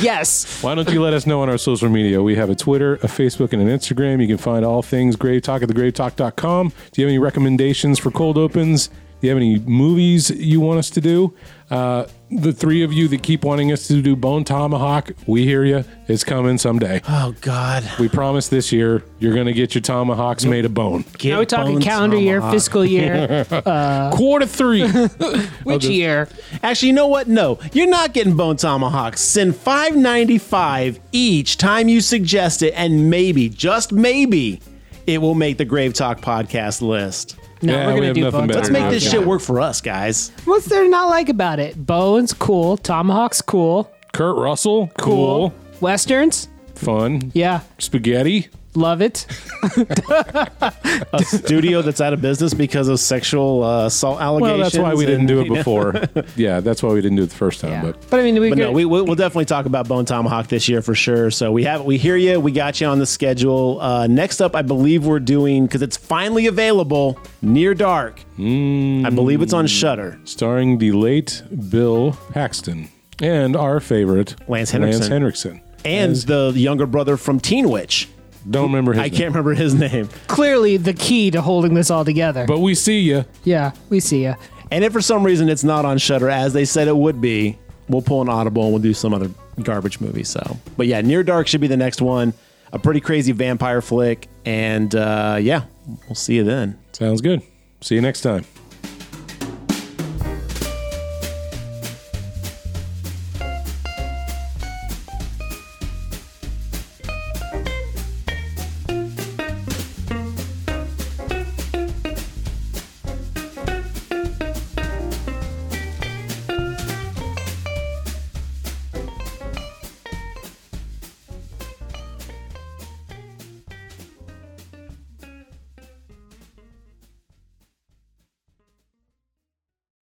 Speaker 2: Yes.
Speaker 1: Why don't you let us know on our social media? We have a Twitter, a Facebook, and an Instagram. You can find all things Grave Talk at thegravetalk.com. Do you have any recommendations for cold opens? Do you have any movies you want us to do? Uh, the three of you that keep wanting us to do Bone Tomahawk, we hear you. It's coming someday.
Speaker 3: Oh God.
Speaker 1: We promise this year you're going to get your tomahawks made of bone.
Speaker 2: Now we're talking
Speaker 3: Bone
Speaker 2: calendar year,
Speaker 3: tomahawk.
Speaker 2: fiscal year,
Speaker 1: Quarter three.
Speaker 2: which year?
Speaker 3: Actually, you know what? No, you're not getting bone tomahawks. Send five ninety five each time you suggest it, and maybe, just maybe, it will make the Grave Talk podcast list.
Speaker 2: No,
Speaker 1: Yeah,
Speaker 2: we're
Speaker 1: we
Speaker 2: gonna
Speaker 1: have
Speaker 2: do
Speaker 1: nothing
Speaker 2: both.
Speaker 1: better
Speaker 3: Let's make
Speaker 1: not
Speaker 3: this
Speaker 1: to.
Speaker 3: shit work for us, guys.
Speaker 2: What's there to not like about it? Bones, cool. Tomahawks, cool.
Speaker 1: Kurt Russell, cool.
Speaker 2: Westerns,
Speaker 1: Fun.
Speaker 2: yeah.
Speaker 1: Spaghetti,
Speaker 2: Love it.
Speaker 3: A studio that's out of business because of sexual uh, assault allegations.
Speaker 1: Well, that's why we didn't
Speaker 3: and-
Speaker 1: do it before. yeah, that's why we didn't do it the first time. But
Speaker 2: But I mean, we
Speaker 3: But
Speaker 2: could,
Speaker 3: no, we, we'll we'll definitely talk about Bone Tomahawk this year for sure. So we have, we hear you. We got you on the schedule. Uh, next up, I believe we're doing because it's finally available. Near Dark.
Speaker 1: Mm.
Speaker 3: I believe it's on Shutter.
Speaker 1: starring the late Bill Paxton and our favorite
Speaker 3: Lance Henriksen.
Speaker 1: Lance Henriksen.
Speaker 3: and the younger brother from Teen Witch.
Speaker 1: Don't remember his
Speaker 3: I
Speaker 1: name.
Speaker 3: can't remember his name.
Speaker 2: clearly the key to holding this all together.
Speaker 1: But we see you.
Speaker 2: yeah, we see ya.
Speaker 3: And if for some reason it's not on Shutter as they said it would be, we'll pull an Audible and we'll do some other garbage movie. So, but yeah, Near Dark should be the next one. A pretty crazy vampire flick, and uh, yeah, we'll see you then.
Speaker 1: Sounds good. See you next time.